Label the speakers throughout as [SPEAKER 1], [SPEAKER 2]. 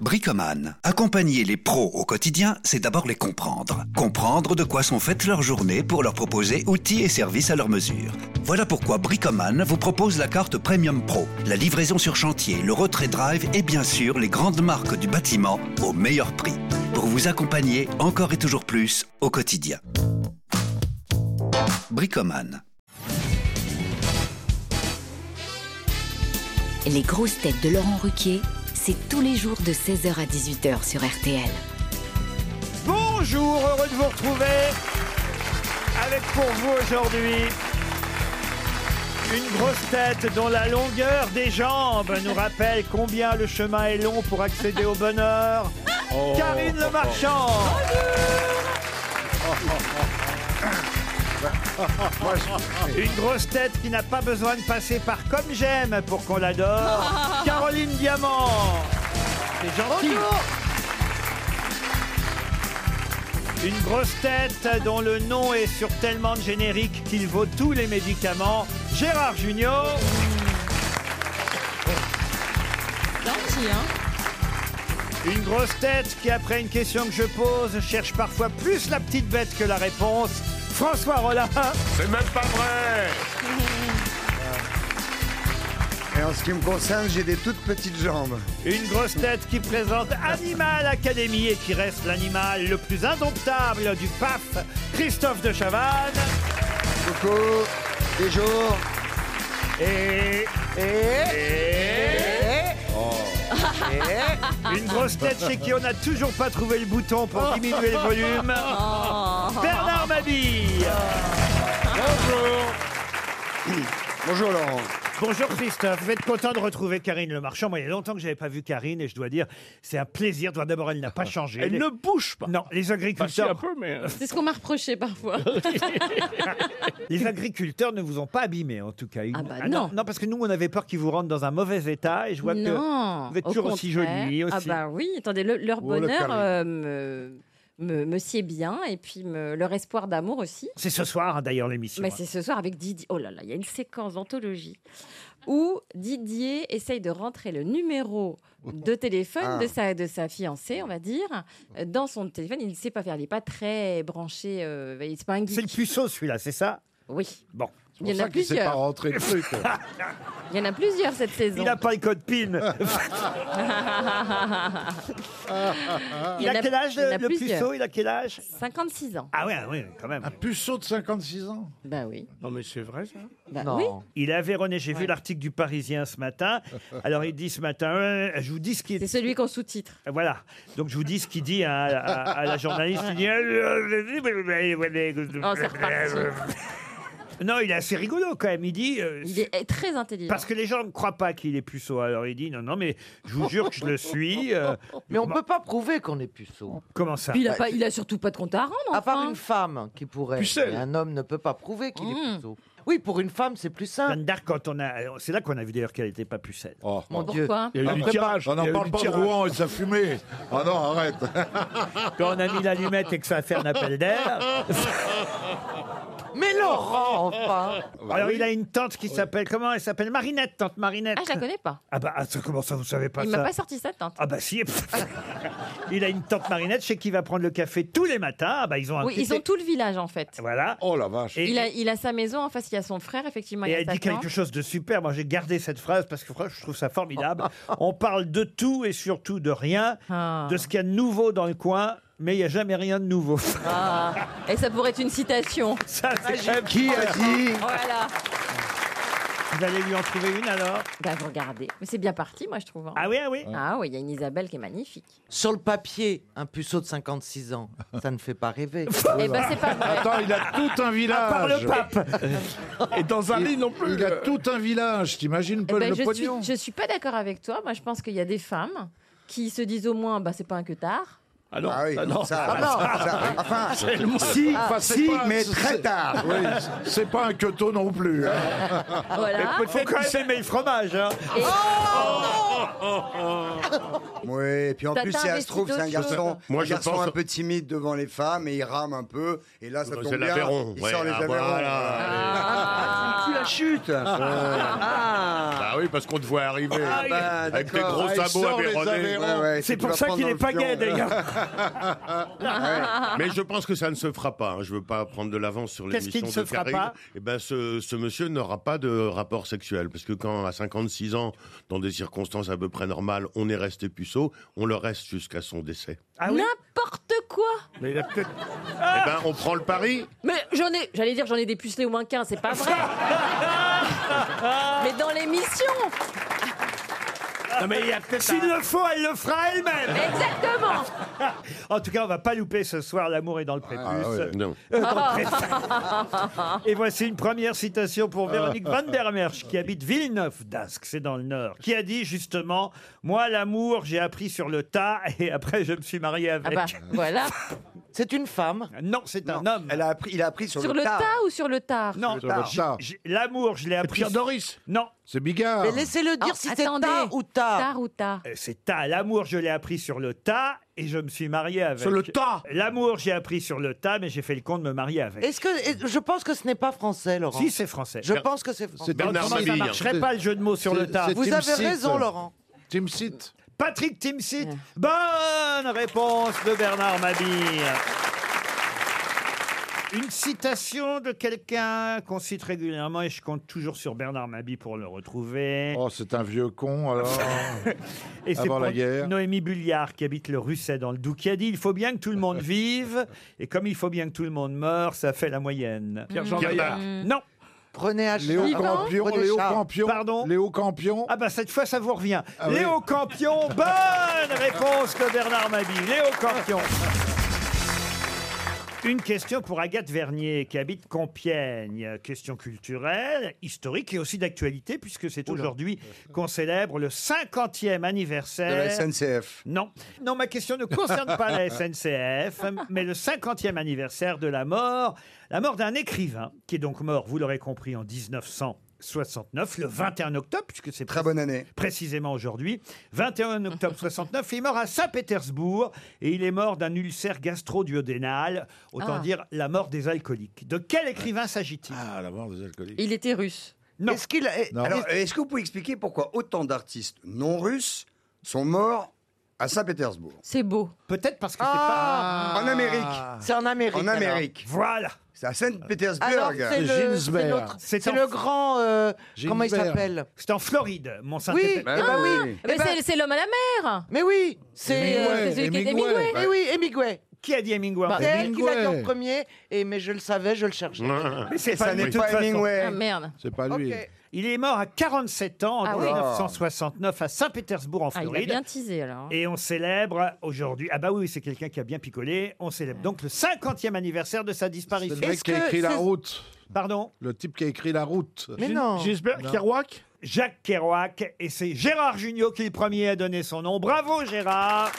[SPEAKER 1] Bricoman. Accompagner les pros au quotidien, c'est d'abord les comprendre. Comprendre de quoi sont faites leurs journées pour leur proposer outils et services à leur mesure. Voilà pourquoi Bricoman vous propose la carte Premium Pro, la livraison sur chantier, le retrait drive et bien sûr les grandes marques du bâtiment au meilleur prix. Pour vous accompagner encore et toujours plus au quotidien. Bricoman.
[SPEAKER 2] Les grosses têtes de Laurent Ruquier, c'est tous les jours de 16h à 18h sur RTL.
[SPEAKER 3] Bonjour, heureux de vous retrouver avec pour vous aujourd'hui une grosse tête dont la longueur des jambes nous rappelle combien le chemin est long pour accéder au bonheur. Karine Le Marchand. Une grosse tête qui n'a pas besoin de passer par comme j'aime pour qu'on l'adore. Caroline Diamant. C'est gentil. Une grosse tête dont le nom est sur tellement de génériques qu'il vaut tous les médicaments. Gérard Junior. Une grosse tête qui, après une question que je pose, cherche parfois plus la petite bête que la réponse. François Rollin.
[SPEAKER 4] C'est même pas vrai
[SPEAKER 5] Et en ce qui me concerne, j'ai des toutes petites jambes.
[SPEAKER 3] Une grosse tête qui présente Animal Academy et qui reste l'animal le plus indomptable du PAF, Christophe de Chavannes.
[SPEAKER 5] Coucou, des jours.
[SPEAKER 3] Et. Et.
[SPEAKER 5] Oh.
[SPEAKER 3] Une grosse tête chez qui on n'a toujours pas trouvé le bouton
[SPEAKER 6] Oh.
[SPEAKER 3] pour diminuer le volume. Bernard Mabille.
[SPEAKER 5] Bonjour Laurent.
[SPEAKER 3] Bonjour Christophe, vous êtes content de retrouver Karine Le Marchand. Moi, il y a longtemps que j'avais pas vu Karine et je dois dire, c'est un plaisir. de voir. D'abord, elle n'a pas changé.
[SPEAKER 4] Elle
[SPEAKER 3] Les-
[SPEAKER 4] ne bouge pas.
[SPEAKER 3] Non, les
[SPEAKER 4] Bah, si, un
[SPEAKER 3] agriculteurs,
[SPEAKER 4] peu, mais.
[SPEAKER 6] C'est ce qu'on m'a reproché parfois.
[SPEAKER 3] les agriculteurs ne vous ont pas abîmé en tout cas. Ils-
[SPEAKER 6] Ah bah
[SPEAKER 3] non,
[SPEAKER 6] non.
[SPEAKER 3] parce que nous, on avait peur qu'ils vous rendent dans un mauvais état et je vois que.
[SPEAKER 6] non,
[SPEAKER 3] vous êtes
[SPEAKER 6] au
[SPEAKER 3] toujours aussi
[SPEAKER 6] contraire.
[SPEAKER 3] jolie, aussi.
[SPEAKER 6] Ah bah oui, attendez, le- leur
[SPEAKER 5] Oh, le
[SPEAKER 6] bonheur
[SPEAKER 5] Carly.
[SPEAKER 6] euh, me, me, me sied bien et puis me- leur espoir d'amour aussi.
[SPEAKER 3] C'est ce soir hein, d'ailleurs l'émission.
[SPEAKER 6] Mais c'est ce soir avec Didier. Oh là là, il y a une séquence d'anthologie où Didier essaye de rentrer le numéro de téléphone
[SPEAKER 5] Ah.
[SPEAKER 6] de, sa, de sa fiancée, on va dire, euh, dans son téléphone. Il ne sait pas faire, il n'est pas très branché. euh, il c'est pas un
[SPEAKER 3] C'est le
[SPEAKER 6] geek.
[SPEAKER 3] puceau celui-là, c'est ça
[SPEAKER 6] Oui,
[SPEAKER 3] Bon.
[SPEAKER 6] il y en a plusieurs.
[SPEAKER 5] rentré le truc.
[SPEAKER 6] Il y en a plusieurs cette saison.
[SPEAKER 3] Il n'a pas le code PIN.
[SPEAKER 6] Il
[SPEAKER 3] Il
[SPEAKER 6] y en
[SPEAKER 3] a
[SPEAKER 6] a-
[SPEAKER 3] quel âge
[SPEAKER 6] il y en
[SPEAKER 3] le,
[SPEAKER 6] a
[SPEAKER 3] le
[SPEAKER 6] plusieurs.
[SPEAKER 3] puceau Il a quel âge
[SPEAKER 6] 56 ans.
[SPEAKER 3] Ah ouais, ouais, quand même.
[SPEAKER 7] Puceau de 56 ans
[SPEAKER 6] Bah oui.
[SPEAKER 4] Non, mais c'est vrai, ça.
[SPEAKER 3] Ah,
[SPEAKER 6] Bah oui.
[SPEAKER 3] Il est aveyronais. J'ai vu
[SPEAKER 6] Ouais.
[SPEAKER 3] l'article du Parisien ce matin. Alors il dit ce matin, euh, je vous dis ce qu'il Euh,
[SPEAKER 6] C'est celui qu'on sous-titre.
[SPEAKER 3] Voilà. Donc je vous dis ce qu'il dit à, à- à la journaliste. Il dit, euh,
[SPEAKER 6] Oh, c'est reparti.
[SPEAKER 3] non, il est assez rigolo quand même. Il dit. euh,
[SPEAKER 6] Il est très intelligent.
[SPEAKER 3] parce que les gens ne croient pas qu'il est puceau. Alors il dit non, non, mais je vous jure que je le suis. euh,
[SPEAKER 8] Mais on peut pas prouver qu'on est puceau. Bah,
[SPEAKER 3] comment ça
[SPEAKER 6] Puis il a, pas, il a surtout pas de compte à rendre.
[SPEAKER 8] À part
[SPEAKER 6] enfin.
[SPEAKER 8] une femme qui pourrait.
[SPEAKER 4] Pucelle.
[SPEAKER 8] Mais un homme ne peut pas prouver qu'il
[SPEAKER 6] Mm.
[SPEAKER 8] est puceau. Oui, pour une femme, c'est plus simple.
[SPEAKER 3] Jeanne d'Arc, quand on a, euh, c'est là qu'on a vu d'ailleurs qu'elle n'était pas pucelle.
[SPEAKER 7] Oh.
[SPEAKER 8] Mon Dieu.
[SPEAKER 6] Pourquoi
[SPEAKER 4] Il y a eu du tirage.
[SPEAKER 7] On
[SPEAKER 4] Il y a
[SPEAKER 7] n'en
[SPEAKER 4] eu
[SPEAKER 7] parle
[SPEAKER 4] du
[SPEAKER 7] pas de
[SPEAKER 4] tirage.
[SPEAKER 7] Rouen et de sa fumée. Oh non, arrête.
[SPEAKER 3] Quand on a mis l'allumette et que ça a fait un appel d'air.
[SPEAKER 8] Mais Laurent, enfin
[SPEAKER 3] Alors il a une tante qui s'appelle comment Elle s'appelle Marinette, tante Marinette.
[SPEAKER 6] Ah, je la connais pas.
[SPEAKER 3] Ah bah attends, comment ça vous savez pas
[SPEAKER 6] Il
[SPEAKER 3] ça
[SPEAKER 6] m'a pas sorti sa tante.
[SPEAKER 3] Ah bah si. il a une tante Marinette chez qui il va prendre le café tous les matins. Ah bah ils ont un
[SPEAKER 6] Oui,
[SPEAKER 3] petit
[SPEAKER 6] ils ont tout le village en fait.
[SPEAKER 3] Voilà.
[SPEAKER 7] Oh la vache.
[SPEAKER 3] Et-
[SPEAKER 6] Il a, il a sa maison en face, il y a son frère, effectivement.
[SPEAKER 3] Et
[SPEAKER 6] il y a
[SPEAKER 3] elle
[SPEAKER 6] sa
[SPEAKER 3] dit
[SPEAKER 6] tante.
[SPEAKER 3] quelque chose de super. Moi, j'ai gardé cette phrase parce que franchement, je trouve ça formidable. On parle de tout et surtout de rien,
[SPEAKER 6] Ah.
[SPEAKER 3] de ce qu'il y a de nouveau dans le coin, mais il n'y a jamais rien de nouveau.
[SPEAKER 6] Ah. Et ça pourrait être une citation.
[SPEAKER 3] Ça, c'est quand même-
[SPEAKER 5] Qui a dit
[SPEAKER 6] Voilà.
[SPEAKER 3] Vous allez lui en trouver une alors
[SPEAKER 6] Bah, vous regardez. Mais c'est bien parti, moi, je trouve. hein.
[SPEAKER 3] Ah oui, ah oui.
[SPEAKER 6] Ah oui, il y a une Isabelle qui est magnifique.
[SPEAKER 8] Sur le papier, un puceau de 56 ans, ça ne fait pas rêver.
[SPEAKER 6] Eh ben, c'est pas vrai.
[SPEAKER 7] Attends, il a tout un village.
[SPEAKER 3] Par le pape.
[SPEAKER 4] Et dans un lit non plus.
[SPEAKER 7] Il a
[SPEAKER 4] euh,
[SPEAKER 7] tout un village. T'imagines
[SPEAKER 6] Eh
[SPEAKER 7] Paul
[SPEAKER 6] ben,
[SPEAKER 7] le
[SPEAKER 6] je, suis,
[SPEAKER 7] pognon
[SPEAKER 6] je suis pas d'accord avec toi. Moi, je pense qu'il y a des femmes qui se disent au moins, bah, c'est pas un que tard.
[SPEAKER 4] Ah non,
[SPEAKER 5] Ah oui,
[SPEAKER 4] ah non.
[SPEAKER 5] ça.
[SPEAKER 8] Ah non
[SPEAKER 5] ça- enfin,
[SPEAKER 4] C'est le mot.
[SPEAKER 5] si,
[SPEAKER 7] Enfin, c'est
[SPEAKER 5] si,
[SPEAKER 7] pas-
[SPEAKER 5] mais
[SPEAKER 7] c'est-
[SPEAKER 5] très tard.
[SPEAKER 7] Oui, c'est pas un queteau non plus. hein.
[SPEAKER 4] Ah,
[SPEAKER 6] Voilà.
[SPEAKER 3] Oh
[SPEAKER 8] Oh
[SPEAKER 3] Faut quand même aimer le fromage. hein.
[SPEAKER 6] Et-
[SPEAKER 5] Oui, et puis en
[SPEAKER 6] T'as
[SPEAKER 5] plus,
[SPEAKER 6] pas
[SPEAKER 5] si elle
[SPEAKER 6] investi
[SPEAKER 5] se trouve, c'est un
[SPEAKER 6] d'autres
[SPEAKER 5] garçon,
[SPEAKER 6] choses.
[SPEAKER 4] Moi,
[SPEAKER 5] un,
[SPEAKER 4] je
[SPEAKER 5] garçon
[SPEAKER 4] pense-
[SPEAKER 5] un peu timide devant les femmes et il rame un peu. Et là, ça tombe
[SPEAKER 4] C'est
[SPEAKER 5] bien.
[SPEAKER 4] l'Aveyron.
[SPEAKER 5] Il
[SPEAKER 4] ouais,
[SPEAKER 5] sort les
[SPEAKER 4] ah,
[SPEAKER 5] Aveyrons.
[SPEAKER 4] voilà, allez.
[SPEAKER 9] Tu la chute
[SPEAKER 4] Bah oui, parce qu'on te voit arriver.
[SPEAKER 3] Ah, il-
[SPEAKER 5] Ah,
[SPEAKER 4] Avec tes
[SPEAKER 5] d'accord.
[SPEAKER 4] gros
[SPEAKER 7] Ah, il
[SPEAKER 4] sabots
[SPEAKER 7] sort les
[SPEAKER 4] avéronés.
[SPEAKER 7] Aveyron.
[SPEAKER 5] Ouais, ouais,
[SPEAKER 3] C'est
[SPEAKER 5] tu
[SPEAKER 3] pour
[SPEAKER 5] vas
[SPEAKER 3] ça
[SPEAKER 5] prendre
[SPEAKER 3] qu'il
[SPEAKER 5] dans
[SPEAKER 3] n'est
[SPEAKER 5] le
[SPEAKER 3] pas
[SPEAKER 5] fion.
[SPEAKER 3] gay, d'ailleurs.
[SPEAKER 7] Ah
[SPEAKER 4] Mais je pense que ça ne se fera pas. hein. Je veux pas prendre de l'avance sur
[SPEAKER 3] Qu'est-ce
[SPEAKER 4] l'émission
[SPEAKER 3] qui ne se
[SPEAKER 4] de
[SPEAKER 3] fera
[SPEAKER 4] Karine.
[SPEAKER 3] pas
[SPEAKER 4] Eh ben, ce, ce monsieur n'aura pas de rapport sexuel. Parce que quand, à 56 ans, dans des circonstances à peu près normales, on est resté puceau, on le reste jusqu'à son décès.
[SPEAKER 3] Ah oui
[SPEAKER 6] N'importe quoi
[SPEAKER 4] Mais il a peut-être... Eh ben, on prend le pari.
[SPEAKER 6] Mais j'en ai, j'allais dire, j'en ai dépucelé au moins 15, c'est pas vrai. Mais dans l'émission,
[SPEAKER 4] Ah, Non, mais il a peut-être...
[SPEAKER 3] S'il le faut, elle le fera elle-même.
[SPEAKER 6] exactement.
[SPEAKER 3] En tout cas, on va pas louper ce soir l'amour est dans le prépuce. Euh,
[SPEAKER 4] Non.
[SPEAKER 3] Et voici une première citation pour Véronique Van der Merch, qui habite Villeneuve d'Ascq, c'est dans le Nord, qui a dit justement Moi, l'amour, j'ai appris sur le tas et après, je me suis marié
[SPEAKER 8] Ah
[SPEAKER 3] avec.
[SPEAKER 8] bah, voilà. C'est une femme.
[SPEAKER 3] Non, c'est un
[SPEAKER 5] Non,
[SPEAKER 3] homme.
[SPEAKER 5] Elle a appris, il a appris sur,
[SPEAKER 6] Sur le
[SPEAKER 5] tas.
[SPEAKER 6] tas ou sur le tard
[SPEAKER 3] Non,
[SPEAKER 7] Sur le
[SPEAKER 3] j'ai-
[SPEAKER 7] tas.
[SPEAKER 3] j'ai- l'amour, je l'ai appris.
[SPEAKER 7] Pierre Doris.
[SPEAKER 3] Non,
[SPEAKER 7] C'est Bigard.
[SPEAKER 8] Mais laissez-le dire
[SPEAKER 6] Oh,
[SPEAKER 8] si c'est
[SPEAKER 6] attendez.
[SPEAKER 8] tard ou tard.
[SPEAKER 6] Tard ou tard
[SPEAKER 3] euh, c'est tas. L'amour, je l'ai appris sur le tas et je me suis marié avec.
[SPEAKER 4] Sur le tas.
[SPEAKER 3] L'amour, j'ai appris sur le tas, mais j'ai fait le compte de me marier avec.
[SPEAKER 8] Est-ce que je pense que ce n'est pas français, Laurent
[SPEAKER 3] Si, c'est français.
[SPEAKER 8] Je pense que c'est français.
[SPEAKER 7] C'est
[SPEAKER 4] Bernard
[SPEAKER 3] Autrement, ça
[SPEAKER 4] Mabille.
[SPEAKER 3] marcherait pas le jeu de mots sur le
[SPEAKER 7] C'est-
[SPEAKER 3] tas.
[SPEAKER 7] c'est-
[SPEAKER 8] Vous
[SPEAKER 7] Tim
[SPEAKER 8] avez
[SPEAKER 7] Sit.
[SPEAKER 8] raison, Laurent.
[SPEAKER 7] Tim Sit.
[SPEAKER 3] Patrick Timsit.
[SPEAKER 6] Ouais.
[SPEAKER 3] Bonne réponse de Bernard Mabille. Une citation de quelqu'un qu'on cite régulièrement et je compte toujours sur Bernard Mabille pour le retrouver.
[SPEAKER 7] Oh, c'est un vieux con, alors.
[SPEAKER 3] et c'est
[SPEAKER 7] avant
[SPEAKER 3] pour
[SPEAKER 7] la guerre.
[SPEAKER 3] Noémie Bulliard qui habite le Russet dans le Doubs qui a dit il faut bien que tout le monde vive et comme il faut bien que tout le monde meure, ça fait la moyenne.
[SPEAKER 4] Pierre Dac.
[SPEAKER 3] Non.
[SPEAKER 8] Prenez à
[SPEAKER 7] Léo Campion,
[SPEAKER 8] Prenez
[SPEAKER 7] Léo
[SPEAKER 8] Charles.
[SPEAKER 7] Campion.
[SPEAKER 3] Pardon
[SPEAKER 7] Léo Campion.
[SPEAKER 3] Ah bah cette fois ça vous revient.
[SPEAKER 7] Ah
[SPEAKER 3] Léo Campion, bonne réponse de Bernard Mabille. Léo Campion. Une question pour Agathe Vernier qui habite Compiègne. Question culturelle, historique et aussi d'actualité puisque c'est aujourd'hui qu'on célèbre le 50e
[SPEAKER 5] De la
[SPEAKER 3] anniversaire.
[SPEAKER 5] SNCF.
[SPEAKER 3] Non. Non, ma question ne concerne pas la SNCF, mais le 50e anniversaire de la mort, la mort d'un écrivain, qui est donc mort, vous l'aurez compris, en 1969, le 21 octobre, puisque c'est
[SPEAKER 5] Très bonne année.
[SPEAKER 3] précisément aujourd'hui. 21 octobre 69, il est mort à Saint-Pétersbourg et il est mort d'un ulcère gastro-duodénal, autant
[SPEAKER 6] Ah.
[SPEAKER 3] dire la mort des alcooliques. De quel écrivain s'agit-il
[SPEAKER 7] Ah, la mort des alcooliques.
[SPEAKER 6] Il était russe.
[SPEAKER 3] Non.
[SPEAKER 8] Est-ce qu'il a-
[SPEAKER 7] Non.
[SPEAKER 5] Alors, est-ce que vous pouvez expliquer pourquoi autant d'artistes non russes sont morts à Saint-Pétersbourg
[SPEAKER 6] C'est beau.
[SPEAKER 3] Peut-être parce que c'est
[SPEAKER 8] Ah.
[SPEAKER 5] En Amérique.
[SPEAKER 8] C'est en Amérique.
[SPEAKER 5] En
[SPEAKER 8] alors.
[SPEAKER 5] Amérique.
[SPEAKER 3] pas. Voilà.
[SPEAKER 5] C'est à
[SPEAKER 8] Alors,
[SPEAKER 5] Saint-Pétersbourg.
[SPEAKER 8] c'est le,
[SPEAKER 7] Ginsberg.
[SPEAKER 8] c'est l'autre-
[SPEAKER 3] C'est
[SPEAKER 8] c'est
[SPEAKER 3] en-
[SPEAKER 8] le grand. euh, comment il
[SPEAKER 7] Ginsberg.
[SPEAKER 8] s'appelle
[SPEAKER 3] C'est en Floride, mon saint
[SPEAKER 8] Oui, eh ben
[SPEAKER 5] Ah oui.
[SPEAKER 8] oui.
[SPEAKER 6] Ah, Mais
[SPEAKER 8] eh ben-
[SPEAKER 6] c'est- c'est l'homme à la mer.
[SPEAKER 8] mais oui, c'est
[SPEAKER 6] euh,
[SPEAKER 7] Hemingway,
[SPEAKER 6] c'est celui qui était
[SPEAKER 7] Hemingway.
[SPEAKER 6] Hemingway.
[SPEAKER 8] Mais Eh oui, Hemingway. Bah,
[SPEAKER 3] Qui a dit Hemingway
[SPEAKER 8] C'est elle qui l'a dit en
[SPEAKER 7] Hemingway.
[SPEAKER 8] premier. Et mais je le savais, je le cherchais.
[SPEAKER 3] Mais c'est
[SPEAKER 5] Et ça
[SPEAKER 3] pas lui,
[SPEAKER 5] n'est
[SPEAKER 3] de toute
[SPEAKER 5] pas
[SPEAKER 3] façon.
[SPEAKER 5] Hemingway.
[SPEAKER 6] Ah merde.
[SPEAKER 7] C'est pas lui.
[SPEAKER 8] Ok.
[SPEAKER 3] Il est mort à 47 ans en
[SPEAKER 6] Ah oui.
[SPEAKER 3] 1969 à Saint-Pétersbourg en
[SPEAKER 6] Ah, il a
[SPEAKER 3] Floride.
[SPEAKER 6] bien teasé hein. alors.
[SPEAKER 3] Et on célèbre aujourd'hui. Ah bah oui, c'est quelqu'un qui a bien picolé. On célèbre donc le 50e anniversaire de sa
[SPEAKER 7] C'est le
[SPEAKER 3] disparition.
[SPEAKER 7] mec
[SPEAKER 8] Est-ce
[SPEAKER 7] qui a
[SPEAKER 8] que
[SPEAKER 7] écrit la
[SPEAKER 8] c'est-
[SPEAKER 7] route.
[SPEAKER 3] Pardon
[SPEAKER 7] Le type qui a écrit la route.
[SPEAKER 8] Mais non.
[SPEAKER 4] J'espère Kerouac
[SPEAKER 3] Jacques Kerouac. Et c'est Gérard Jugnot qui est le premier à donner son nom. Bravo Gérard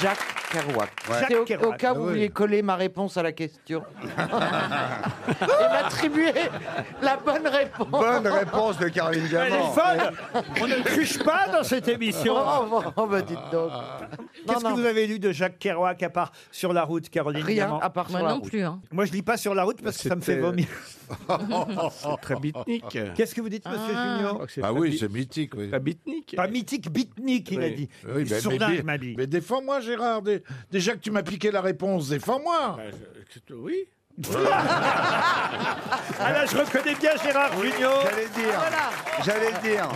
[SPEAKER 8] Jack Kerouac.
[SPEAKER 5] Ouais.
[SPEAKER 8] C'est au,
[SPEAKER 3] Jack
[SPEAKER 8] au
[SPEAKER 3] Kerouac.
[SPEAKER 8] cas où
[SPEAKER 7] Ah
[SPEAKER 8] vous
[SPEAKER 7] oui.
[SPEAKER 8] vouliez coller ma réponse à la question. et m'attribuer la bonne réponse.
[SPEAKER 5] Bonne réponse de Caroline
[SPEAKER 3] Elle est
[SPEAKER 5] Diamant.
[SPEAKER 3] folle On ne triche pas dans cette émission
[SPEAKER 8] Oh, bah, oh, bah, dites donc.
[SPEAKER 3] Qu'est-ce
[SPEAKER 8] non.
[SPEAKER 3] que vous avez lu de Jacques Kerouac à part Sur la route, Caroline
[SPEAKER 8] Rien
[SPEAKER 3] Diamant
[SPEAKER 8] à part
[SPEAKER 6] Moi
[SPEAKER 8] sur la
[SPEAKER 6] non
[SPEAKER 8] route.
[SPEAKER 6] plus. hein.
[SPEAKER 3] Moi, je lis pas Sur la route parce que ça me fait
[SPEAKER 4] C'était-
[SPEAKER 3] vomir.
[SPEAKER 4] Très bitnique.
[SPEAKER 3] Qu'est-ce que vous dites, monsieur Jugnot
[SPEAKER 7] Ah oui, c'est mythique. oui.
[SPEAKER 4] Pas bitnique.
[SPEAKER 3] Pas mythique, bitnik, il a dit.
[SPEAKER 7] Oui, ben, mais,
[SPEAKER 3] Sourdingue,
[SPEAKER 7] dé-
[SPEAKER 3] m'a dit.
[SPEAKER 7] mais défends-moi, Gérard. dé- Déjà que tu m'as piqué la réponse, défends-moi.
[SPEAKER 4] Bah, Oui.
[SPEAKER 8] Oh.
[SPEAKER 3] Ah là, je reconnais bien Gérard Ah, Jugnot.
[SPEAKER 5] J'allais le dire. J'allais le dire.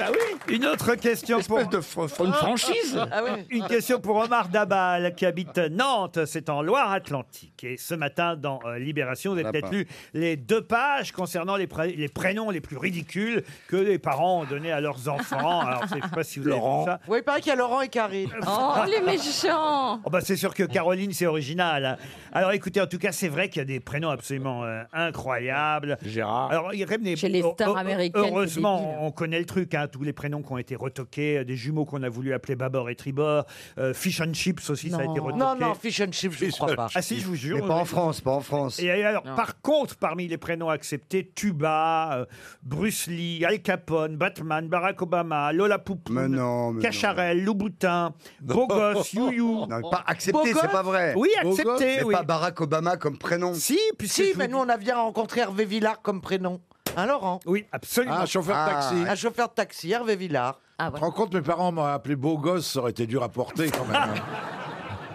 [SPEAKER 3] Ah Une autre question pour... Ah.
[SPEAKER 4] Une franchise
[SPEAKER 8] Ah
[SPEAKER 3] Une question pour Omar Dabal qui habite Nantes, c'est en Loire-Atlantique. Et ce matin, dans euh, Libération, vous avez peut-être lu les deux pages concernant les, pré- les prénoms les plus ridicules que les parents ont donnés à leurs enfants. Alors, je ne sais pas si vous avez vu ça.
[SPEAKER 8] Oui, il paraît qu'il y a Laurent et Karine.
[SPEAKER 6] Oh, les méchants
[SPEAKER 3] Oh bah, c'est sûr que Caroline, c'est original. hein. Alors écoutez, en tout cas, c'est vrai qu'il y a des prénoms absolument euh, incroyables.
[SPEAKER 4] Gérard.
[SPEAKER 5] Ah.
[SPEAKER 3] Alors, il y a quand même des.
[SPEAKER 6] Chez les
[SPEAKER 3] oh,
[SPEAKER 6] stars
[SPEAKER 3] oh,
[SPEAKER 6] américaines, c'est
[SPEAKER 3] Franchement, on connaît le truc, hein, tous les prénoms qui ont été retoqués, euh, des jumeaux qu'on a voulu appeler Babord et Tribord, euh, Fish and Chips aussi, ça a été retoqué.
[SPEAKER 8] Non, non, fish and chips, je ne crois pas.
[SPEAKER 3] Ah si, je vous jure.
[SPEAKER 5] Mais pas en
[SPEAKER 3] oui.
[SPEAKER 5] France, pas en France.
[SPEAKER 3] Et alors,
[SPEAKER 8] Non.
[SPEAKER 3] par contre, parmi les prénoms acceptés, Tuba, euh, Bruce Lee, Al Capone, Batman, Barack Obama, Lola Poupou,
[SPEAKER 5] Mais non, mais non.
[SPEAKER 3] Cacharel, Louboutin, Beau Gosse, Youyou.
[SPEAKER 5] Non, pas accepté, c'est pas vrai.
[SPEAKER 3] Oui,
[SPEAKER 5] Beau gosse,
[SPEAKER 3] accepté,
[SPEAKER 5] mais
[SPEAKER 3] oui.
[SPEAKER 5] pas Barack Obama comme prénom.
[SPEAKER 3] Si, puisque
[SPEAKER 8] Si,
[SPEAKER 3] je
[SPEAKER 8] mais
[SPEAKER 3] vous
[SPEAKER 8] nous, on a bien rencontré Hervé Villard comme prénom. Hein, Laurent
[SPEAKER 3] dis- Oui, absolument.
[SPEAKER 7] Ah, chauffeur
[SPEAKER 5] Ah.
[SPEAKER 7] de taxi.
[SPEAKER 8] Un chauffeur de taxi, Hervé Villard.
[SPEAKER 6] Ah
[SPEAKER 7] Tu
[SPEAKER 6] ouais.
[SPEAKER 7] te rends compte, mes parents m'ont appelé beau gosse, ça aurait été dur à porter quand même.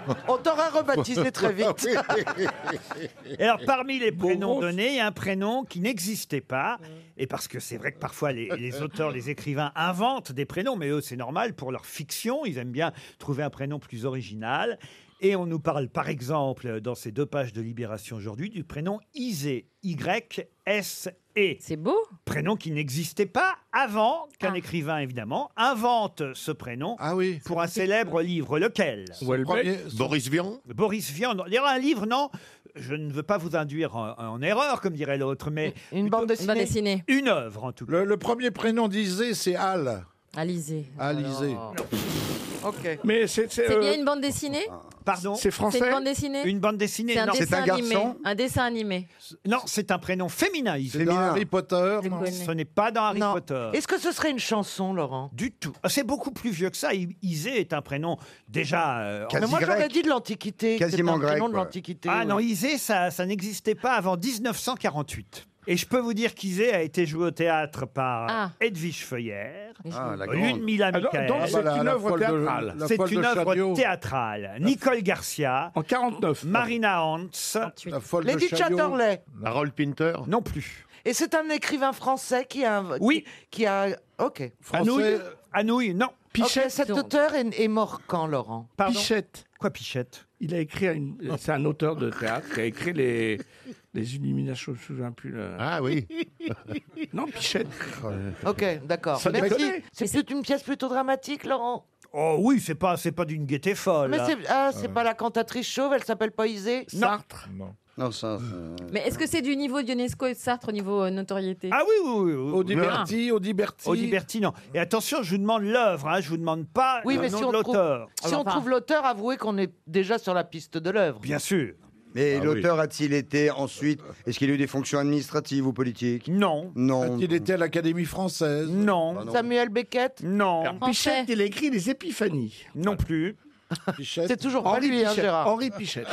[SPEAKER 7] hein.
[SPEAKER 8] On t'aura rebaptisé très vite.
[SPEAKER 3] Et alors, parmi les prénoms
[SPEAKER 8] Gosse.
[SPEAKER 3] donnés, il y a un prénom qui n'existait pas. Et parce que c'est vrai que parfois, les, les auteurs, les écrivains inventent des prénoms, mais eux, c'est normal pour leur fiction. Ils aiment bien trouver un prénom plus original. Et on nous parle, par exemple, dans ces deux pages de Libération aujourd'hui, du prénom Isée. Y-S-E.
[SPEAKER 6] C'est beau.
[SPEAKER 3] E. Prénom qui n'existait pas avant qu'un
[SPEAKER 6] Ah.
[SPEAKER 3] écrivain, évidemment, invente ce prénom
[SPEAKER 7] Ah oui.
[SPEAKER 3] pour un célèbre livre. Lequel
[SPEAKER 7] Premier-
[SPEAKER 4] Boris Vian
[SPEAKER 3] Boris Vian. Il y aura un livre, non Je ne veux pas vous induire en, en erreur, comme dirait l'autre, mais
[SPEAKER 8] Une bande dessinée.
[SPEAKER 6] Bande dessinée.
[SPEAKER 3] une œuvre en tout cas.
[SPEAKER 7] le, le premier prénom d'Isée, c'est Al.
[SPEAKER 6] Alizé.
[SPEAKER 7] Al Isée.
[SPEAKER 8] Ok.
[SPEAKER 10] Mais c'est c'est,
[SPEAKER 6] C'est
[SPEAKER 10] euh,
[SPEAKER 6] bien une bande dessinée
[SPEAKER 3] Pardon
[SPEAKER 10] c'est
[SPEAKER 6] C'est une
[SPEAKER 10] français
[SPEAKER 6] bande dessinée
[SPEAKER 3] Une bande dessinée
[SPEAKER 6] C'est un
[SPEAKER 3] Non,
[SPEAKER 5] dé-
[SPEAKER 6] dessin
[SPEAKER 5] un garçon
[SPEAKER 6] animé. Un dessin animé.
[SPEAKER 3] non, c'est un prénom féminin. Yves.
[SPEAKER 7] C'est dans
[SPEAKER 5] bien.
[SPEAKER 7] Harry Potter.
[SPEAKER 6] Je
[SPEAKER 7] non
[SPEAKER 6] connais.
[SPEAKER 3] Ce n'est pas dans Harry
[SPEAKER 8] Non.
[SPEAKER 3] Potter.
[SPEAKER 8] Est-ce que ce serait une chanson, Laurent
[SPEAKER 3] Du tout. Ah, C'est beaucoup plus vieux que ça. I- Isée est un prénom déjà. euh,
[SPEAKER 5] Quasi-
[SPEAKER 8] Mais moi,
[SPEAKER 5] grec.
[SPEAKER 8] j'aurais dit de l'Antiquité. que
[SPEAKER 5] Quasiment
[SPEAKER 8] c'était un prénom
[SPEAKER 5] grec,
[SPEAKER 8] de
[SPEAKER 5] ouais.
[SPEAKER 8] l'Antiquité.
[SPEAKER 3] Ah
[SPEAKER 8] ouais.
[SPEAKER 3] non, Isée, ça, ça n'existait pas avant 1948. Et je peux vous dire qu'Isée a été joué au théâtre par
[SPEAKER 6] Ah.
[SPEAKER 3] Edwige Feuillère,
[SPEAKER 5] Ah, la grande.
[SPEAKER 3] Ludmila bah,
[SPEAKER 10] Ah, donc-
[SPEAKER 3] Mikael.
[SPEAKER 10] donc,
[SPEAKER 7] Ah,
[SPEAKER 10] C'est une
[SPEAKER 7] la
[SPEAKER 10] œuvre
[SPEAKER 7] poêle de-
[SPEAKER 10] théâtrale.
[SPEAKER 7] la
[SPEAKER 3] C'est
[SPEAKER 7] poêle
[SPEAKER 3] une
[SPEAKER 7] de
[SPEAKER 3] œuvre
[SPEAKER 7] Chariot.
[SPEAKER 3] théâtrale. Nicole Garcia,
[SPEAKER 10] en 49.
[SPEAKER 3] Marina Hans,
[SPEAKER 7] La folle de
[SPEAKER 8] Lady
[SPEAKER 7] Chariot.
[SPEAKER 8] Chatterley.
[SPEAKER 4] Harold Pinter
[SPEAKER 3] non plus.
[SPEAKER 8] Et c'est un écrivain français qui a. un-
[SPEAKER 3] Oui.
[SPEAKER 8] Qui a. Ok.
[SPEAKER 3] Anouilh,
[SPEAKER 7] Français.
[SPEAKER 3] Anouilh, non.
[SPEAKER 10] Pichette.
[SPEAKER 8] Ok, cet auteur est, est mort quand, Laurent
[SPEAKER 3] Pardon.
[SPEAKER 10] Pichette.
[SPEAKER 3] Quoi, Pichette
[SPEAKER 10] Il a écrit. à une- C'est un auteur de théâtre qui a écrit les. Les illuminations, je me souviens plus. le-
[SPEAKER 4] Ah oui.
[SPEAKER 10] Non, Pichette.
[SPEAKER 8] Ok, d'accord.
[SPEAKER 10] Ça
[SPEAKER 8] Mais
[SPEAKER 10] déconne.
[SPEAKER 8] si, C'est plutôt une pièce plutôt dramatique, Laurent.
[SPEAKER 3] Oh oui, c'est pas, c'est pas d'une gaieté folle.
[SPEAKER 8] Mais
[SPEAKER 3] hein.
[SPEAKER 8] c'est ah, c'est pas la cantatrice chauve, elle s'appelle pas Isée
[SPEAKER 7] Sartre. Non.
[SPEAKER 5] Non, ça. euh,
[SPEAKER 6] Mais est-ce que c'est du niveau d'UNESCO et de Sartre au niveau euh, notoriété
[SPEAKER 3] Ah oui, oui, oui. oui.
[SPEAKER 7] Audiberti, Audiberti.
[SPEAKER 3] Audiberti, non. Et attention, je vous demande l'œuvre, hein, je vous demande pas
[SPEAKER 8] Oui,
[SPEAKER 3] le
[SPEAKER 8] mais
[SPEAKER 3] nom
[SPEAKER 8] si
[SPEAKER 3] de
[SPEAKER 8] on trouve-
[SPEAKER 3] l'auteur.
[SPEAKER 8] Si on
[SPEAKER 6] Enfin.
[SPEAKER 8] trouve l'auteur, avouez qu'on est déjà sur la piste de l'œuvre.
[SPEAKER 3] Bien sûr.
[SPEAKER 5] Mais
[SPEAKER 7] Ah
[SPEAKER 5] l'auteur a-t-il été ensuite Est-ce qu'il a eu des fonctions administratives ou politiques
[SPEAKER 3] Non,
[SPEAKER 5] Non.
[SPEAKER 7] Il était à l'Académie française. Bah,
[SPEAKER 3] non,
[SPEAKER 5] Ah non.
[SPEAKER 8] Samuel Beckett
[SPEAKER 3] non,
[SPEAKER 10] Alors,
[SPEAKER 6] Français.
[SPEAKER 10] Pichette, il a écrit les épiphanies.
[SPEAKER 3] non plus.
[SPEAKER 7] Pichette.
[SPEAKER 8] C'est toujours pas
[SPEAKER 10] Henri
[SPEAKER 8] lui, hein,
[SPEAKER 10] Pichette.
[SPEAKER 8] Gérard
[SPEAKER 10] Henri Pichette.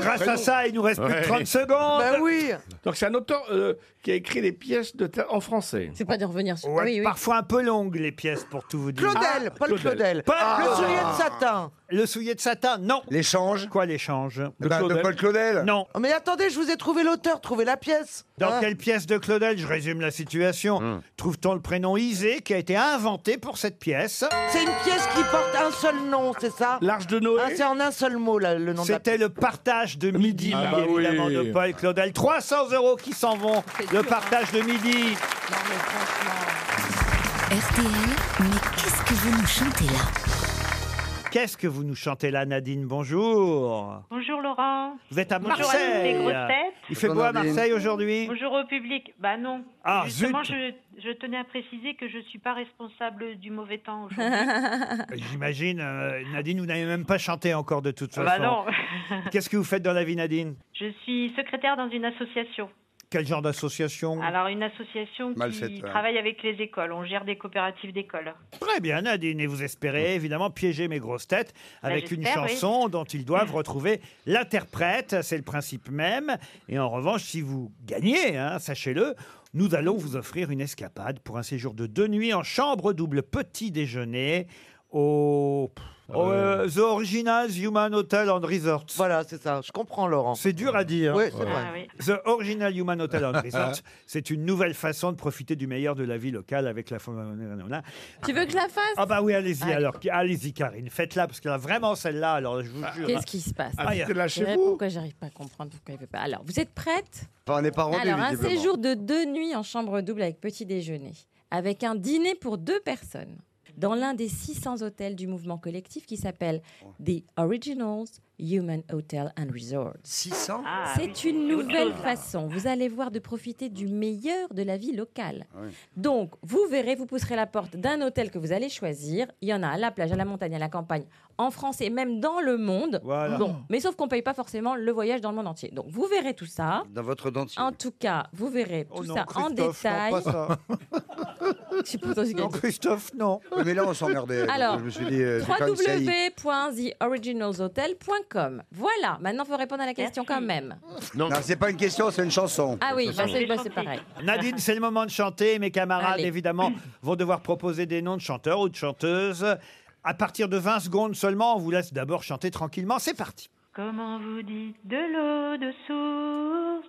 [SPEAKER 3] Grâce à ça, il nous reste plus de
[SPEAKER 4] Ouais.
[SPEAKER 3] 30 secondes.
[SPEAKER 8] Ben oui
[SPEAKER 10] Donc c'est un auteur euh, qui a écrit les pièces de thé- en français.
[SPEAKER 6] C'est pas de revenir sur. Ah
[SPEAKER 3] Ouais,
[SPEAKER 6] oui, oui.
[SPEAKER 3] Parfois un peu longues, les pièces, pour tout vous dire.
[SPEAKER 8] Claudel, Paul Claudel. Ah.
[SPEAKER 3] Paul
[SPEAKER 8] Le
[SPEAKER 3] Claudel.
[SPEAKER 8] soulier de satin.
[SPEAKER 3] Le soulier de satin, non.
[SPEAKER 5] L'échange
[SPEAKER 3] Quoi, l'échange
[SPEAKER 5] Eh ben, De
[SPEAKER 10] Claudel.
[SPEAKER 5] Paul Claudel
[SPEAKER 3] Non.
[SPEAKER 8] Oh, Mais attendez, je vous ai trouvé l'auteur, trouvez la pièce.
[SPEAKER 3] Dans
[SPEAKER 8] Hein
[SPEAKER 3] quelle pièce de Claudel, je résume la situation,
[SPEAKER 5] Hum.
[SPEAKER 3] trouve-t-on le prénom Isée qui a été inventé pour cette pièce
[SPEAKER 8] C'est une pièce qui porte un seul nom, c'est ça
[SPEAKER 10] L'Arche de
[SPEAKER 8] Hein,
[SPEAKER 10] Noé.
[SPEAKER 8] C'est en un seul mot là, le nom de la
[SPEAKER 3] C'était le partage de midi,
[SPEAKER 7] Ah
[SPEAKER 3] bien
[SPEAKER 7] bah oui.
[SPEAKER 3] évidemment, de Paul Claudel. 300 euros qui s'en vont,
[SPEAKER 6] C'est
[SPEAKER 3] le
[SPEAKER 6] dur,
[SPEAKER 3] partage de midi.
[SPEAKER 8] hein.
[SPEAKER 2] RTL, mais qu'est-ce que vous nous chantez là
[SPEAKER 3] Qu'est-ce que vous nous chantez là, Nadine Bonjour.
[SPEAKER 9] Bonjour Laurent.
[SPEAKER 3] Vous êtes à
[SPEAKER 9] Bonjour à toutes
[SPEAKER 3] Marseille.
[SPEAKER 9] les grosses têtes.
[SPEAKER 3] Ah. Il fait beau
[SPEAKER 5] Bonjour,
[SPEAKER 3] à
[SPEAKER 5] Nadine.
[SPEAKER 3] Marseille aujourd'hui
[SPEAKER 9] Bonjour au public. Bah non.
[SPEAKER 3] Ah,
[SPEAKER 9] Justement,
[SPEAKER 3] zut.
[SPEAKER 9] je, je tenais à préciser que je suis pas responsable du mauvais temps aujourd'hui.
[SPEAKER 3] J'imagine, euh, Nadine, vous n'avez même pas chanté encore de toute façon.
[SPEAKER 9] bah non.
[SPEAKER 3] Qu'est-ce que vous faites dans la vie, Nadine
[SPEAKER 9] Je suis secrétaire dans une association.
[SPEAKER 3] Quel genre d'association
[SPEAKER 9] Alors une association
[SPEAKER 5] Mal
[SPEAKER 9] qui
[SPEAKER 5] fait, hein. ouais.
[SPEAKER 9] travaille avec les écoles. On gère des coopératives d'écoles.
[SPEAKER 3] Très bien, Nadine. Et vous espérez évidemment piéger mes grosses têtes avec une
[SPEAKER 9] Mm. Ben, j'espère, oui. Mm.
[SPEAKER 3] chanson dont ils doivent retrouver l'interprète. C'est le principe même. Et en revanche, si vous gagnez, hein, sachez-le, nous allons vous offrir une escapade pour un séjour de deux nuits en chambre double petit déjeuner au, au, euh, The Originals Human Hotel and Resort.
[SPEAKER 8] Voilà, c'est ça. Je comprends, Laurent.
[SPEAKER 3] C'est dur à dire.
[SPEAKER 8] Oui, c'est vrai.
[SPEAKER 9] Ah oui.
[SPEAKER 3] The Original Human Hotel and Resort, c'est une nouvelle façon de profiter du meilleur de la vie locale avec la...
[SPEAKER 6] Tu veux que je la fasse
[SPEAKER 3] Ah bah oui, allez-y
[SPEAKER 6] Allez.
[SPEAKER 3] alors, allez-y Karine, faites-la parce que là, vraiment celle-là, alors je vous jure.
[SPEAKER 6] Qu'est-ce qui se passe
[SPEAKER 3] Ah, il y a-
[SPEAKER 10] C'était là
[SPEAKER 6] Je sais
[SPEAKER 10] chez
[SPEAKER 6] pas
[SPEAKER 10] vous.
[SPEAKER 6] Pourquoi j'arrive pas à comprendre pourquoi il fait pas Alors, vous êtes prête
[SPEAKER 5] Enfin, on n'est pas rendu,
[SPEAKER 6] Alors, un
[SPEAKER 5] Ah, visiblement.
[SPEAKER 6] séjour de deux nuits en chambre double avec petit déjeuner, avec un dîner pour deux personnes, dans l'un des 600 hôtels du mouvement collectif qui s'appelle The Originals Human Hotel and Resort.
[SPEAKER 5] 600
[SPEAKER 9] Ah, oui,
[SPEAKER 6] C'est une
[SPEAKER 9] c'est autre
[SPEAKER 6] nouvelle
[SPEAKER 9] chose, là.
[SPEAKER 6] façon. Vous allez voir de profiter du meilleur de la vie locale.
[SPEAKER 5] Ah oui.
[SPEAKER 6] Donc, vous verrez, vous pousserez la porte d'un hôtel que vous allez choisir. Il y en a à la plage, à la montagne, à la campagne, en France et même dans le monde.
[SPEAKER 3] Voilà.
[SPEAKER 6] Bon, mais sauf qu'on paye pas forcément le voyage dans le monde entier. Donc, vous verrez tout ça.
[SPEAKER 5] Dans votre dentier.
[SPEAKER 6] En tout cas, vous verrez tout
[SPEAKER 3] Oh non,
[SPEAKER 6] ça en
[SPEAKER 3] Christophe, non,
[SPEAKER 6] détail.
[SPEAKER 3] pas ça.
[SPEAKER 6] Je suis plutôt
[SPEAKER 3] Non,
[SPEAKER 6] sûre.
[SPEAKER 3] Christophe, non.
[SPEAKER 5] Oui, mais là, on s'emmerdait. donc
[SPEAKER 6] Alors,
[SPEAKER 5] je me suis dit, euh, c'est quand même ça, il-
[SPEAKER 6] www.theoriginalshotel.com. Voilà, maintenant faut répondre à la question
[SPEAKER 9] Merci.
[SPEAKER 6] quand même.
[SPEAKER 4] Non,
[SPEAKER 5] Non, c'est pas une question, c'est une chanson.
[SPEAKER 6] Ah oui, bah,
[SPEAKER 9] ça.
[SPEAKER 6] c'est bah, c'est pareil.
[SPEAKER 3] Nadine, c'est le moment de chanter. Mes camarades,
[SPEAKER 6] Allez.
[SPEAKER 3] évidemment, vont devoir proposer des noms de chanteurs ou de chanteuses. À partir de 20 secondes seulement, on vous laisse d'abord chanter tranquillement. C'est parti.
[SPEAKER 9] Comment vous dites de l'eau de source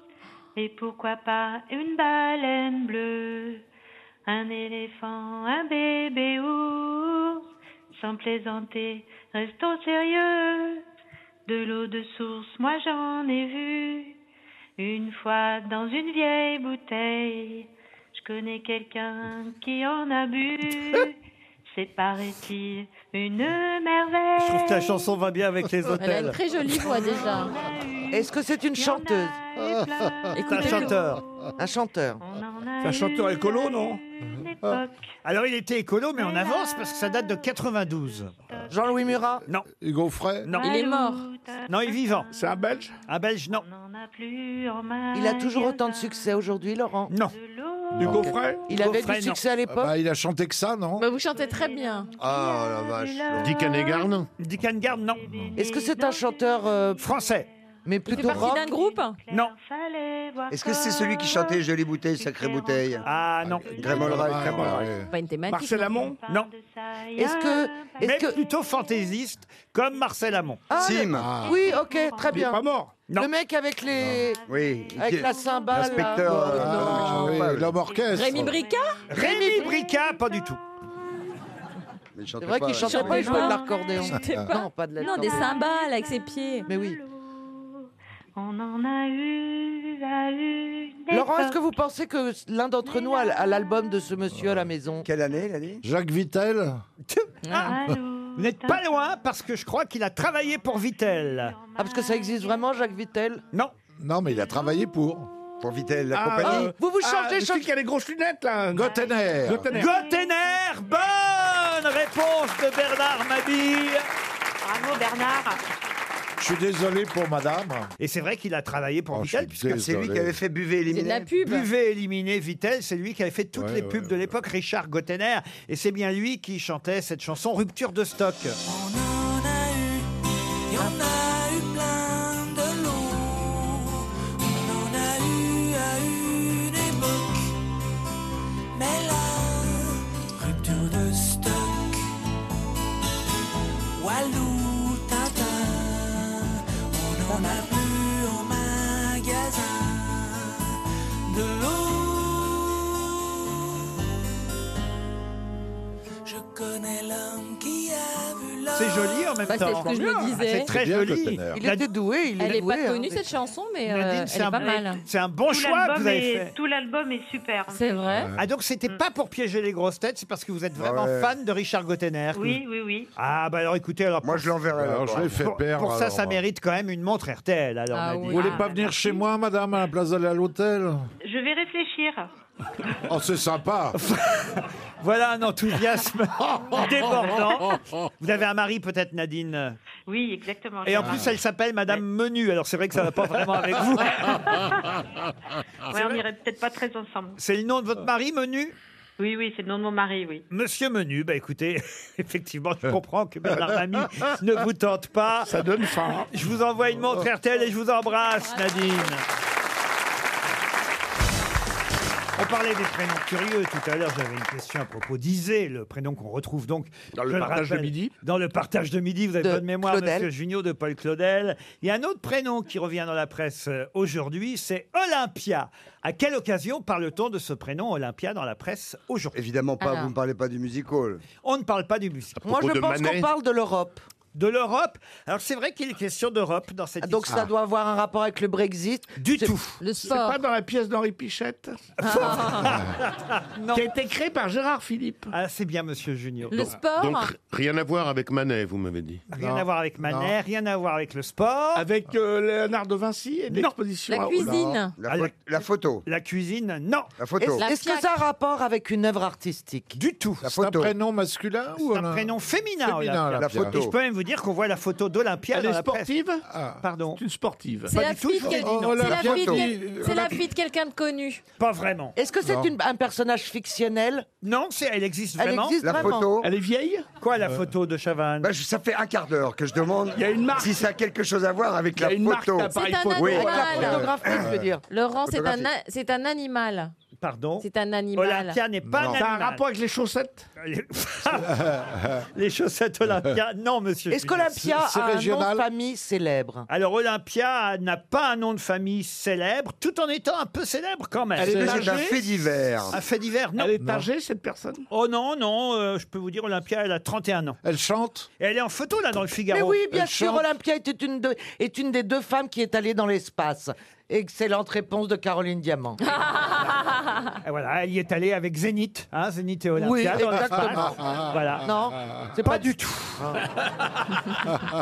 [SPEAKER 9] Et pourquoi pas une baleine bleue Un éléphant, un bébé ours Sans plaisanter, restons sérieux De l'eau de source, moi j'en ai vu Une fois dans une vieille bouteille Je connais quelqu'un qui en a bu C'est paraît-il une merveille
[SPEAKER 3] Je trouve que ta chanson va bien avec les
[SPEAKER 6] Elle a une
[SPEAKER 3] hôtels.
[SPEAKER 6] très jolie voix déjà. Oh.
[SPEAKER 8] Est-ce que c'est une chanteuse
[SPEAKER 3] C'est un
[SPEAKER 6] Écoutez,
[SPEAKER 3] chanteur.
[SPEAKER 8] Un chanteur
[SPEAKER 9] C'est
[SPEAKER 10] C'est un chanteur écolo, non
[SPEAKER 3] Ah. Alors, il était écolo, mais en avance parce que ça date de 92.
[SPEAKER 8] Jean-Louis Murat
[SPEAKER 3] Non,
[SPEAKER 7] Hugo Frey
[SPEAKER 3] non.
[SPEAKER 6] Il est mort.
[SPEAKER 3] Non, il est vivant.
[SPEAKER 10] C'est un Belge
[SPEAKER 3] Un Belge, non.
[SPEAKER 8] Il a toujours autant de succès aujourd'hui, Laurent
[SPEAKER 3] Non.
[SPEAKER 10] Du Gaufret
[SPEAKER 8] Il avait
[SPEAKER 3] Gaufret,
[SPEAKER 8] du
[SPEAKER 3] non.
[SPEAKER 8] succès à
[SPEAKER 7] Ah
[SPEAKER 8] l'époque
[SPEAKER 7] bah, Il a chanté que ça, non
[SPEAKER 6] Bah, vous chantez très bien.
[SPEAKER 5] Ah la vache.
[SPEAKER 4] Dick Hanegarn
[SPEAKER 3] Dick Hanegarn, non.
[SPEAKER 8] Est-ce que c'est un chanteur, euh,
[SPEAKER 3] Français.
[SPEAKER 8] mais
[SPEAKER 6] Vous
[SPEAKER 8] plutôt
[SPEAKER 6] faites partie
[SPEAKER 8] rock
[SPEAKER 6] d'un groupe
[SPEAKER 3] Non.
[SPEAKER 5] Est-ce que c'est celui qui chantait Jolie bouteille, sacrée bouteille
[SPEAKER 3] Ah, non.
[SPEAKER 5] Grémol Ray, Grémol Ray.
[SPEAKER 6] Pas une thématique.
[SPEAKER 10] Marcel Amont
[SPEAKER 3] Non.
[SPEAKER 8] Est-ce que...
[SPEAKER 3] Mais
[SPEAKER 8] Est-ce que...
[SPEAKER 3] plutôt fantaisiste, comme Marcel Amont.
[SPEAKER 8] Ah, le-
[SPEAKER 5] Sim
[SPEAKER 8] Oui, ok, très
[SPEAKER 10] Il est
[SPEAKER 8] bien.
[SPEAKER 10] pas mort.
[SPEAKER 3] Non.
[SPEAKER 8] Le mec avec les...
[SPEAKER 5] Oui.
[SPEAKER 8] Avec la cymbale,
[SPEAKER 5] L'inspecteur,
[SPEAKER 8] là.
[SPEAKER 5] euh,
[SPEAKER 7] Ah,
[SPEAKER 5] non.
[SPEAKER 7] oui,
[SPEAKER 10] bah
[SPEAKER 7] l'homme orchestre.
[SPEAKER 6] Rémi Bricard
[SPEAKER 3] Rémi Brica, pas du tout.
[SPEAKER 5] Mais il
[SPEAKER 8] C'est
[SPEAKER 5] chantait
[SPEAKER 8] vrai qu'il
[SPEAKER 5] euh,
[SPEAKER 8] chante
[SPEAKER 6] chantait
[SPEAKER 8] pas, il jouait de
[SPEAKER 6] pas.
[SPEAKER 8] l'accordéon.
[SPEAKER 6] Chantait pas.
[SPEAKER 8] Non, pas de
[SPEAKER 6] Non, des
[SPEAKER 8] l'accordéon.
[SPEAKER 6] cymbales avec ses pieds.
[SPEAKER 8] Mais oui.
[SPEAKER 9] On en a eu, a eu des
[SPEAKER 8] Laurent, est-ce que vous pensez que l'un d'entre nous a a l'album de ce monsieur à la maison
[SPEAKER 5] Quelle année, il a dit
[SPEAKER 7] Jacques Vitel
[SPEAKER 3] Ah,
[SPEAKER 9] Allô,
[SPEAKER 3] vous n'êtes pas loin parce que je crois qu'il a travaillé pour Vitel.
[SPEAKER 8] Ah, parce que ça existe vraiment, Jacques Vittel
[SPEAKER 3] Non,
[SPEAKER 7] Non, mais il a travaillé pour.
[SPEAKER 5] Pour Vitel, la
[SPEAKER 10] Ah,
[SPEAKER 5] compagnie.
[SPEAKER 10] euh,
[SPEAKER 8] Vous vous
[SPEAKER 10] ah,
[SPEAKER 8] changez,
[SPEAKER 10] le
[SPEAKER 8] changez-
[SPEAKER 10] celui qui a les grosses lunettes, là.
[SPEAKER 7] Gottener.
[SPEAKER 10] Gottener.
[SPEAKER 3] Gottener, bonne réponse de Bernard Mabille.
[SPEAKER 9] Bravo Bernard.
[SPEAKER 7] Je suis désolé pour madame.
[SPEAKER 3] Et c'est vrai qu'il a travaillé pour
[SPEAKER 7] Oh, je
[SPEAKER 3] Vitel.
[SPEAKER 7] suis
[SPEAKER 3] puisque
[SPEAKER 7] désolé.
[SPEAKER 5] C'est lui qui avait fait Buvez
[SPEAKER 6] C'est de la
[SPEAKER 5] éliminer.
[SPEAKER 6] pub.
[SPEAKER 3] Buvez, éliminé Vitel, c'est lui qui avait fait toutes
[SPEAKER 7] Ouais,
[SPEAKER 3] les
[SPEAKER 7] ouais,
[SPEAKER 3] pubs de l'époque, Richard Gottener. Et c'est bien lui qui chantait cette chanson Rupture de stock. C'est joli en même
[SPEAKER 6] Bah, c'est
[SPEAKER 3] temps.
[SPEAKER 6] ce que je me
[SPEAKER 3] Ah,
[SPEAKER 6] disais.
[SPEAKER 3] C'est très
[SPEAKER 7] Bien,
[SPEAKER 3] joli.
[SPEAKER 7] Gottener.
[SPEAKER 8] Il
[SPEAKER 3] La-
[SPEAKER 8] était doué, il
[SPEAKER 6] Elle
[SPEAKER 8] est
[SPEAKER 6] est
[SPEAKER 8] doué.
[SPEAKER 6] pas
[SPEAKER 8] hein.
[SPEAKER 6] connue cette chanson, mais euh,
[SPEAKER 3] Nadine,
[SPEAKER 6] elle
[SPEAKER 3] c'est
[SPEAKER 6] est
[SPEAKER 3] un-
[SPEAKER 6] pas mal.
[SPEAKER 3] C'est un bon
[SPEAKER 9] Tout
[SPEAKER 3] choix que vous
[SPEAKER 9] l'album
[SPEAKER 3] avez
[SPEAKER 9] est,
[SPEAKER 3] fait.
[SPEAKER 9] tout l'album est super.
[SPEAKER 6] C'est vrai.
[SPEAKER 3] Ah donc c'était
[SPEAKER 9] Mm.
[SPEAKER 3] pas pour piéger les grosses têtes, c'est parce que vous êtes vraiment
[SPEAKER 5] Ouais.
[SPEAKER 3] fan de Richard Gottener.
[SPEAKER 9] Oui, oui, oui.
[SPEAKER 3] Ah bah alors écoutez, alors
[SPEAKER 5] Moi, je l'enverrai.
[SPEAKER 7] Alors, je
[SPEAKER 5] là-bas.
[SPEAKER 7] l'ai fait
[SPEAKER 3] pour,
[SPEAKER 7] perdre.
[SPEAKER 3] pour ça,
[SPEAKER 7] alors,
[SPEAKER 3] ça
[SPEAKER 7] moi.
[SPEAKER 3] mérite quand même une montre RTL. Alors
[SPEAKER 6] Ah
[SPEAKER 3] Nadine.
[SPEAKER 6] oui.
[SPEAKER 7] Vous voulez
[SPEAKER 6] Ah,
[SPEAKER 7] pas venir chez moi, madame, à la place d'aller à l'hôtel
[SPEAKER 9] Je vais réfléchir.
[SPEAKER 7] Oh, c'est sympa.
[SPEAKER 3] Voilà un enthousiasme débordant. Vous avez un mari peut-être, Nadine.
[SPEAKER 9] Oui, exactement.
[SPEAKER 3] Et en plus, elle s'appelle Madame Menu. Alors c'est vrai que ça va pas vraiment avec vous.
[SPEAKER 9] Ouais, on irait peut-être pas très ensemble.
[SPEAKER 3] C'est le nom de votre mari, Menu
[SPEAKER 9] Euh. Oui, oui, c'est le nom de mon mari, oui.
[SPEAKER 3] Monsieur Menu, bah écoutez, effectivement, je comprends que Bernard Mamie ne vous tente pas.
[SPEAKER 10] Euh. Ça donne faim. Euh.
[SPEAKER 3] Je vous envoie une montre RTL et je vous embrasse, Nadine. On parlait des prénoms curieux tout à l'heure. J'avais une question à propos d'Isée, le prénom qu'on retrouve donc
[SPEAKER 10] Dans le
[SPEAKER 3] je
[SPEAKER 10] partage de
[SPEAKER 3] rappelle,
[SPEAKER 10] midi.
[SPEAKER 3] Dans le partage de midi, vous avez
[SPEAKER 8] De
[SPEAKER 3] bonne mémoire,
[SPEAKER 8] Claudel.
[SPEAKER 3] Monsieur Junio de Paul Claudel. Il y a un autre prénom qui revient dans la presse euh, aujourd'hui, c'est Olympia. À quelle occasion parle-t-on de ce prénom Olympia dans la presse aujourd'hui
[SPEAKER 5] Évidemment pas,
[SPEAKER 6] Alors.
[SPEAKER 5] vous ne parlez pas du music hall.
[SPEAKER 3] On ne parle pas du musique.
[SPEAKER 8] Moi,
[SPEAKER 4] propos
[SPEAKER 8] je
[SPEAKER 4] de
[SPEAKER 8] pense
[SPEAKER 4] Manet.
[SPEAKER 8] qu'on parle de l'Europe.
[SPEAKER 3] de l'Europe. Alors c'est vrai qu'il est question d'Europe dans cette
[SPEAKER 8] Ah, Donc ça doit avoir un rapport avec le Brexit
[SPEAKER 3] Du tout.
[SPEAKER 8] Le
[SPEAKER 3] C'est sport. pas
[SPEAKER 10] dans la pièce d'Henri Pichette Ah.
[SPEAKER 3] Qui a été créé par Gérard Philippe. Ah, c'est bien, monsieur Junior.
[SPEAKER 6] Le sport
[SPEAKER 4] Donc r- rien à voir avec Manet, vous m'avez dit.
[SPEAKER 3] Rien à voir avec Manet, rien à voir avec le sport. Avec Léonard de Vinci et
[SPEAKER 6] La à- cuisine.
[SPEAKER 5] La, pho- la photo.
[SPEAKER 3] La cuisine, non.
[SPEAKER 5] La
[SPEAKER 8] Est-ce
[SPEAKER 5] photo.
[SPEAKER 8] est-ce que ça a un rapport avec une œuvre artistique
[SPEAKER 3] Du tout.
[SPEAKER 5] La photo.
[SPEAKER 7] masculin
[SPEAKER 3] C'est un prénom féminin,
[SPEAKER 7] Féminin,
[SPEAKER 3] Olympia.
[SPEAKER 7] La photo.
[SPEAKER 3] Et je peux même vous dire qu'on voit la photo d'Olympia
[SPEAKER 7] Elle
[SPEAKER 3] dans
[SPEAKER 7] est
[SPEAKER 3] la presse.
[SPEAKER 7] sportive
[SPEAKER 5] Ah.
[SPEAKER 3] Pardon.
[SPEAKER 10] C'est une sportive.
[SPEAKER 6] C'est
[SPEAKER 3] Pas
[SPEAKER 6] la
[SPEAKER 3] du tout,
[SPEAKER 6] fille de
[SPEAKER 10] Oh,
[SPEAKER 3] je
[SPEAKER 6] quel-
[SPEAKER 8] Oh,
[SPEAKER 3] vous ai dit non.
[SPEAKER 6] c'est la fille de quel- c'est la
[SPEAKER 3] Olympi-
[SPEAKER 6] fille de quelqu'un de connu.
[SPEAKER 3] Pas vraiment.
[SPEAKER 8] Est-ce que c'est
[SPEAKER 7] Non.
[SPEAKER 8] une- un personnage fictionnel
[SPEAKER 3] Non, c'est- elle existe
[SPEAKER 8] Elle
[SPEAKER 3] vraiment.
[SPEAKER 8] existe
[SPEAKER 5] La
[SPEAKER 8] vraiment.
[SPEAKER 5] photo.
[SPEAKER 3] Elle est vieille Quoi, la photo de Chavannes
[SPEAKER 5] Bah, je- ça fait un quart d'heure que je demande
[SPEAKER 10] Il y a une marque.
[SPEAKER 5] si ça a quelque chose à voir avec
[SPEAKER 10] Il y a
[SPEAKER 5] la
[SPEAKER 10] une marque
[SPEAKER 5] photo.
[SPEAKER 10] d'appareil.
[SPEAKER 6] C'est
[SPEAKER 10] Pareil,
[SPEAKER 6] un
[SPEAKER 10] photo.
[SPEAKER 5] Oui.
[SPEAKER 8] La
[SPEAKER 6] animal.
[SPEAKER 8] photographie, je veux dire.
[SPEAKER 6] Laurent, c'est un,
[SPEAKER 5] Photographie.
[SPEAKER 6] a- c'est un animal.
[SPEAKER 3] Pardon.
[SPEAKER 6] C'est un animal.
[SPEAKER 3] Olympia n'est pas un
[SPEAKER 10] Ça a un
[SPEAKER 3] animal.
[SPEAKER 10] rapport avec les chaussettes
[SPEAKER 3] Les- Les chaussettes Olympia, non, monsieur.
[SPEAKER 8] Est-ce
[SPEAKER 3] Junior.
[SPEAKER 8] qu'Olympia
[SPEAKER 7] C'est- c'est
[SPEAKER 8] a un nom
[SPEAKER 7] régional.
[SPEAKER 8] de famille célèbre
[SPEAKER 3] Alors, Olympia n'a pas un nom de famille célèbre, tout en étant un peu célèbre quand même.
[SPEAKER 10] Elle
[SPEAKER 5] C'est
[SPEAKER 10] est
[SPEAKER 5] un
[SPEAKER 10] âgée
[SPEAKER 5] fait divers.
[SPEAKER 3] Un fait divers, non.
[SPEAKER 10] Elle est âgée, cette personne
[SPEAKER 3] Oh non, non, euh, je peux vous dire, Olympia, elle a 31 ans.
[SPEAKER 7] Elle chante.
[SPEAKER 3] Et elle est en photo, là, dans le Figaro.
[SPEAKER 8] Mais oui, bien
[SPEAKER 7] elle
[SPEAKER 8] sûr,
[SPEAKER 7] chante.
[SPEAKER 8] Olympia est une, de- est une des deux femmes qui est allée dans l'espace. Excellente réponse de Caroline Diamant.
[SPEAKER 3] Ah. Et voilà, elle y est allée avec Zénith, hein, Zénith et Olympia.
[SPEAKER 8] Oui,
[SPEAKER 3] dans l'espace.
[SPEAKER 10] ah,
[SPEAKER 8] exactement.
[SPEAKER 5] Ah.
[SPEAKER 3] Voilà.
[SPEAKER 8] non, c'est pas, du
[SPEAKER 3] tout.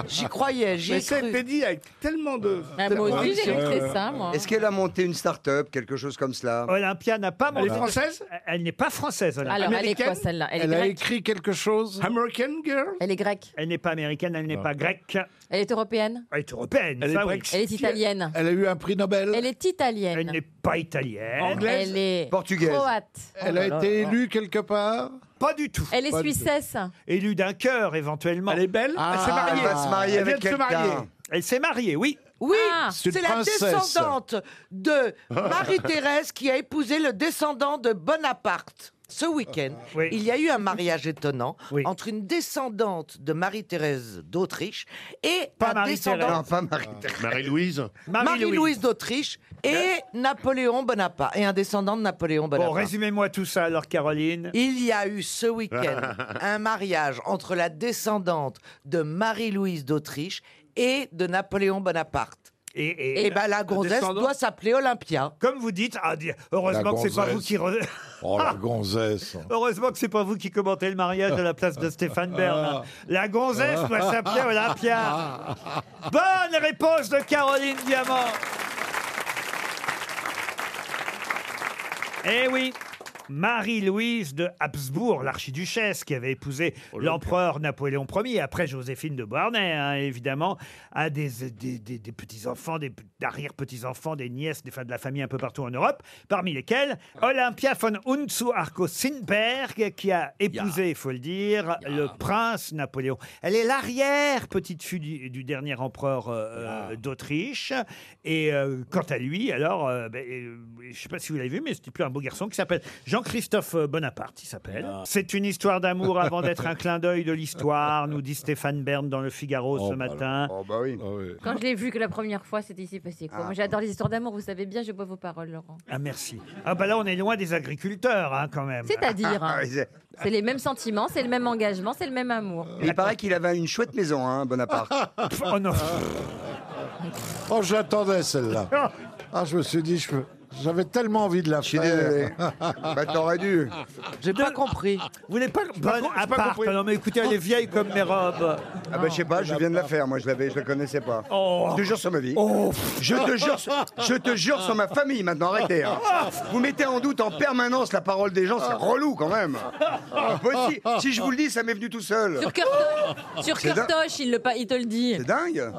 [SPEAKER 8] J'y croyais, j'y
[SPEAKER 10] Mais
[SPEAKER 8] ai
[SPEAKER 10] c'est
[SPEAKER 8] cru.
[SPEAKER 10] dit avec tellement de.
[SPEAKER 6] Ah, Moi aussi, j'ai cru que c'était ça, moi.
[SPEAKER 5] Est-ce qu'elle a monté une start-up, quelque chose comme cela
[SPEAKER 3] Olympia n'a pas
[SPEAKER 10] Elle est
[SPEAKER 3] monté-
[SPEAKER 10] française
[SPEAKER 3] Elle n'est pas française, Olympia.
[SPEAKER 6] Alors, elle est
[SPEAKER 10] Américaine
[SPEAKER 6] quoi celle-là Elle est
[SPEAKER 7] Elle a
[SPEAKER 6] grecque.
[SPEAKER 7] écrit quelque chose.
[SPEAKER 10] American Girl
[SPEAKER 6] Elle est grecque.
[SPEAKER 3] Elle n'est pas américaine, elle n'est pas grecque.
[SPEAKER 6] Elle est européenne.
[SPEAKER 3] Elle est européenne,
[SPEAKER 10] Elle est
[SPEAKER 3] ça, oui.
[SPEAKER 10] brexitique.
[SPEAKER 6] Elle est italienne.
[SPEAKER 7] Elle a eu un prix Nobel.
[SPEAKER 6] Elle est
[SPEAKER 3] Elle
[SPEAKER 6] italienne.
[SPEAKER 3] n'est pas italienne.
[SPEAKER 6] Elle est
[SPEAKER 5] Portugaise.
[SPEAKER 6] croate.
[SPEAKER 7] Elle a été élue quelque part.
[SPEAKER 3] Pas du tout.
[SPEAKER 6] Elle est
[SPEAKER 7] Pas du tout.
[SPEAKER 6] suissesse.
[SPEAKER 3] Élue d'un cœur, éventuellement.
[SPEAKER 10] Elle est belle
[SPEAKER 7] Ah,
[SPEAKER 10] Elle s'est mariée.
[SPEAKER 5] Elle va se marier
[SPEAKER 10] Elle vient
[SPEAKER 5] avec
[SPEAKER 10] de se marier.
[SPEAKER 5] quelqu'un.
[SPEAKER 3] Elle s'est mariée, oui.
[SPEAKER 8] Oui,
[SPEAKER 6] Ah.
[SPEAKER 7] C'est une
[SPEAKER 8] c'est la
[SPEAKER 7] princesse.
[SPEAKER 8] descendante de Marie-Thérèse qui a épousé le descendant de Bonaparte. Ce week-end,
[SPEAKER 3] Ah, Oui.
[SPEAKER 8] il y a eu un mariage étonnant
[SPEAKER 3] Oui.
[SPEAKER 8] entre une descendante de Marie-Thérèse d'Autriche et
[SPEAKER 3] Pas
[SPEAKER 8] un
[SPEAKER 3] Marie-Thérèse.
[SPEAKER 8] descendant
[SPEAKER 5] Non, pas Marie.
[SPEAKER 4] Marie-Louise
[SPEAKER 8] Marie-Louise d'Autriche et Napoléon Bonaparte et un descendant de Napoléon
[SPEAKER 3] Ben. Bon,
[SPEAKER 8] Bonaparte.
[SPEAKER 3] résumez-moi tout ça, alors, Caroline.
[SPEAKER 8] Il y a eu ce week-end un mariage entre la descendante de Marie-Louise d'Autriche et de Napoléon Bonaparte.
[SPEAKER 3] Et, et-
[SPEAKER 8] Et bien la grossesse
[SPEAKER 10] descendante-
[SPEAKER 8] doit s'appeler Olympia.
[SPEAKER 3] comme vous dites, ah, di- heureusement
[SPEAKER 7] La
[SPEAKER 3] que c'est pas
[SPEAKER 7] gonzesse.
[SPEAKER 3] vous qui re-
[SPEAKER 7] Oh, la gonzesse.
[SPEAKER 3] heureusement que c'est pas vous qui commentez le mariage à la place de Stéphane Bern. La gonzesse doit s'appeler Olympia. Bonne réponse de Caroline Diamant. Eh oui. Marie-Louise de Habsbourg, l'archiduchesse qui avait épousé l'empereur Napoléon Ier, après Joséphine de Beauharnais, hein, évidemment, a des, des, des- des petits-enfants, des arrière-petits-enfants, des nièces, des femmes de la famille un peu partout en Europe, parmi lesquelles Olympia von Unzu-Arco-Sinberg, qui a épousé, il faut le dire, le prince Napoléon. Elle est l'arrière-petite-fille du, du dernier empereur euh, euh, d'Autriche. Et euh, quant à lui, alors, euh, ben, euh, je ne sais pas si vous l'avez vu, mais c'était plus un beau garçon qui s'appelle Jean-Christophe euh, Bonaparte, il s'appelle. C'est une histoire d'amour avant d'être un clin d'œil de l'histoire, nous dit Stéphane Bern dans le Figaro ce matin.
[SPEAKER 5] Oh bah oui.
[SPEAKER 7] Ah oui.
[SPEAKER 6] Quand je l'ai vu que la première fois, c'était ici passé
[SPEAKER 5] Ah.
[SPEAKER 6] quoi. Moi, j'adore les histoires d'amour. Vous savez bien, je bois vos paroles, Laurent.
[SPEAKER 3] Ah, merci. Ah, bah là, on est loin des agriculteurs, hein, quand même.
[SPEAKER 6] C'est-à-dire, hein,
[SPEAKER 5] Ah, il-
[SPEAKER 6] c'est les mêmes sentiments, c'est le même engagement, c'est le même amour.
[SPEAKER 5] Il paraît qu'il avait une chouette maison, hein, Bonaparte.
[SPEAKER 3] Pff, oh non.
[SPEAKER 7] Oh, je l'attendais, celle-là. Ah, je me suis dit, je- j'avais tellement envie de la
[SPEAKER 5] Je suis
[SPEAKER 7] faire.
[SPEAKER 5] désolé. Bah, t'aurais dû.
[SPEAKER 3] Ah,
[SPEAKER 8] J'ai pas compris.
[SPEAKER 3] Vous voulez Ah, pas. Bonne
[SPEAKER 10] com- j'ai pas
[SPEAKER 3] appart.
[SPEAKER 10] compris.
[SPEAKER 3] Non, mais écoutez, elle est vieille comme mes robes.
[SPEAKER 5] Ah bah, je sais pas, je viens de la faire, moi, je l'avais, je le connaissais pas.
[SPEAKER 3] Oh.
[SPEAKER 5] Je te jure sur ma vie.
[SPEAKER 3] Oh.
[SPEAKER 5] Je te jure, sur- je te jure sur ma famille maintenant, arrêtez. hein. Vous mettez en doute en permanence la parole des gens, c'est relou quand même.
[SPEAKER 3] Ah.
[SPEAKER 5] Ah, Aussi, si je vous le dis, ça m'est venu tout seul.
[SPEAKER 6] Sur Kurtoche, sur
[SPEAKER 5] C'est dingue.
[SPEAKER 6] Kurtoche, il, le pa- il te le dit.
[SPEAKER 5] C'est dingue.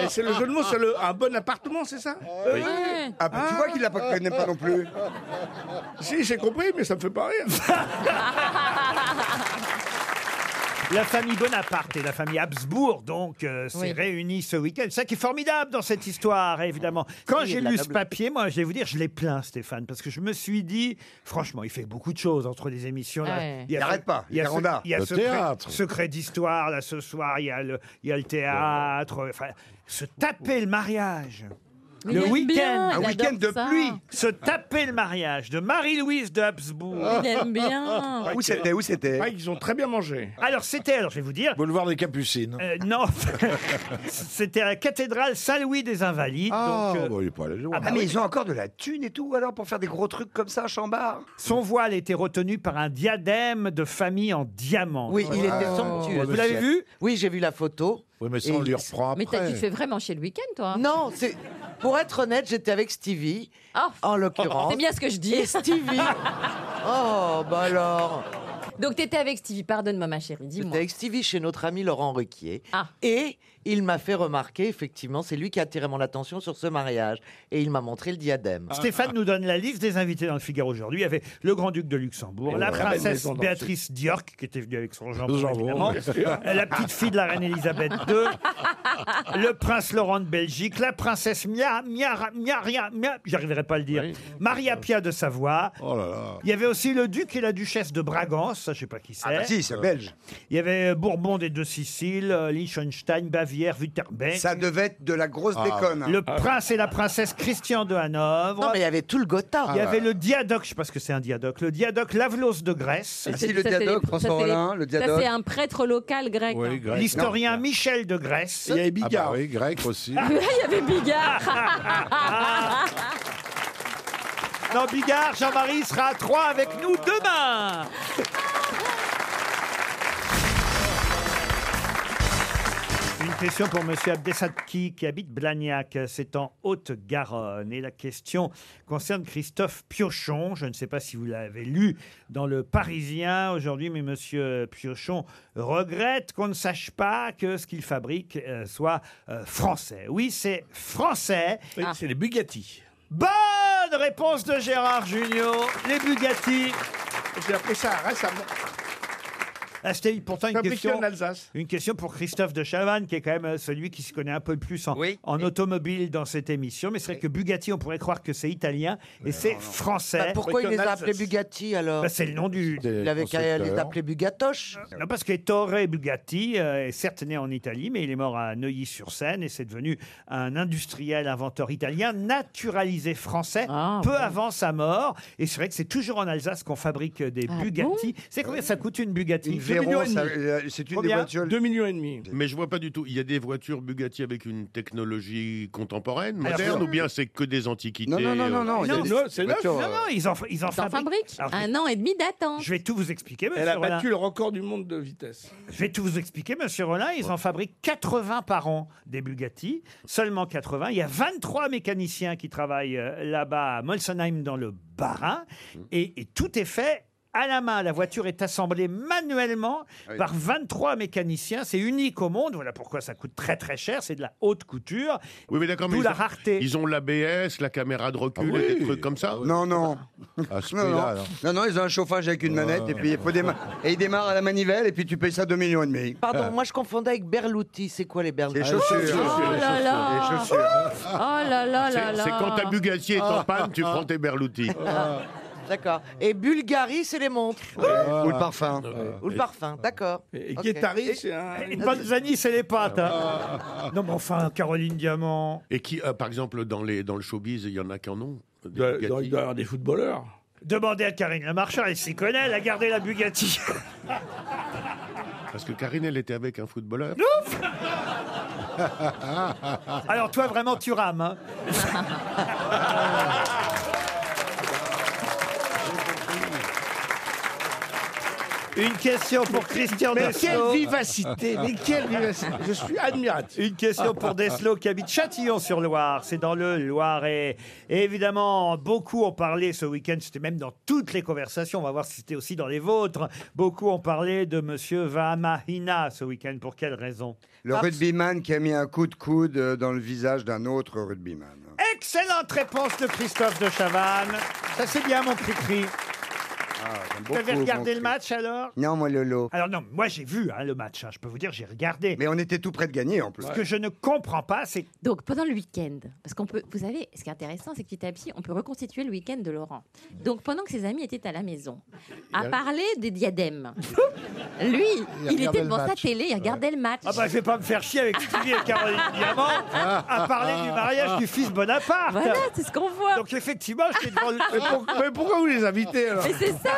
[SPEAKER 10] Et c'est le jeu de mots, c'est le- un bon appartement, c'est ça
[SPEAKER 6] Ouais.
[SPEAKER 5] Ah, bah, tu vois qu'il la pas- connaît pas non plus.
[SPEAKER 10] Si, j'ai compris, mais ça me fait pas rire.
[SPEAKER 3] La famille Bonaparte et la famille Habsbourg, donc, euh, s'est
[SPEAKER 6] Oui.
[SPEAKER 3] réunie ce week-end. C'est ça qui est formidable dans cette histoire, évidemment.
[SPEAKER 8] Il
[SPEAKER 3] Quand
[SPEAKER 8] y a
[SPEAKER 3] j'ai
[SPEAKER 8] de la
[SPEAKER 3] lu ce
[SPEAKER 8] noblesse.
[SPEAKER 3] papier, moi, je vais vous dire, je l'ai plaint, Stéphane, parce que je me suis dit, franchement, il fait beaucoup de choses entre les émissions. Là.
[SPEAKER 6] Ah ouais.
[SPEAKER 3] y a
[SPEAKER 5] Il arrête pas,
[SPEAKER 3] Il y a,
[SPEAKER 5] il est rondard.
[SPEAKER 3] il y a
[SPEAKER 7] Le
[SPEAKER 3] secret,
[SPEAKER 7] théâtre.
[SPEAKER 3] secret d'histoire, là, ce soir. Il y a le, il y a le théâtre. Enfin, se taper le mariage.
[SPEAKER 6] Mais Le il aime week-end. bien,
[SPEAKER 3] un
[SPEAKER 6] il
[SPEAKER 3] week-end
[SPEAKER 6] adore
[SPEAKER 3] de
[SPEAKER 6] ça.
[SPEAKER 3] pluie, se taper le mariage de Marie-Louise de Habsbourg.
[SPEAKER 6] Il aime bien.
[SPEAKER 7] Où c'était, où c'était
[SPEAKER 3] Ah, Ils ont très bien mangé. Alors c'était, alors je vais vous dire.
[SPEAKER 7] Boulevard des Capucines.
[SPEAKER 3] Euh, non, c'était à la cathédrale Saint-Louis des Invalides.
[SPEAKER 7] Ah,
[SPEAKER 3] donc, euh,
[SPEAKER 7] bah, il est pas allé loin.
[SPEAKER 3] ah bah
[SPEAKER 5] Ah, mais
[SPEAKER 3] oui.
[SPEAKER 5] ils ont encore de la thune et tout, alors, pour faire des gros trucs comme ça, à Chambard
[SPEAKER 3] Son voile était retenu par un diadème de famille en diamant. Ah.
[SPEAKER 8] Oui, il était somptueux.
[SPEAKER 3] Vous l'avez vu
[SPEAKER 8] Oui, j'ai vu la photo.
[SPEAKER 7] Oui, mais
[SPEAKER 8] ça, on lui
[SPEAKER 7] reprend
[SPEAKER 6] Mais t'as- tu te fais vraiment chez le week-end, toi
[SPEAKER 8] Non, c'est... Pour être honnête, j'étais avec Stevie, en
[SPEAKER 6] Oh.
[SPEAKER 8] l'occurrence.
[SPEAKER 6] C'est bien ce que je dis.
[SPEAKER 8] Et Stevie... oh, bah alors...
[SPEAKER 6] Donc t'étais avec Stevie, pardonne-moi ma chérie,
[SPEAKER 8] J'étais
[SPEAKER 5] Ah,
[SPEAKER 6] dis-moi.
[SPEAKER 8] avec Stevie chez notre ami Laurent Ruquier.
[SPEAKER 6] Ah.
[SPEAKER 8] Et il m'a fait remarquer, effectivement, c'est lui qui a attiré mon attention sur ce mariage. Et il m'a montré le diadème.
[SPEAKER 3] Ah. Stéphane nous donne la liste des invités dans le Figaro aujourd'hui. Il y avait le grand-duc de Luxembourg,
[SPEAKER 8] Et
[SPEAKER 3] la
[SPEAKER 8] voilà. Très belle
[SPEAKER 3] princesse
[SPEAKER 8] maison d'Annecy.
[SPEAKER 3] Béatrice d'York, qui était venue avec son jambon,
[SPEAKER 7] Jambon,
[SPEAKER 3] évidemment.
[SPEAKER 7] bien sûr.
[SPEAKER 3] Euh, la petite fille de la reine Elisabeth II, le prince Laurent de Belgique, la princesse Mia, Mia, Mia, Mia, Mia- j'arriverai pas à le dire, Maria Pia de Savoie.
[SPEAKER 5] Oh
[SPEAKER 3] Il y avait aussi le duc et la duchesse de Bragance, ça je sais pas qui c'est.
[SPEAKER 5] Ah bah si, c'est belge.
[SPEAKER 3] Il y avait Bourbon des deux Siciles, euh, Liechtenstein, Bavière, Wittenberg.
[SPEAKER 5] Ça devait être de la
[SPEAKER 3] Ah.
[SPEAKER 5] grosse déconne. hein.
[SPEAKER 3] Le prince et la princesse Christian de Hanovre.
[SPEAKER 8] Non, mais il y avait tout le Gotha.
[SPEAKER 3] Il y avait le diadoque, je sais pas ce que c'est un diadoque, le diadoque Lavlos de Grèce,
[SPEAKER 5] Ah si,
[SPEAKER 6] Ça, c'est les- ça, c'est les- Ça, c'est un prêtre local grec. hein.
[SPEAKER 3] l'historien Michel de Grèce.
[SPEAKER 7] Il y avait Bigard. Ah bah oui, grec aussi.
[SPEAKER 6] Ah Il y avait Bigard.
[SPEAKER 3] Dans Ah. Bigard, Jean-Marie sera à 3 avec nous demain. Une question pour Monsieur Abdessadki qui habite Blagnac, c'est en Haute-Garonne. Et la question concerne Christophe Piochon. Je ne sais pas si vous l'avez lu dans Le Parisien aujourd'hui, mais Monsieur Piochon regrette qu'on ne sache pas que ce qu'il fabrique euh, soit euh, français. Oui, c'est français.
[SPEAKER 10] C'est les Bugatti.
[SPEAKER 3] Bonne réponse de Gérard Junior. Les Bugatti.
[SPEAKER 10] J'ai appris ça récemment.
[SPEAKER 3] Ah, C'était pourtant une
[SPEAKER 10] Fabriqué
[SPEAKER 3] question.
[SPEAKER 10] en Alsace.
[SPEAKER 3] Une question pour Christophe de Chavannes, qui est quand même euh, celui qui se connaît un peu le plus en, en automobile dans cette émission. Mais c'est vrai que Bugatti, on pourrait croire que c'est italien, et c'est français.
[SPEAKER 8] Bah, pourquoi il les a appelés Bugatti alors
[SPEAKER 3] Bah, c'est le nom du.
[SPEAKER 5] Euh,
[SPEAKER 8] Il avait qu'à les appeler Bugatoche.
[SPEAKER 3] Non, parce que Ettore Bugatti euh, est certes né en Italie, mais il est mort à Neuilly-sur-Seine et c'est devenu un industriel inventeur italien naturalisé français
[SPEAKER 6] Ah,
[SPEAKER 3] peu avant sa mort. Et c'est vrai que c'est toujours en Alsace qu'on fabrique des
[SPEAKER 6] Ah
[SPEAKER 3] Bugatti. c'est combien ça coûte une Bugatti
[SPEAKER 5] Une
[SPEAKER 3] Deux
[SPEAKER 5] Véron,
[SPEAKER 3] millions et
[SPEAKER 5] ça-
[SPEAKER 3] demi.
[SPEAKER 5] euh, c'est une des
[SPEAKER 3] Combien
[SPEAKER 5] voitures.
[SPEAKER 10] 2 millions et demi.
[SPEAKER 4] Mais je vois pas du tout. Il y a des voitures Bugatti avec une technologie contemporaine,
[SPEAKER 3] Alors,
[SPEAKER 4] moderne,
[SPEAKER 3] non.
[SPEAKER 4] ou bien c'est que des antiquités euh,
[SPEAKER 5] Non, non, non, non, non. il y a
[SPEAKER 10] Non,
[SPEAKER 5] des-
[SPEAKER 10] non, c'est
[SPEAKER 5] des
[SPEAKER 10] neuf.
[SPEAKER 5] voitures, euh,
[SPEAKER 3] Non, non, ils en, ils en
[SPEAKER 6] T'en
[SPEAKER 3] fabriquent.
[SPEAKER 6] fabriques
[SPEAKER 3] Alors,
[SPEAKER 5] Ah,
[SPEAKER 3] je, vais,
[SPEAKER 6] Un an et demi d'attente.
[SPEAKER 3] je vais tout vous expliquer, monsieur
[SPEAKER 10] Elle a
[SPEAKER 3] Rollin.
[SPEAKER 10] battu le record du monde de vitesse.
[SPEAKER 3] Je vais tout vous expliquer, monsieur Rollin. Ils en fabriquent 80 par an des Bugatti, seulement 80. Il y a 23 mécaniciens qui travaillent euh, là-bas à Molsenheim dans le Bas-Rhin. Et, et tout est fait à la main. La voiture est assemblée manuellement
[SPEAKER 4] Ah
[SPEAKER 5] oui.
[SPEAKER 3] par 23 mécaniciens. C'est unique au monde. Voilà pourquoi ça coûte très très cher. C'est de la haute couture.
[SPEAKER 4] Oui, mais d'accord, mais
[SPEAKER 3] D'où
[SPEAKER 4] ils
[SPEAKER 3] la
[SPEAKER 4] ont-
[SPEAKER 3] rareté.
[SPEAKER 4] Ils ont l'ABS, la caméra de recul
[SPEAKER 7] Ah
[SPEAKER 4] et
[SPEAKER 7] oui.
[SPEAKER 4] des trucs comme ça.
[SPEAKER 5] Non, non.
[SPEAKER 7] À ce
[SPEAKER 5] Non,
[SPEAKER 7] prix-là,
[SPEAKER 5] non.
[SPEAKER 7] Ah, alors.
[SPEAKER 5] non, non, ils ont un chauffage avec une manette et puis il faut déma- et ils démarrent à la manivelle et puis tu payes ça 2 millions et demi. Ah.
[SPEAKER 8] Pardon, Ah, moi je confondais avec Berluti. C'est quoi les
[SPEAKER 5] Euh. Les
[SPEAKER 8] Berluti
[SPEAKER 6] Oh
[SPEAKER 5] chaussures.
[SPEAKER 6] là
[SPEAKER 5] Les
[SPEAKER 6] là. Oh
[SPEAKER 5] chaussures.
[SPEAKER 6] là là là
[SPEAKER 4] C'est
[SPEAKER 6] là. Oh.
[SPEAKER 4] c'est quand ta Bugatti est en panne, tu prends tes Berluti.
[SPEAKER 8] Ah. D'accord. Et Bulgarie, c'est les montres.
[SPEAKER 5] Euh, Ou le parfum. Euh,
[SPEAKER 8] Ou le parfum, d'accord.
[SPEAKER 10] Et, et
[SPEAKER 8] Ok.
[SPEAKER 10] Guettari, c'est un.
[SPEAKER 8] Eh,
[SPEAKER 3] Une Panzani, c'est les pattes. hein.
[SPEAKER 4] Ah.
[SPEAKER 3] Non, mais enfin, Caroline Diamant.
[SPEAKER 4] Et qui, euh, par exemple, dans, les, dans le showbiz, il y en a qui en ont. des
[SPEAKER 10] de-
[SPEAKER 4] Bugatti.
[SPEAKER 10] dans- il doit y avoir des footballeurs.
[SPEAKER 3] Demandez à Karine Le Marchand, elle s'y connaît, elle a gardé la Bugatti.
[SPEAKER 4] Parce que Karine, elle était avec un footballeur.
[SPEAKER 3] Alors toi, vraiment, tu rames. hein. Une question pour Christian Deslo.
[SPEAKER 10] vivacité Mais quelle vivacité Je suis admiratif.
[SPEAKER 3] Une question pour Deslo qui habite Châtillon-sur-Loire. C'est dans le Loiret. Et évidemment, beaucoup ont parlé ce week-end. C'était même dans toutes les conversations. On va voir si c'était aussi dans les vôtres. Beaucoup ont parlé de Monsieur Vahamahina ce week-end. Pour quelle raison
[SPEAKER 5] Le rugbyman qui a mis un coup de coude euh, dans le visage d'un autre rugbyman.
[SPEAKER 3] Excellente réponse de Christophe de Chavannes. Ça, c'est bien, mon Cricri.
[SPEAKER 5] Ah,
[SPEAKER 3] Vous avez regardé le match alors
[SPEAKER 5] Non, moi, Lolo.
[SPEAKER 3] Alors non, moi j'ai vu hein, le match, hein. je peux vous dire, j'ai regardé. Mais
[SPEAKER 5] Mais on était tout près de gagner en plus.
[SPEAKER 3] ce que je ne comprends pas, c'est...
[SPEAKER 6] Donc pendant le week-end, parce qu'on peut, vous savez, ce qui est intéressant, c'est que petit à petit, on peut reconstituer le week-end de Laurent. Donc pendant que ses amis étaient à la maison, à parler des diadèmes, Lui,
[SPEAKER 3] Il
[SPEAKER 6] il,
[SPEAKER 3] regardait
[SPEAKER 6] était
[SPEAKER 3] le
[SPEAKER 6] devant sa
[SPEAKER 3] match.
[SPEAKER 6] télé, il regardait le match.
[SPEAKER 3] Ah bah je vais pas me faire chier avec Stevie et Caroline Diamant à parler du mariage du fils Bonaparte.
[SPEAKER 6] Voilà, c'est ce qu'on voit.
[SPEAKER 3] Donc effectivement, j'étais devant le...
[SPEAKER 6] Mais pour- mais
[SPEAKER 3] pourquoi vous les invitez Ah,
[SPEAKER 6] Mais c'est ça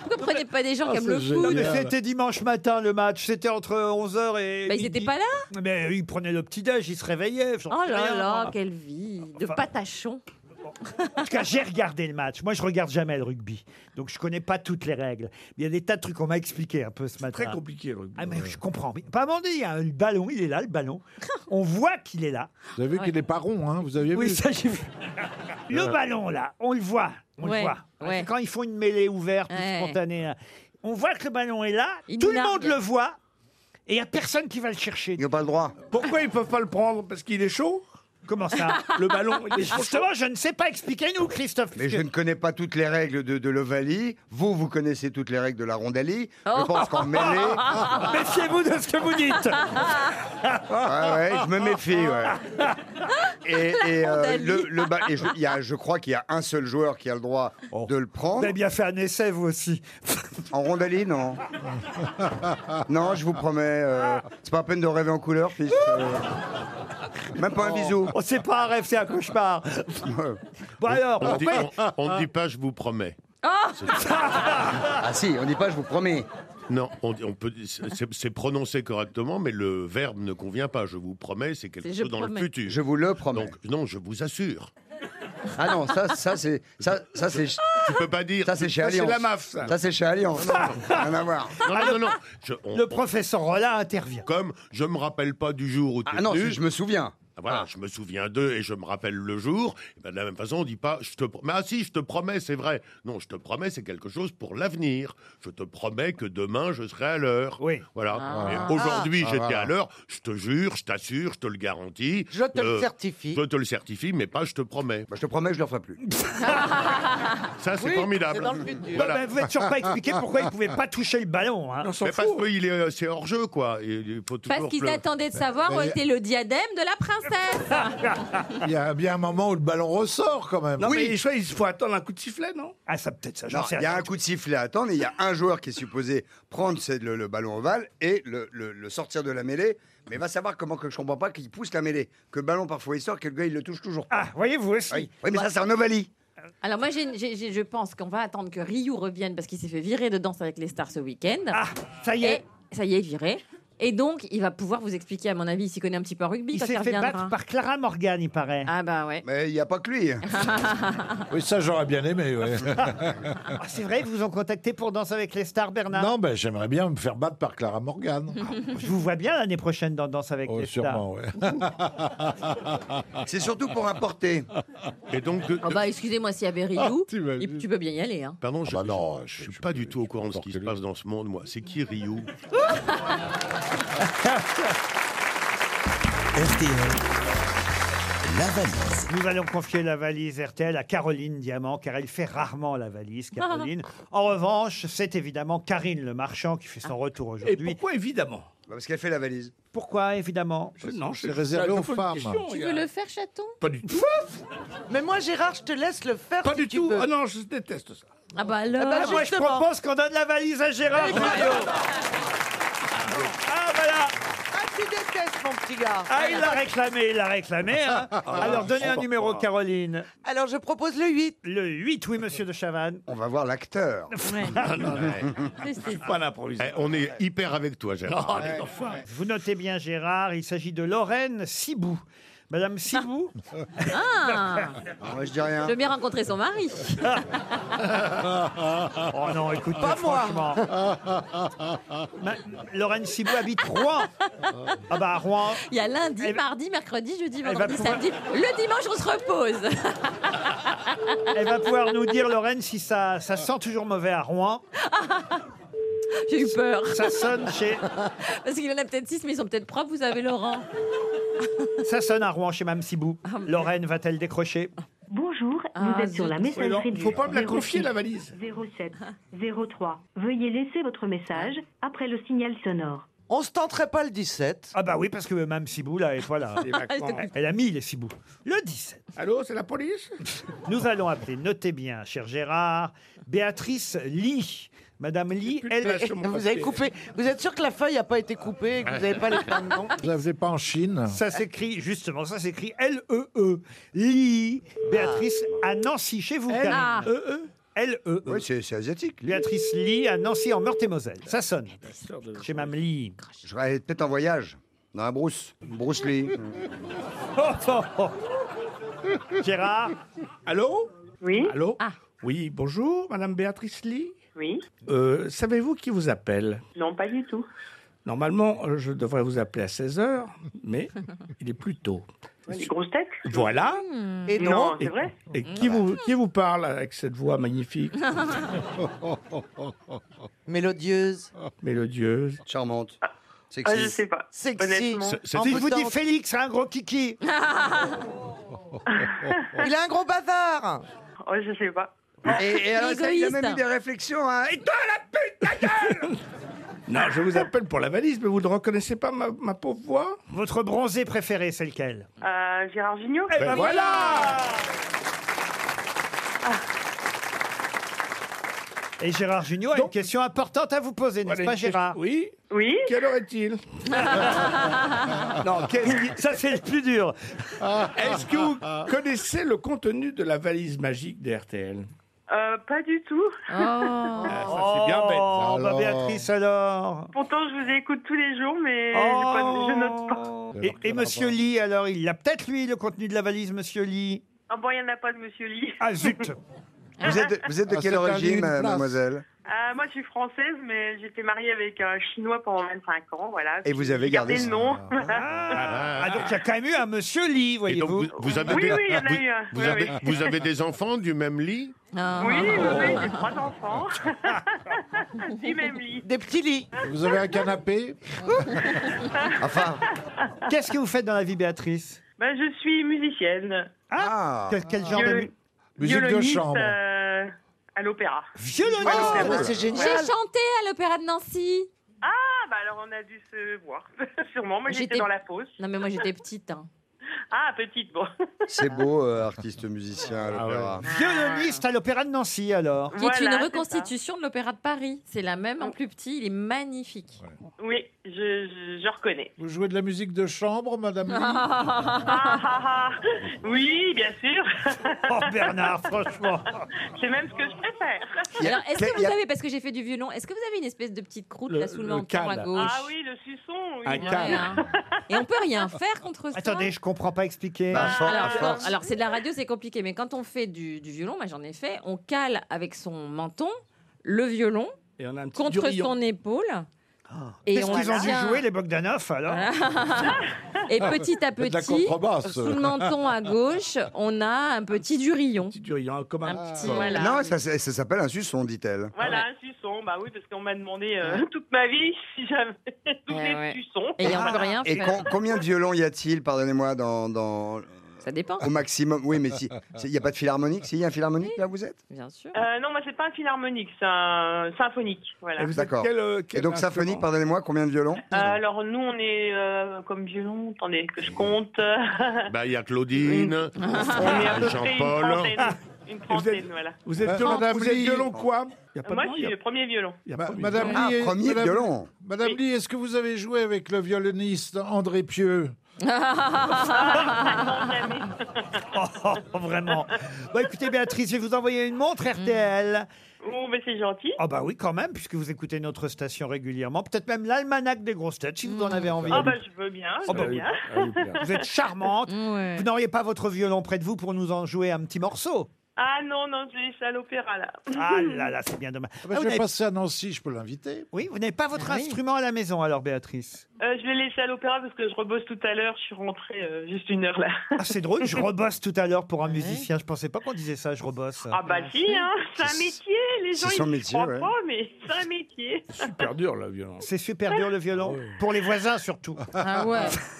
[SPEAKER 6] Pourquoi prenez pas des gens qui aiment le
[SPEAKER 3] Non,
[SPEAKER 6] foot
[SPEAKER 3] mais c'était dimanche matin le match, c'était entre 11h et.
[SPEAKER 6] Bah, ils
[SPEAKER 3] midi.
[SPEAKER 6] étaient pas là
[SPEAKER 3] Mais ils prenaient le petit-déj, ils se réveillaient.
[SPEAKER 6] Oh là
[SPEAKER 3] hein.
[SPEAKER 6] là, quelle vie De patachon
[SPEAKER 3] En tout cas, j'ai regardé le match. Moi, je regarde jamais le rugby. Donc, je connais pas toutes les règles. Il y a des tas de trucs qu'on m'a expliqué un peu ce matin.
[SPEAKER 10] Très compliqué le rugby.
[SPEAKER 3] Ah, mais je comprends. Mais pas mentir, il y a le ballon, il est là, le ballon. On voit qu'il est là.
[SPEAKER 7] Vous avez vu qu'il n'est pas rond, hein Vous aviez
[SPEAKER 3] Oui,
[SPEAKER 7] vu
[SPEAKER 3] ça, j'ai vu. Le ballon, là, on le voit. On
[SPEAKER 7] Ouais,
[SPEAKER 3] le voit.
[SPEAKER 7] ouais.
[SPEAKER 3] C'est Quand ils font une mêlée ouverte,
[SPEAKER 7] Ouais.
[SPEAKER 3] spontanée, là. on voit que le ballon est là, tout le monde le voit, et il n'y a personne qui va le chercher. Ils
[SPEAKER 5] n'ont pas le droit.
[SPEAKER 10] Pourquoi ils peuvent pas le prendre Parce qu'il est chaud
[SPEAKER 3] Comment ça
[SPEAKER 10] Le ballon, il est chaud.
[SPEAKER 3] Justement, je ne sais pas. Expliquez-nous, Christophe.
[SPEAKER 5] Mais je ne connais pas toutes les règles de, de l'ovalie. Vous, vous connaissez toutes les règles de la rondalie. Je
[SPEAKER 3] Oh.
[SPEAKER 5] pense qu'en mêlée.
[SPEAKER 3] Méfiez-vous de ce que vous dites.
[SPEAKER 5] Ouais, Ah ouais, je me méfie, ouais. Et, et, euh,
[SPEAKER 3] rondalie.
[SPEAKER 5] le, le ba- et je, il y a- je crois qu'il y a un seul joueur qui a le droit de le prendre. Vous avez
[SPEAKER 3] Oh. bien fait un essai, vous aussi.
[SPEAKER 5] En rondalie, non. non, je vous promets. euh, c'est pas la peine de rêver en couleur, fils. euh, même pas un bisou.
[SPEAKER 3] Oh, c'est pas un rêve, c'est un cauchemar. bon alors,
[SPEAKER 4] on dit-
[SPEAKER 3] pourquoi-
[SPEAKER 4] on- on ne dit pas je vous promets.
[SPEAKER 5] Ah si, on dit pas je vous promets.
[SPEAKER 4] Non, on, dit- on peut c'est c'est prononcé correctement, mais le verbe ne convient pas. Je vous promets, c'est quelque
[SPEAKER 5] C'est je
[SPEAKER 4] chose dans
[SPEAKER 5] promets.
[SPEAKER 4] le futur.
[SPEAKER 5] Je vous le promets.
[SPEAKER 4] Donc non, je vous assure.
[SPEAKER 5] Ah non, ça, ça c'est, ça, ça c'est.
[SPEAKER 4] Tu peux pas dire.
[SPEAKER 5] Ça c'est chez
[SPEAKER 4] Ça, c'est
[SPEAKER 5] Alliance.
[SPEAKER 4] la MAF, ça.
[SPEAKER 5] c'est chez Alliance. Rien à voir.
[SPEAKER 4] Non, non, non, non. Je- on-
[SPEAKER 3] Le professeur Rolla intervient.
[SPEAKER 4] Comme je me rappelle pas du jour où tu
[SPEAKER 5] Ah non, si, je me souviens.
[SPEAKER 4] Voilà, je me souviens d'eux et je me rappelle le jour. Eh ben, de la même façon, on dit pas je te pr- mais ah si, je te promets, c'est vrai. Non, je te promets, c'est quelque chose pour l'avenir. Je te promets que demain je serai à l'heure.
[SPEAKER 3] Oui.
[SPEAKER 4] Voilà.
[SPEAKER 8] Ah.
[SPEAKER 4] Et Aujourd'hui,
[SPEAKER 8] Ah,
[SPEAKER 4] j'étais
[SPEAKER 8] voilà.
[SPEAKER 4] à l'heure. Je te jure, je t'assure, je te le garantis. Euh,
[SPEAKER 8] Je te le certifie.
[SPEAKER 4] Je te le certifie, mais pas je te promets.
[SPEAKER 5] je te promets, je le ferai plus.
[SPEAKER 4] Ça, c'est
[SPEAKER 3] Oui,
[SPEAKER 4] formidable.
[SPEAKER 3] c'est dans le futur. Bah, bah, vous êtes sûr pas expliqué pourquoi il pouvait pas toucher le ballon. Hein.
[SPEAKER 4] Mais parce que il est, euh, c'est hors jeu, quoi. Il, il faut toujours
[SPEAKER 6] Parce qu'ils
[SPEAKER 4] que le-
[SPEAKER 6] attendaient de
[SPEAKER 3] Ben,
[SPEAKER 6] savoir où était le diadème de la princesse
[SPEAKER 7] Il y a bien un moment où le ballon ressort quand même.
[SPEAKER 10] Non, mais je crois qu'il faut attendre un coup de sifflet, non
[SPEAKER 3] Ah, ça peut-être ça,
[SPEAKER 5] Non, Il y a un coup de sifflet à attendre et il y a un joueur qui est supposé prendre c'est le, le ballon ovale et le, le- le sortir de la mêlée. Mais va savoir comment que je comprends pas qu'il pousse la mêlée. Que le ballon parfois il sort, que le gars il le touche toujours.
[SPEAKER 3] Ah, voyez-vous aussi.
[SPEAKER 5] Oui, Oui, mais ça c'est en ovalie.
[SPEAKER 6] Alors moi, j'ai- j'ai- j'ai- je pense qu'on va attendre que Ryu revienne parce qu'il s'est fait virer de danse avec les stars ce week-end. Ah,
[SPEAKER 3] ça y est.
[SPEAKER 6] ça y est, viré. Et donc, il va pouvoir vous expliquer, à mon avis, il s'y connaît un petit peu en rugby
[SPEAKER 3] Il
[SPEAKER 6] quand
[SPEAKER 3] s'est
[SPEAKER 6] il
[SPEAKER 3] fait
[SPEAKER 6] reviendra.
[SPEAKER 3] battre par Clara Morgan, il paraît.
[SPEAKER 6] Ah bah ouais.
[SPEAKER 5] Mais il n'y a pas que lui.
[SPEAKER 7] Oui, ça j'aurais bien aimé. ouais.
[SPEAKER 3] Ah, c'est vrai, ils vous ont contacté pour Danse avec les stars, Bernard
[SPEAKER 7] non, ben j'aimerais bien me faire battre par Clara Morgan.
[SPEAKER 3] Ah. Je vous vois bien l'année prochaine dans Danse avec
[SPEAKER 7] Oh,
[SPEAKER 3] les
[SPEAKER 7] sûrement,
[SPEAKER 3] stars.
[SPEAKER 7] ouais.
[SPEAKER 5] C'est surtout pour importer.
[SPEAKER 4] Et donc.
[SPEAKER 6] Ah bah excusez-moi, s'il y avait Ryu,
[SPEAKER 4] Ah,
[SPEAKER 6] il- tu peux bien y aller. Hein.
[SPEAKER 4] Pardon,
[SPEAKER 3] Ah bah
[SPEAKER 4] je, je- je suis pas du tout au courant de ce qui se passe dans ce monde, moi. C'est qui Ryu
[SPEAKER 3] La valise. Nous allons confier la valise RTL à Caroline Diamant, car elle fait rarement la valise, Caroline. en revanche, c'est évidemment Karine Le Marchand qui
[SPEAKER 8] Ah.
[SPEAKER 3] fait son retour aujourd'hui. Et pourquoi
[SPEAKER 10] évidemment
[SPEAKER 5] Bah, Parce qu'elle fait la valise.
[SPEAKER 3] Pourquoi évidemment
[SPEAKER 10] Non,
[SPEAKER 3] c'est réservé aux femmes.
[SPEAKER 8] Tu veux
[SPEAKER 10] le
[SPEAKER 6] faire, chaton
[SPEAKER 10] Pas du tout.
[SPEAKER 8] Mais moi, Gérard, je te laisse le faire.
[SPEAKER 10] Pas du tout. Ah non, je déteste ça.
[SPEAKER 6] Ah bah alors.
[SPEAKER 3] Ah, moi, je propose qu'on donne la valise à Gérard Junior. Ah voilà
[SPEAKER 8] Ah, tu détestes mon petit gars.
[SPEAKER 3] Ah, il l'a réclamé, il l'a réclamé. hein.
[SPEAKER 5] Ah,
[SPEAKER 3] Alors, donnez un numéro, Caroline.
[SPEAKER 8] Alors, je propose le 8.
[SPEAKER 3] Le 8, oui, monsieur de Chavannes. Ah,
[SPEAKER 5] On va voir l'acteur.
[SPEAKER 10] pas l'improvisation.
[SPEAKER 4] Eh, on est hyper avec toi,
[SPEAKER 6] Oh,
[SPEAKER 4] Gérard. Ah,
[SPEAKER 3] Ouais. Vous notez bien, Gérard, il s'agit de Lorraine Sibou. Madame Sibou
[SPEAKER 6] Ah
[SPEAKER 5] Moi, je dis rien.
[SPEAKER 6] Je veux bien rencontrer son mari.
[SPEAKER 3] Oh non, écoute,
[SPEAKER 6] Ah. Pas moi.
[SPEAKER 3] franchement. Ma- Lorraine Sibou habite Rouen. Ah bah, à Rouen.
[SPEAKER 6] Il y a lundi, mardi, mercredi, jeudi,
[SPEAKER 3] va
[SPEAKER 6] vendredi,
[SPEAKER 3] pouvoir-
[SPEAKER 6] samedi. Le dimanche, on se repose.
[SPEAKER 3] Elle va pouvoir nous dire, Lorraine, si ça, ça sent toujours mauvais à Rouen.
[SPEAKER 6] J'ai eu peur.
[SPEAKER 3] Ça sonne chez...
[SPEAKER 6] Parce qu'il y en a peut-être six, mais ils sont peut-être propres, vous avez Laurent.
[SPEAKER 3] Ça sonne à Rouen chez Mme Sibou. Lorraine va-t-elle décrocher
[SPEAKER 9] Bonjour,
[SPEAKER 6] Ah,
[SPEAKER 9] vous êtes sur
[SPEAKER 6] zut.
[SPEAKER 9] la
[SPEAKER 6] Oui, non,
[SPEAKER 9] messagerie du
[SPEAKER 6] faut pas me la
[SPEAKER 9] 06
[SPEAKER 6] confier, la valise.
[SPEAKER 9] 07 03. Veuillez laisser votre message après le signal sonore.
[SPEAKER 8] On se tenterait pas le 17.
[SPEAKER 3] Ah bah oui, parce que Mme Sibou, là, et voilà.
[SPEAKER 10] Les vacances.
[SPEAKER 3] Elle a mis les Sibou. Le 17.
[SPEAKER 10] Allô, c'est la police
[SPEAKER 3] Nous allons appeler, notez bien, cher Gérard, Béatrice Lee Madame Lee,
[SPEAKER 8] Plus de
[SPEAKER 3] elle.
[SPEAKER 8] place sur mon Vous avez papier. coupé-
[SPEAKER 3] Vous êtes sûr que la feuille n'a pas été coupée et
[SPEAKER 8] que vous avez pas les plans de nom
[SPEAKER 3] Je ne pas en Chine. Ça s'écrit, justement, ça s'écrit L-E-E. Lee, Béatrice, à Nancy, chez vous, E Karine.
[SPEAKER 5] L-E-E.
[SPEAKER 3] L-E-E.
[SPEAKER 5] Oui, c'est c'est asiatique.
[SPEAKER 3] E. Béatrice Lee à Nancy en Meurthe-et-Moselle. Ça sonne. Chez Mme Lee.
[SPEAKER 5] Je serais peut-être en voyage. Dans la brousse. Bruce Lee.
[SPEAKER 3] Gérard
[SPEAKER 10] Ah. Allô
[SPEAKER 11] Oui.
[SPEAKER 10] Allô Oui, bonjour, Madame Béatrice Lee.
[SPEAKER 11] Oui.
[SPEAKER 10] Euh, Savez-vous qui vous appelle
[SPEAKER 11] Non, pas du tout.
[SPEAKER 10] Normalement, euh, je devrais vous appeler à 16h, mais il est plus tôt.
[SPEAKER 11] Les grosses têtes
[SPEAKER 10] Voilà.
[SPEAKER 3] Hmm.
[SPEAKER 11] Et non, c'est vrai.
[SPEAKER 10] Et qui vous, qui vous parle avec cette voix magnifique
[SPEAKER 8] Mélodieuse.
[SPEAKER 10] Mélodieuse.
[SPEAKER 5] Charmante.
[SPEAKER 8] Ah, je sais pas. Sexy. Honnêtement. C'est- c'est-
[SPEAKER 3] Si je vous dis
[SPEAKER 8] Envoûtante.
[SPEAKER 3] Félix, c'est un gros kiki.
[SPEAKER 8] Il a un gros bazar.
[SPEAKER 11] Oh, je sais pas.
[SPEAKER 5] Et, et alors, ça, il a même eu des réflexions. hein. Et toi, la
[SPEAKER 10] Non, je vous appelle pour la valise, mais vous ne reconnaissez pas ma, ma pauvre voix
[SPEAKER 3] Votre bronzé préféré, c'est lequel
[SPEAKER 11] Euh, Gérard Junior
[SPEAKER 3] Eh ben voilà Et Gérard Junior a une question importante à vous poser, n'est-ce pas, Gérard
[SPEAKER 10] Oui.
[SPEAKER 11] Oui.
[SPEAKER 10] Quelle heure est-il
[SPEAKER 3] Non, qu'est-ce qui- ça c'est le plus dur.
[SPEAKER 10] Est-ce que vous connaissez le contenu de la valise magique des RTL
[SPEAKER 11] Euh, pas du tout.
[SPEAKER 10] Ah, ça, c'est bien bête. ça.
[SPEAKER 3] Oh, bah Béatrice alors
[SPEAKER 11] Pourtant, je vous écoute tous les jours, mais
[SPEAKER 10] Oh.
[SPEAKER 11] je, note pas.
[SPEAKER 3] Oh. Et, et Monsieur Lee, alors, il a peut-être, lui, le contenu de la valise, Monsieur Lee
[SPEAKER 11] Ah bon, il n'y en a pas de Monsieur Lee.
[SPEAKER 3] Ah zut
[SPEAKER 5] Vous êtes, vous êtes de
[SPEAKER 3] Ah,
[SPEAKER 5] quelle
[SPEAKER 3] c'est un
[SPEAKER 5] origine, euh,
[SPEAKER 3] lieu, une place.
[SPEAKER 5] mademoiselle
[SPEAKER 11] Ah, moi, je suis française, mais j'étais mariée avec un Chinois pendant 25 ans, voilà.
[SPEAKER 5] Et vous avez gardé
[SPEAKER 11] Gardez
[SPEAKER 5] ça.
[SPEAKER 11] le nom.
[SPEAKER 3] Ah, donc il y a quand même eu un Monsieur Lee, voyez-vous.
[SPEAKER 4] Vous, vous avez
[SPEAKER 11] Oui,
[SPEAKER 4] des,
[SPEAKER 11] oui, il y en a
[SPEAKER 4] vous-
[SPEAKER 11] eu un.
[SPEAKER 4] vous
[SPEAKER 11] Oui,
[SPEAKER 4] avez,
[SPEAKER 11] oui.
[SPEAKER 4] vous avez des enfants du même lit
[SPEAKER 11] Oui, oui, oui, j'ai trois enfants. du même lit.
[SPEAKER 8] Des petits lits.
[SPEAKER 7] Vous avez un canapé
[SPEAKER 5] Enfin.
[SPEAKER 3] Qu'est-ce que vous faites dans la vie, Béatrice Hein
[SPEAKER 11] Ben, je suis musicienne.
[SPEAKER 5] Ah,
[SPEAKER 3] Quel, quel genre de...
[SPEAKER 11] Violon-
[SPEAKER 3] mu-
[SPEAKER 7] Musique de
[SPEAKER 11] violoniste,
[SPEAKER 7] chambre.
[SPEAKER 11] euh, à l'opéra.
[SPEAKER 3] Violoniste
[SPEAKER 11] Ah, bah,
[SPEAKER 8] c'est
[SPEAKER 6] J'ai
[SPEAKER 8] génial.
[SPEAKER 6] chanté à l'Opéra de Nancy.
[SPEAKER 11] Ah, bah alors on a dû se voir. Sûrement, moi j'étais
[SPEAKER 6] J'étais-
[SPEAKER 11] dans la pause.
[SPEAKER 6] Non, mais moi j'étais petite. hein.
[SPEAKER 11] Ah, petite, bon.
[SPEAKER 5] C'est beau, euh, artiste musicien à l'opéra.
[SPEAKER 3] Ah. Violoniste à l'Opéra de Nancy, alors.
[SPEAKER 6] C'est
[SPEAKER 11] Voilà,
[SPEAKER 6] une
[SPEAKER 11] c'est Oh.
[SPEAKER 6] reconstitution de l'Opéra de Paris. C'est la même en plus petit. Il est magnifique.
[SPEAKER 11] Oui, je, je, je reconnais.
[SPEAKER 7] Vous jouez de la musique de chambre, madame Lee
[SPEAKER 11] Ah, ah, ah. Oui, bien sûr.
[SPEAKER 3] Oh, Bernard, franchement
[SPEAKER 11] C'est même ce que je préfère.
[SPEAKER 5] Il y a-
[SPEAKER 6] Alors,
[SPEAKER 5] il
[SPEAKER 6] est-ce
[SPEAKER 5] y
[SPEAKER 6] que
[SPEAKER 5] a-
[SPEAKER 6] vous avez, parce que j'ai fait du violon, est-ce que vous avez une espèce de petite croûte
[SPEAKER 10] Le-
[SPEAKER 6] là sous le
[SPEAKER 10] le
[SPEAKER 6] menton à
[SPEAKER 10] cal.
[SPEAKER 6] gauche
[SPEAKER 11] Ah oui, le suçon. Oui.
[SPEAKER 10] Un
[SPEAKER 6] Ouais,
[SPEAKER 10] câble.
[SPEAKER 6] hein. Et on peut rien faire contre ça.
[SPEAKER 3] Attendez, je comprends pas expliquer.
[SPEAKER 5] Bah, fort, à
[SPEAKER 6] Alors,
[SPEAKER 5] force.
[SPEAKER 6] alors, c'est de la radio, c'est compliqué, mais quand on fait du, du violon, moi j'en ai fait, on cale avec son menton le violon
[SPEAKER 10] Et on a un petit
[SPEAKER 6] contre
[SPEAKER 10] durillon.
[SPEAKER 6] son épaule. Et
[SPEAKER 3] Qu'est-ce
[SPEAKER 6] on
[SPEAKER 3] Ah. qu'ils ont dû
[SPEAKER 6] tient-
[SPEAKER 3] jouer, les Bogdanov, alors
[SPEAKER 6] Et petit à
[SPEAKER 7] De la
[SPEAKER 6] petit,
[SPEAKER 7] contrebasse.
[SPEAKER 6] sous le menton à gauche, on a un petit durillon.
[SPEAKER 10] Petit durillon, comme un,
[SPEAKER 6] Un petit,
[SPEAKER 10] corps.
[SPEAKER 6] voilà.
[SPEAKER 5] Non, ça, ça- ça s'appelle un suçon, dit-elle.
[SPEAKER 11] Voilà, un suçon. Bah oui, parce qu'on m'a demandé euh, toute ma vie si j'avais
[SPEAKER 6] Ouais,
[SPEAKER 11] doublé
[SPEAKER 6] Eh ouais.
[SPEAKER 11] de suçon.
[SPEAKER 6] Et on peut rien
[SPEAKER 5] Et
[SPEAKER 6] faire.
[SPEAKER 5] com- combien de violons y a-t-il, pardonnez-moi, dans, dans-
[SPEAKER 6] Ça dépend,
[SPEAKER 5] au maximum Oui, mais si- c'est- il n'y a pas de philharmonique Si, il y a un philharmonique là où vous êtes
[SPEAKER 6] bien sûr.
[SPEAKER 11] Euh, non, moi c'est pas un philharmonique, c'est un symphonique. Voilà.
[SPEAKER 10] Et vous êtes
[SPEAKER 5] D'accord.
[SPEAKER 10] quel, euh, quel
[SPEAKER 5] Et donc,
[SPEAKER 10] instrument
[SPEAKER 5] symphonique, pardonnez-moi, combien de violons
[SPEAKER 11] Euh, alors nous on est euh, comme violon, attendez que je compte. euh,
[SPEAKER 4] Bah, il y a Claudine,
[SPEAKER 11] on est à peu près une
[SPEAKER 4] Jean-Paul.
[SPEAKER 11] trentaine. Une trentaine, voilà.
[SPEAKER 10] Vous êtes
[SPEAKER 7] Euh,
[SPEAKER 10] violon,
[SPEAKER 7] Madame
[SPEAKER 10] vous êtes
[SPEAKER 7] Lee.
[SPEAKER 10] violon quoi Il y a pas
[SPEAKER 11] Moi
[SPEAKER 10] de nom,
[SPEAKER 11] je
[SPEAKER 10] il y
[SPEAKER 11] suis
[SPEAKER 10] a-
[SPEAKER 11] le premier violon.
[SPEAKER 10] il y a
[SPEAKER 7] Ma-
[SPEAKER 10] pas de-
[SPEAKER 7] Bah, Madame
[SPEAKER 5] Ah,
[SPEAKER 7] Lee,
[SPEAKER 5] premier
[SPEAKER 7] Madame-
[SPEAKER 5] violon
[SPEAKER 7] Madame
[SPEAKER 11] Oui.
[SPEAKER 7] Lee, est-ce que vous avez joué avec le violoniste André Pieux
[SPEAKER 11] Non, jamais.
[SPEAKER 3] Oh, Vraiment. Bon, écoutez, Béatrice, je vais vous envoyer une
[SPEAKER 6] Mm.
[SPEAKER 3] montre RTL.
[SPEAKER 11] Oh, mais c'est gentil.
[SPEAKER 3] Ah bah oui, quand même, puisque vous écoutez notre station régulièrement. Peut-être même l'almanach des grosses têtes, si vous
[SPEAKER 6] Mm.
[SPEAKER 3] en avez envie.
[SPEAKER 11] Ah bah je veux bien, je
[SPEAKER 3] Oh,
[SPEAKER 11] veux
[SPEAKER 3] bah oui.
[SPEAKER 11] bien.
[SPEAKER 10] Ah,
[SPEAKER 3] Vous êtes charmante.
[SPEAKER 6] Ouais.
[SPEAKER 3] Vous n'auriez pas votre violon près de vous pour nous en jouer un petit morceau
[SPEAKER 11] Ah non, non, je l'ai laissé à l'opéra là.
[SPEAKER 3] Ah là là, c'est bien dommage.
[SPEAKER 7] Ah
[SPEAKER 3] Ah,
[SPEAKER 7] bah,
[SPEAKER 3] vous
[SPEAKER 7] Je vais
[SPEAKER 3] n'avez-
[SPEAKER 7] passer à Nancy, je peux l'inviter.
[SPEAKER 3] Oui, vous n'avez pas votre
[SPEAKER 6] Ah oui.
[SPEAKER 3] instrument à la maison alors, Béatrice
[SPEAKER 11] Euh, je l'ai laissé à l'opéra parce que je rebosse tout à l'heure, je suis rentrée euh, juste une heure là.
[SPEAKER 3] Ah, c'est drôle, je rebosse tout à l'heure pour un musicien. Je pensais pas qu'on disait ça, je rebosse.
[SPEAKER 11] Ah bah si, hein, c'est un métier, les
[SPEAKER 5] C'est
[SPEAKER 11] gens
[SPEAKER 5] son
[SPEAKER 11] ils ne
[SPEAKER 5] métier,
[SPEAKER 11] croient
[SPEAKER 5] ouais.
[SPEAKER 11] pas, mais c'est un métier.
[SPEAKER 10] super dur la violence.
[SPEAKER 3] C'est super dur le
[SPEAKER 7] Ah
[SPEAKER 3] violon. Pour les voisins surtout.
[SPEAKER 6] Ah ouais.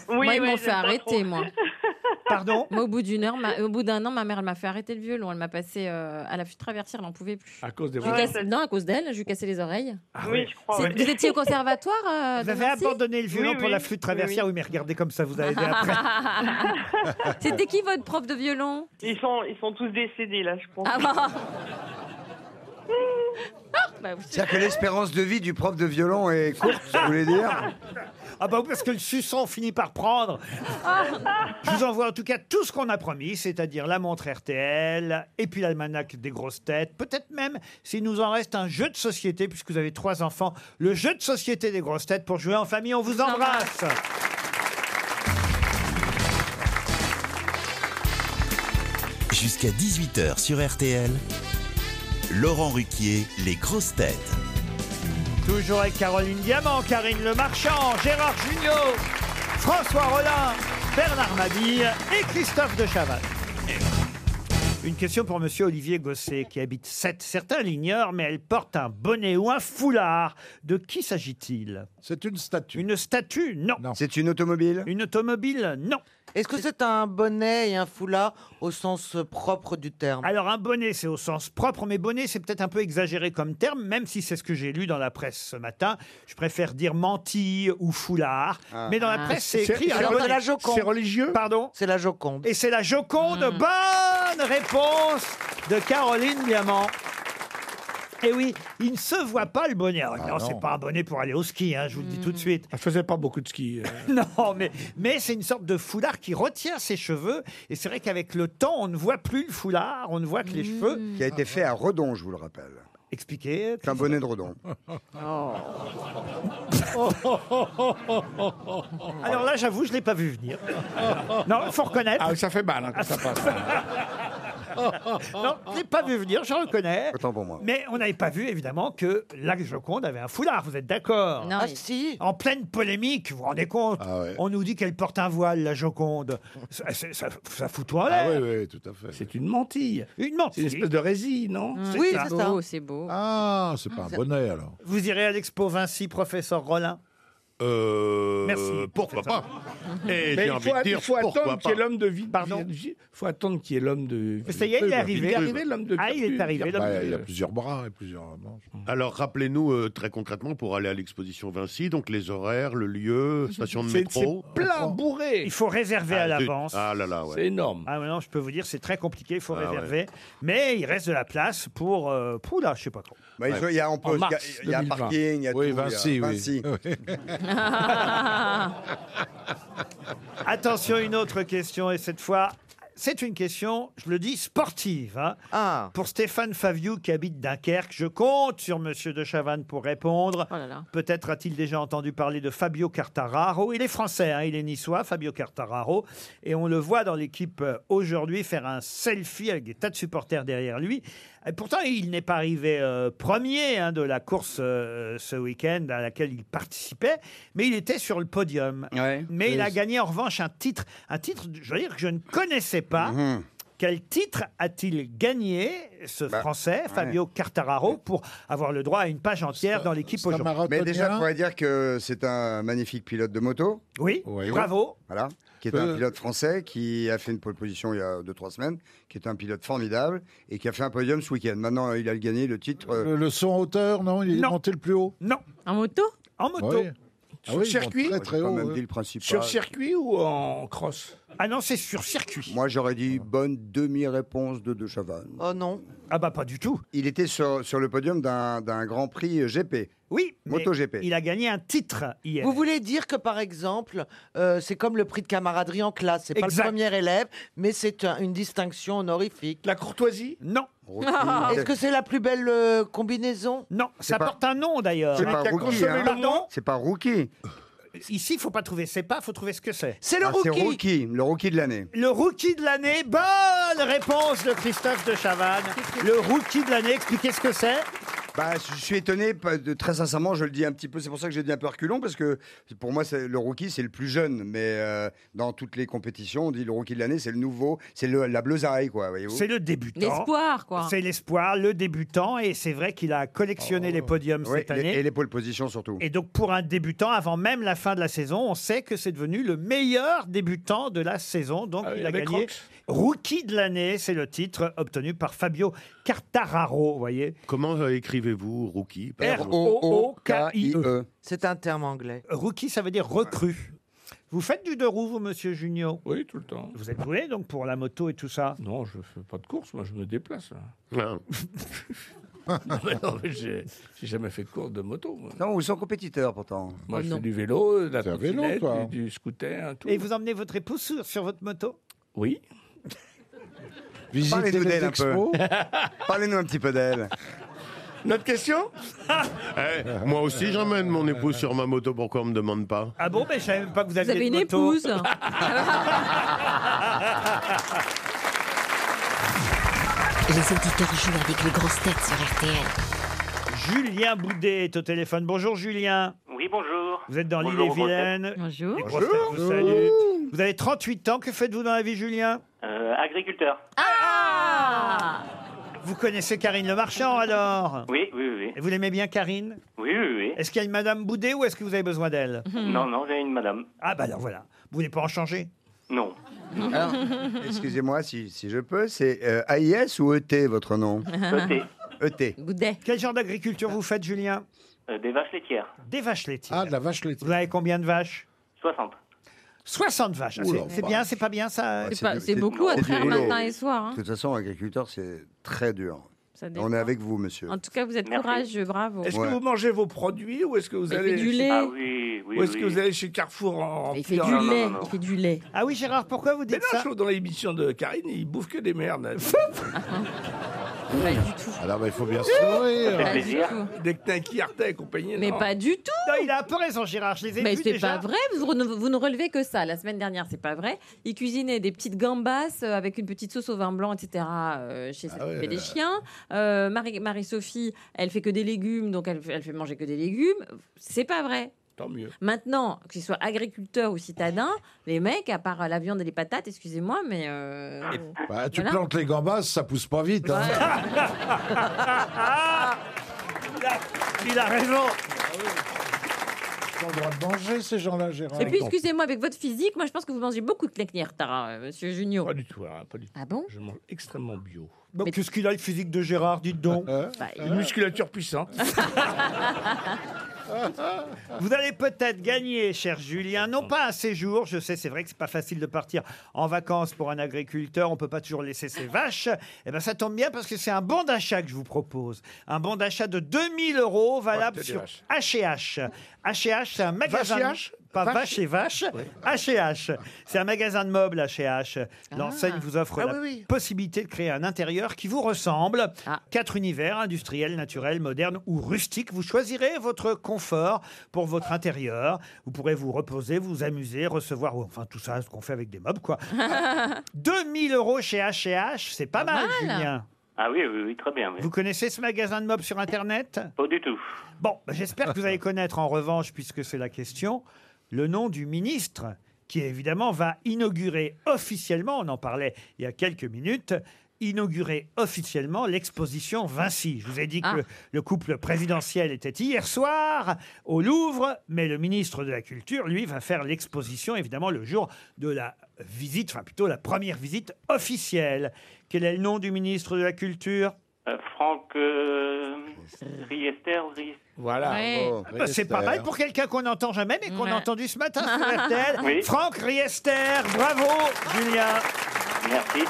[SPEAKER 11] Oui,
[SPEAKER 6] moi, ils
[SPEAKER 11] oui,
[SPEAKER 6] m'ont
[SPEAKER 11] j'aime
[SPEAKER 6] fait
[SPEAKER 11] pas
[SPEAKER 6] arrêter,
[SPEAKER 11] trop.
[SPEAKER 6] moi.
[SPEAKER 3] Pardon
[SPEAKER 6] Moi, au bout d'une heure, ma- au bout d'un an, ma mère, elle m'a fait arrêter le violon. Elle m'a passé euh, à la fuite traversière, elle n'en pouvait plus.
[SPEAKER 10] À cause des
[SPEAKER 6] Je lui
[SPEAKER 11] Ouais,
[SPEAKER 6] casse-
[SPEAKER 11] ça-
[SPEAKER 6] Non, à cause d'elle, je lui cassais les oreilles.
[SPEAKER 11] oui, je crois.
[SPEAKER 6] C'est-
[SPEAKER 11] ouais.
[SPEAKER 6] Vous étiez au conservatoire euh,
[SPEAKER 3] Ah Vous
[SPEAKER 6] de
[SPEAKER 3] avez
[SPEAKER 6] Nancy
[SPEAKER 3] abandonné le violon
[SPEAKER 11] Oui,
[SPEAKER 3] pour
[SPEAKER 11] oui.
[SPEAKER 3] la flûte traversière. Oui, mais regardez comme ça, vous avez des après.
[SPEAKER 6] C'était qui votre prof de violon
[SPEAKER 11] Ils sont, ils sont tous décédés là, je pense.
[SPEAKER 6] Ah bah. Bah, vous-
[SPEAKER 5] C'est-à-dire que l'espérance de vie du prof de violon est courte, vous voulez dire
[SPEAKER 3] Ah bah oui, parce que le suçon finit par prendre. Je vous envoie en tout cas tout ce qu'on a promis, c'est-à-dire la montre RTL, et puis l'almanach des grosses têtes, peut-être même s'il nous en reste un jeu de société, puisque vous avez trois enfants, le jeu de société des grosses têtes pour jouer en famille. On vous embrasse.
[SPEAKER 12] Jusqu'à 18h sur RTL, Laurent Ruquier, les grosses têtes.
[SPEAKER 3] Toujours avec Caroline Diamant, Karine Le Marchand, Gérard Junior, François Rollin, Bernard Mabille et Christophe de Chavannes. Une question pour Monsieur Olivier Gosset qui habite 7. Certains l'ignorent, mais elle porte un bonnet ou un foulard. De qui s'agit-il C'est une statue. Une statue Non.
[SPEAKER 5] C'est une automobile
[SPEAKER 3] Une automobile Non.
[SPEAKER 8] Est-ce que c'est un bonnet et un foulard au sens propre du terme
[SPEAKER 3] Alors un bonnet, c'est au sens propre, mais bonnet, c'est peut-être un peu exagéré comme terme, même si c'est ce que j'ai lu dans la presse ce matin. Je préfère dire mantille ou foulard. Mais dans la
[SPEAKER 8] Ah.
[SPEAKER 3] presse, c'est
[SPEAKER 8] C'est-
[SPEAKER 3] écrit.
[SPEAKER 8] c'est
[SPEAKER 3] alors-
[SPEAKER 8] reli- c'est la Joconde. c'est religieux
[SPEAKER 3] Pardon
[SPEAKER 8] C'est la Joconde.
[SPEAKER 3] Et c'est la Joconde. Bonne réponse de Caroline Diamant. Et oui, il ne se voit pas le bonnet. Ah, non, c'est pas un bonnet pour aller au ski, hein, je vous le dis tout de suite.
[SPEAKER 10] Elle faisait Ah, pas beaucoup de ski. euh.
[SPEAKER 3] Non, mais, mais c'est une sorte de foulard qui retient ses cheveux. Et c'est vrai qu'avec le temps, on ne voit plus le foulard, on ne voit que les cheveux.
[SPEAKER 5] Qui a été fait à Redon, je vous le rappelle.
[SPEAKER 3] Expliquez.
[SPEAKER 5] C'est un bonnet de Redon.
[SPEAKER 3] Oh. Alors là, j'avoue, je ne l'ai pas vu venir. Non, il faut reconnaître.
[SPEAKER 10] Ah, ça fait mal hein, quand ça passe.
[SPEAKER 3] non, je l'ai pas vu venir, je reconnais.
[SPEAKER 5] Autant pour moi.
[SPEAKER 3] Mais on n'avait pas vu, évidemment, que la Joconde avait un foulard, vous êtes d'accord
[SPEAKER 8] Non, Ah, mais- si.
[SPEAKER 3] En pleine polémique, vous vous rendez compte On nous dit qu'elle porte un voile, la Joconde. Ça, c'est- ça- ça fout tout en l'air.
[SPEAKER 10] oui, oui, tout à fait. C'est une mantille.
[SPEAKER 3] Une mantille.
[SPEAKER 10] C'est une espèce de résine, non
[SPEAKER 7] Mmh.
[SPEAKER 3] C'est Hmm. Oui, ça. c'est ça.
[SPEAKER 6] Oh, c'est beau.
[SPEAKER 10] Ah, c'est pas
[SPEAKER 3] un bonnet,
[SPEAKER 10] alors.
[SPEAKER 3] Vous irez à l'expo Vinci, professeur Rollin
[SPEAKER 4] Euh,
[SPEAKER 3] Merci.
[SPEAKER 4] Pourquoi pas
[SPEAKER 3] Eh,
[SPEAKER 4] Et
[SPEAKER 10] Mais
[SPEAKER 4] j'ai
[SPEAKER 10] il
[SPEAKER 4] envie
[SPEAKER 10] faut,
[SPEAKER 4] de dire
[SPEAKER 10] il faut
[SPEAKER 4] pourquoi
[SPEAKER 10] attendre qu'il y ait
[SPEAKER 4] pas.
[SPEAKER 10] l'homme de vie. Pardon. Il faut attendre qu'il y ait l'homme de.
[SPEAKER 3] Mais ça y est, il est arrivé.
[SPEAKER 10] Il est arrivé l'homme de.
[SPEAKER 3] Ah, il est arrivé l'homme
[SPEAKER 10] Bah,
[SPEAKER 3] de- Mm.
[SPEAKER 4] plusieurs bras et plusieurs manches. Alors rappelez-nous euh, très concrètement pour aller à l'exposition Vinci, donc les horaires, le lieu, station de
[SPEAKER 10] C'est-
[SPEAKER 4] métro.
[SPEAKER 10] c'est plein bourré.
[SPEAKER 3] Il faut réserver à
[SPEAKER 4] Ah, zut.
[SPEAKER 3] l'avance.
[SPEAKER 4] Ah là là, ouais.
[SPEAKER 10] C'est énorme.
[SPEAKER 3] Ah maintenant, je peux vous dire, c'est très compliqué, il faut
[SPEAKER 4] Ah,
[SPEAKER 3] réserver. Mais il reste de la place pour... euh, pour là, je sais pas trop.
[SPEAKER 5] Bah, ils sont- il y a, on peut- il y a- il y a un parking, il y a tout. il y a Vinci.
[SPEAKER 3] Attention, une autre question, et cette fois, c'est une question, je le dis, sportive. hein. Pour Stéphane Faviou, qui habite Dunkerque, je compte sur Monsieur de Chavannes pour répondre. Peut-être a-t-il déjà entendu parler de Fabio Cartararo. Il est français, hein, il est niçois, Fabio Cartararo. Et on le voit dans l'équipe euh, aujourd'hui faire un selfie avec des tas de supporters derrière lui. Et pourtant, il n'est pas arrivé euh, premier hein, de la course euh, ce week-end à laquelle il participait, mais il était sur le podium. Mais il a
[SPEAKER 5] Oui.
[SPEAKER 3] gagné en revanche un titre, un titre, je veux dire, que je ne connaissais pas.
[SPEAKER 5] Mhm.
[SPEAKER 3] Quel titre a-t-il gagné, ce
[SPEAKER 5] Bah,
[SPEAKER 3] Français, Fabio Cartararo, pour avoir le droit à une page entière dans l'équipe aujourd'hui
[SPEAKER 5] Mais déjà, je pourrais dire que c'est un magnifique pilote de moto.
[SPEAKER 3] Oui, bravo.
[SPEAKER 5] Voilà, qui est
[SPEAKER 3] Euh.
[SPEAKER 5] un pilote français qui a fait une pole position il y a 2-3 semaines, qui est un pilote formidable et qui a fait un podium ce week-end. Maintenant, il a gagné le titre. euh,
[SPEAKER 7] Le, le son hauteur, non Il est monté le plus haut
[SPEAKER 3] Non.
[SPEAKER 6] En moto
[SPEAKER 3] En
[SPEAKER 7] moto. Oui. Ah
[SPEAKER 10] Sur
[SPEAKER 7] oui, ils vont
[SPEAKER 10] circuit
[SPEAKER 7] très, très haut, ouais.
[SPEAKER 10] Sur circuit ou en cross
[SPEAKER 3] Ah non, c'est sur circuit.
[SPEAKER 5] Moi, j'aurais dit bonne demi-réponse de De Chavannes.
[SPEAKER 8] Oh non.
[SPEAKER 3] Ah bah pas du tout.
[SPEAKER 5] Il était sur, sur le podium d'un d'un Grand Prix euh, GP.
[SPEAKER 3] Oui,
[SPEAKER 5] MotoGP.
[SPEAKER 3] Il a gagné un titre hier.
[SPEAKER 8] Vous voulez dire que, par exemple, euh, c'est comme le prix de camaraderie en classe. C'est pas
[SPEAKER 3] Exact.
[SPEAKER 8] le premier élève, mais c'est un- une distinction honorifique.
[SPEAKER 10] La courtoisie
[SPEAKER 3] Non.
[SPEAKER 8] Est-ce que c'est la plus belle euh, combinaison
[SPEAKER 3] Non,
[SPEAKER 5] C'est ça pas- porte
[SPEAKER 3] un nom d'ailleurs.
[SPEAKER 5] C'est pas rookie. hein.
[SPEAKER 3] Pardon
[SPEAKER 5] C'est pas rookie.
[SPEAKER 3] Ici, il faut pas trouver c'est pas, faut trouver ce que c'est.
[SPEAKER 5] Ah, C'est rookie, le rookie de l'année.
[SPEAKER 3] Le rookie de l'année, bonne réponse de Christophe de Chavannes. Le rookie de l'année, expliquez ce que c'est.
[SPEAKER 5] Bah, je suis étonné, pas de- très sincèrement, je le dis un petit peu. C'est pour ça que j'ai dit un peu reculon, parce que pour moi, c'est- le rookie, c'est le plus jeune. Mais euh, dans toutes les compétitions, on dit le rookie de l'année, c'est le nouveau, c'est le- la bleusaille, quoi. voyez-vous.
[SPEAKER 3] C'est le débutant.
[SPEAKER 6] L'espoir, quoi.
[SPEAKER 3] C'est l'espoir, le débutant, et c'est vrai qu'il a collectionné les podiums
[SPEAKER 5] Ouais,
[SPEAKER 3] cette
[SPEAKER 5] les-
[SPEAKER 3] année.
[SPEAKER 5] Oh, et les pole positions surtout.
[SPEAKER 3] Et donc pour un débutant, avant même la fin de la saison, on sait que c'est devenu le meilleur débutant de la saison. Donc
[SPEAKER 10] Ah oui,
[SPEAKER 3] il a
[SPEAKER 10] avec
[SPEAKER 3] gagné
[SPEAKER 10] Crocs.
[SPEAKER 3] Rookie de l'année, c'est le titre obtenu par Fabio Cartararo, vous voyez.
[SPEAKER 4] Comment euh, écrivez-vous rookie par exemple
[SPEAKER 3] R-O-O-K-I-E.
[SPEAKER 8] E. C'est un terme anglais.
[SPEAKER 3] E. Rookie, ça veut dire recrue. Vous faites du deux roues, vous, monsieur Junior
[SPEAKER 10] Oui, tout le temps.
[SPEAKER 3] Vous êtes doué, donc, pour la moto et tout ça
[SPEAKER 10] Non, je fais pas de course, moi, je me déplace. hein.
[SPEAKER 4] Ah.
[SPEAKER 10] Non, mais non, mais j'ai j'ai jamais fait de course de moto. moi.
[SPEAKER 5] Non, ou sont compétiteurs pourtant.
[SPEAKER 10] Moi,
[SPEAKER 3] Oh,
[SPEAKER 10] je fais du vélo, de la
[SPEAKER 5] T'es un vélo,
[SPEAKER 10] trottinette,
[SPEAKER 5] toi.
[SPEAKER 10] du, du scooter, hein, tout.
[SPEAKER 3] Et vous emmenez votre épouse sur, sur votre moto
[SPEAKER 10] Oui.
[SPEAKER 5] Parlez-nous d'elle un peu. Parlez-nous un petit peu d'elle.
[SPEAKER 10] Notre question
[SPEAKER 4] Eh, moi aussi, j'emmène mon épouse sur ma moto. Pourquoi on me demande pas
[SPEAKER 3] Ah bon, mais je savais même pas que vous
[SPEAKER 13] Vous
[SPEAKER 3] aviez
[SPEAKER 13] avez une
[SPEAKER 3] de moto.
[SPEAKER 13] épouse.
[SPEAKER 2] Les auditeurs jouent avec les grosses têtes sur RTL.
[SPEAKER 3] Julien Boudet est au téléphone. Bonjour Julien.
[SPEAKER 11] Oui, bonjour.
[SPEAKER 3] Vous êtes dans
[SPEAKER 11] Bonjour,
[SPEAKER 3] l'île-et-Vilaine.
[SPEAKER 11] Bonjour.
[SPEAKER 3] Les grosses têtes vous
[SPEAKER 11] Bonjour.
[SPEAKER 3] saluent. Vous avez 38 ans. Que faites-vous dans la vie, Julien
[SPEAKER 11] Euh, agriculteur.
[SPEAKER 6] Ah.
[SPEAKER 3] Vous connaissez Karine Le Marchand alors
[SPEAKER 11] Oui, oui, oui.
[SPEAKER 3] Et vous l'aimez bien, Karine
[SPEAKER 11] Oui, oui, oui.
[SPEAKER 3] Est-ce qu'il y a une Madame Boudet ou est-ce que vous avez besoin d'elle
[SPEAKER 11] Non, non, j'ai une madame.
[SPEAKER 3] Ah bah alors voilà. Vous voulez pas en changer
[SPEAKER 11] Non.
[SPEAKER 5] Alors, excusez-moi si, si je peux, c'est euh, AIS ou ET votre nom E
[SPEAKER 11] ET.
[SPEAKER 5] ET.
[SPEAKER 3] Quel genre d'agriculture vous faites, Julien
[SPEAKER 11] Euh, des vaches laitières.
[SPEAKER 3] Des vaches laitières. Ah, de la vache laitière. Vous avez combien de vaches
[SPEAKER 11] 60.
[SPEAKER 3] 60 vaches. Ah,
[SPEAKER 5] Oula,
[SPEAKER 3] c'est- C'est
[SPEAKER 5] vache.
[SPEAKER 3] bien, Ah, c'est pas bien ça
[SPEAKER 5] Ouais,
[SPEAKER 13] C'est pas-
[SPEAKER 5] du-
[SPEAKER 13] c'est beaucoup à
[SPEAKER 5] c'est du
[SPEAKER 13] traire
[SPEAKER 5] boulot.
[SPEAKER 13] matin et soir, hein.
[SPEAKER 5] De toute façon, agriculteur, c'est très dur.
[SPEAKER 13] Ça dépend.
[SPEAKER 5] On est avec vous, monsieur.
[SPEAKER 13] En tout cas, vous êtes courageux, bravo.
[SPEAKER 5] Est-ce que Ouais. vous
[SPEAKER 10] mangez vos produits ou est-ce que vous
[SPEAKER 13] Il
[SPEAKER 10] allez
[SPEAKER 13] fait du
[SPEAKER 10] chez-
[SPEAKER 13] lait.
[SPEAKER 10] Ah
[SPEAKER 11] oui,
[SPEAKER 10] Ou est-ce que vous allez chez Carrefour en
[SPEAKER 13] Il fait
[SPEAKER 10] en-
[SPEAKER 13] du lait, il fait du lait.
[SPEAKER 3] Ah oui, Gérard, pourquoi vous dites
[SPEAKER 10] Mais non, je trouve dans l'émission de Karine, il bouffe que des merdes.
[SPEAKER 13] Pas du tout.
[SPEAKER 7] Alors, Ah il faut bien se nourrir.
[SPEAKER 13] Pas du tout.
[SPEAKER 10] Des knackis, Arte et compagnie.
[SPEAKER 13] Mais
[SPEAKER 10] non.
[SPEAKER 13] pas du tout.
[SPEAKER 3] il a un peu raison, Gérard. Je les ai
[SPEAKER 13] Mais
[SPEAKER 3] vus
[SPEAKER 13] c'est
[SPEAKER 3] déjà.
[SPEAKER 13] pas vrai. Vous, re- vous ne relevez que ça. La semaine dernière, c'est pas vrai. Il cuisinait des petites gambas euh, avec une petite sauce au vin blanc, etc. euh,
[SPEAKER 3] Ah
[SPEAKER 13] chez celle qui
[SPEAKER 14] ouais.
[SPEAKER 13] fait les chiens. Euh, Marie- Marie-Sophie, elle fait que des légumes, donc elle, fait- elle fait manger que des légumes. C'est pas vrai.
[SPEAKER 10] Tant mieux.
[SPEAKER 13] Maintenant, que ce soit agriculteur ou citadin, les mecs, à part la viande et les patates, excusez-moi, mais. euh,
[SPEAKER 6] Ah.
[SPEAKER 7] Bah, tu
[SPEAKER 13] voilà.
[SPEAKER 7] plantes les gambas, ça pousse pas vite. hein.
[SPEAKER 3] Ah, Il a, il a raison.
[SPEAKER 7] Ils ont le droit de manger, ces gens-là,
[SPEAKER 10] Ah,
[SPEAKER 7] Gérard.
[SPEAKER 13] Et puis, excusez-moi, avec votre physique, moi, je pense que vous mangez beaucoup de Kleckniertara, euh, monsieur Junio.
[SPEAKER 10] Pas du tout, hein, pas du tout.
[SPEAKER 13] Ah bon
[SPEAKER 10] Je mange extrêmement bio.
[SPEAKER 3] Donc, qu'est-ce qu'il a le physique de Gérard Dites donc.
[SPEAKER 7] Hein
[SPEAKER 13] Bah,
[SPEAKER 10] Une musculature puissante.
[SPEAKER 3] Vous allez peut-être gagner, cher Julien, non pas un séjour. Je sais, c'est vrai que c'est pas facile de partir en vacances pour un agriculteur. On peut pas toujours laisser ses vaches. Eh ben, ça tombe bien parce que c'est un bon d'achat que je vous propose. Un bon d'achat de 2000 euros valable
[SPEAKER 10] Vache de
[SPEAKER 3] sur
[SPEAKER 10] vache.
[SPEAKER 3] H&H. H&H, c'est un magasin.
[SPEAKER 10] Vache et H
[SPEAKER 3] pas
[SPEAKER 10] Vache-
[SPEAKER 3] vache et vache, H&H. C'est un magasin de meubles H&H. L'enseigne vous offre
[SPEAKER 10] Ah
[SPEAKER 3] la
[SPEAKER 10] oui, oui. Ah.
[SPEAKER 3] possibilité de créer un intérieur qui vous ressemble. Quatre univers, industriel, naturel, moderne ou rustique. Vous choisirez votre confort pour votre intérieur. Vous pourrez vous reposer, vous amuser, recevoir, ou enfin tout ça, ce qu'on fait avec des meubles, quoi. 2000 euros chez H&H, c'est pas, mal, Julien.
[SPEAKER 11] Ah oui, oui, oui, très bien. oui.
[SPEAKER 3] Vous connaissez ce magasin de meubles sur Internet
[SPEAKER 11] Pas du tout.
[SPEAKER 3] Bon, bah, j'espère que vous allez connaître en revanche, puisque c'est la question, le nom du ministre qui évidemment va inaugurer officiellement, on en parlait il y a quelques minutes, inaugurer officiellement l'exposition Vinci. Je vous ai dit que le couple présidentiel était hier soir au Louvre, mais le ministre de la Culture, lui, va faire l'exposition évidemment le jour de la visite, enfin plutôt la première visite officielle. Quel est le nom du ministre de la Culture
[SPEAKER 11] Euh, Franck euh, Riester, Riester.
[SPEAKER 10] Voilà.
[SPEAKER 11] Ouais.
[SPEAKER 3] Ah bah, c'est pas mal pour quelqu'un qu'on n'entend jamais, mais qu'on
[SPEAKER 11] Ouais.
[SPEAKER 3] a entendu ce matin sur RTL.
[SPEAKER 11] Oui.
[SPEAKER 3] Franck Riester, bravo, Julien.
[SPEAKER 11] Merci.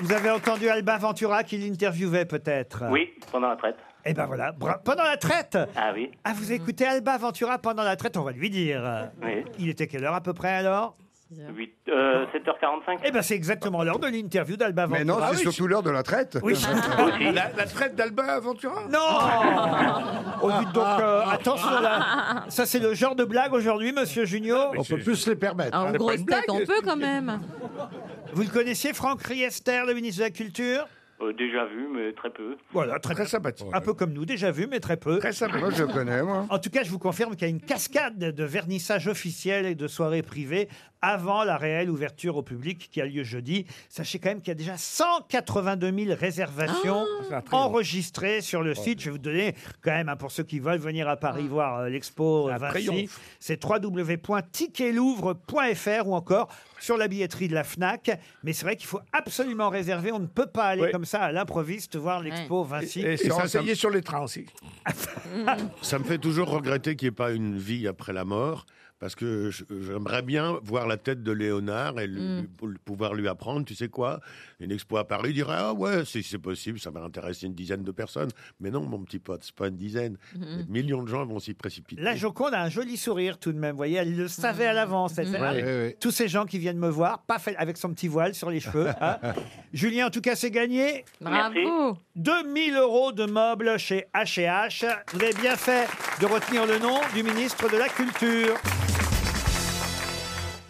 [SPEAKER 3] Vous avez entendu Alba Ventura qui l'interviewait peut-être.
[SPEAKER 11] Oui, pendant la traite.
[SPEAKER 3] Eh ben voilà, bra- pendant la traite.
[SPEAKER 11] Ah oui.
[SPEAKER 3] Ah, vous écoutez Alba Ventura pendant la traite, on va lui dire.
[SPEAKER 11] Oui.
[SPEAKER 3] Il était quelle heure à peu près alors
[SPEAKER 11] Huit- euh, 7h45
[SPEAKER 3] Eh ben c'est exactement l'heure de l'interview d'Alba Ventura.
[SPEAKER 5] Mais non,
[SPEAKER 3] Ah
[SPEAKER 5] c'est
[SPEAKER 3] oui,
[SPEAKER 5] surtout l'heure de la traite.
[SPEAKER 3] Oui.
[SPEAKER 10] Ah. la, la traite d'Alba Aventura
[SPEAKER 3] Non Oh, dites donc, euh, attention là Ça, c'est le genre de blague aujourd'hui, monsieur Junior.
[SPEAKER 7] On peut plus se les permettre.
[SPEAKER 5] hein.
[SPEAKER 13] Ah, en grosse tête, on peut quand même.
[SPEAKER 3] Vous le connaissiez, Franck Riester, le ministre de la Culture
[SPEAKER 11] Euh, Déjà vu, mais très peu.
[SPEAKER 3] Voilà, très, sympathique. Un peu comme nous, déjà vu, mais très peu. Très
[SPEAKER 10] sympathique.
[SPEAKER 5] Moi, je le connais, moi.
[SPEAKER 3] En tout cas, je vous confirme qu'il y a une cascade de vernissages officiels et de soirées privées avant la réelle ouverture au public qui a lieu jeudi. Sachez quand même qu'il y a déjà 182 000 réservations
[SPEAKER 5] Ah.
[SPEAKER 3] enregistrées sur le site. Je vais vous donner quand même, hein, pour ceux qui veulent venir à
[SPEAKER 5] Ah.
[SPEAKER 3] Paris voir euh, l'expo euh, Vinci,
[SPEAKER 10] triomphe.
[SPEAKER 3] c'est www.ticketlouvre.fr ou encore sur la billetterie de la FNAC. Mais c'est vrai qu'il faut absolument réserver. On ne peut pas aller
[SPEAKER 10] Oui.
[SPEAKER 3] comme ça à l'improviste voir l'expo Vinci.
[SPEAKER 10] Et, se renseigner sur les trains aussi.
[SPEAKER 4] Ça me fait toujours regretter qu'il n'y ait pas une vie après la mort, Parce que je- j'aimerais bien voir la tête de Léonard et lui-
[SPEAKER 14] Mm.
[SPEAKER 4] lui- pouvoir lui apprendre, tu sais quoi Une expo à Paris dirait Ah ouais, si c'est possible, ça va intéresser une dizaine de personnes. Mais non, mon petit pote, c'est pas une dizaine.
[SPEAKER 3] Mm.
[SPEAKER 4] Des millions de gens vont s'y précipiter.
[SPEAKER 3] La Joconde a un joli sourire tout de même, vous voyez, elle le savait à l'avance. Elle fait,
[SPEAKER 4] Mm.
[SPEAKER 3] ah,
[SPEAKER 4] Ouais, ouais,
[SPEAKER 3] Tous ces gens qui viennent me voir, pas fait- avec son petit voile sur les cheveux. hein. Julien, en tout cas, c'est gagné.
[SPEAKER 13] Bravo.
[SPEAKER 3] 2000 euros de meubles chez H&H. Vous avez bien fait de retenir le nom du ministre de la Culture.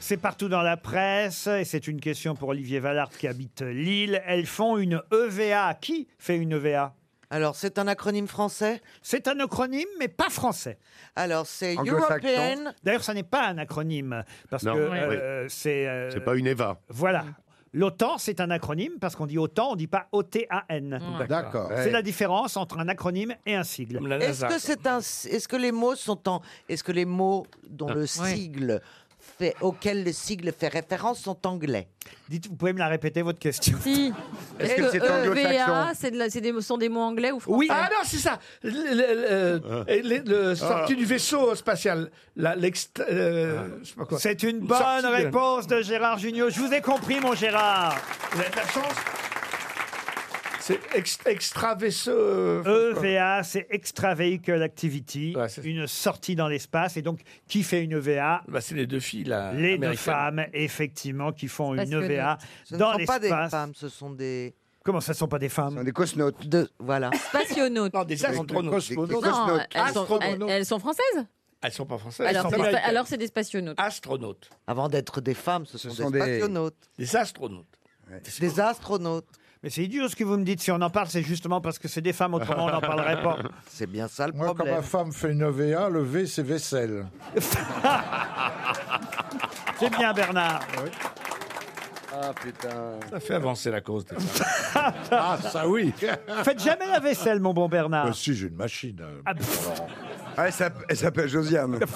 [SPEAKER 3] C'est partout dans la presse et c'est une question pour Olivier Vallard qui habite Lille. Elles font une EVA. Qui fait une EVA
[SPEAKER 8] Alors, c'est un acronyme français
[SPEAKER 3] C'est un acronyme, mais pas français.
[SPEAKER 8] Alors, c'est European.
[SPEAKER 3] D'ailleurs, ça n'est pas un acronyme parce
[SPEAKER 4] Non,
[SPEAKER 3] que
[SPEAKER 4] oui.
[SPEAKER 3] euh, c'est. euh,
[SPEAKER 4] C'est pas une E Eva.
[SPEAKER 3] Voilà. L'OTAN, c'est un acronyme parce qu'on dit OTAN, on dit pas O-T-A-N.
[SPEAKER 8] Mmh.
[SPEAKER 4] Ouais. Mmh. D'accord.
[SPEAKER 3] C'est la différence entre un acronyme et un sigle.
[SPEAKER 8] Est-ce que c'est un, est-ce que les mots sont en, est-ce que les mots dont
[SPEAKER 3] Ah.
[SPEAKER 8] le
[SPEAKER 3] Ouais.
[SPEAKER 8] sigle fait, auquel le sigle fait référence sont anglais
[SPEAKER 3] Dites, vous pouvez me la répéter votre question
[SPEAKER 13] Si. E
[SPEAKER 8] Est-ce que c'est
[SPEAKER 13] EVA, euh, c'est de la- c'est des- sont des mots anglais ou français
[SPEAKER 10] Oui, ah non, c'est ça. Le, le- le- et les- le sortie
[SPEAKER 3] Ah.
[SPEAKER 10] du vaisseau spatial. La- l'ext- euh, je sais pas quoi.
[SPEAKER 3] C'est une
[SPEAKER 10] sortie
[SPEAKER 3] bonne
[SPEAKER 10] de-
[SPEAKER 3] réponse de Gérard Junior. Je vous ai compris, mon Gérard.
[SPEAKER 10] Vous avez de la chance. C'est ex- extra-vaisseau. euh,
[SPEAKER 3] EVA, E c'est Extravehicle Activity, une sortie dans l'espace. Et donc, qui fait une EVA
[SPEAKER 10] Bah, c'est les deux filles, là.
[SPEAKER 3] Les deux
[SPEAKER 10] américaines.
[SPEAKER 3] femmes, effectivement, qui font une
[SPEAKER 8] Passionnantes.
[SPEAKER 3] EVA
[SPEAKER 8] Ce ne
[SPEAKER 3] dans
[SPEAKER 8] sont pas des
[SPEAKER 3] l'espace.
[SPEAKER 8] femmes, ce sont des.
[SPEAKER 3] Comment ça, ne sont pas des femmes Ce
[SPEAKER 5] sont des cosmonautes.
[SPEAKER 8] Voilà.
[SPEAKER 13] Spationautes. Non,
[SPEAKER 10] des astronautes. Cosmonautes.
[SPEAKER 13] Non, elles sont,
[SPEAKER 10] Astronautes.
[SPEAKER 13] elles- elles sont françaises
[SPEAKER 10] Elles sont pas françaises.
[SPEAKER 13] Alors, c'est
[SPEAKER 10] elles sont
[SPEAKER 13] spa-
[SPEAKER 10] américaines. Ah,
[SPEAKER 13] alors c'est des spationautes.
[SPEAKER 10] astronautes.
[SPEAKER 8] Avant d'être des femmes, ce, sont,
[SPEAKER 10] sont
[SPEAKER 8] des
[SPEAKER 10] des-
[SPEAKER 8] spationautes.
[SPEAKER 10] Des astronautes.
[SPEAKER 8] Des astronautes.
[SPEAKER 3] Mais c'est idiot ce que vous me dites. Si on en parle, c'est justement parce que c'est des femmes, autrement on n'en parlerait pas.
[SPEAKER 8] C'est bien ça le
[SPEAKER 7] Moi, quand ma femme fait une VA, le V, c'est vaisselle.
[SPEAKER 3] C'est bien, Bernard.
[SPEAKER 5] Ah putain.
[SPEAKER 10] Ça fait avancer la cause. des femmes.
[SPEAKER 7] ah, ça oui.
[SPEAKER 3] Faites Ah, jamais la vaisselle, mon bon Bernard.
[SPEAKER 7] Bah, si, j'ai une machine. euh, Laurent.
[SPEAKER 5] Ah, elle s'appelle- elle s'appelle Josiane.
[SPEAKER 3] Mais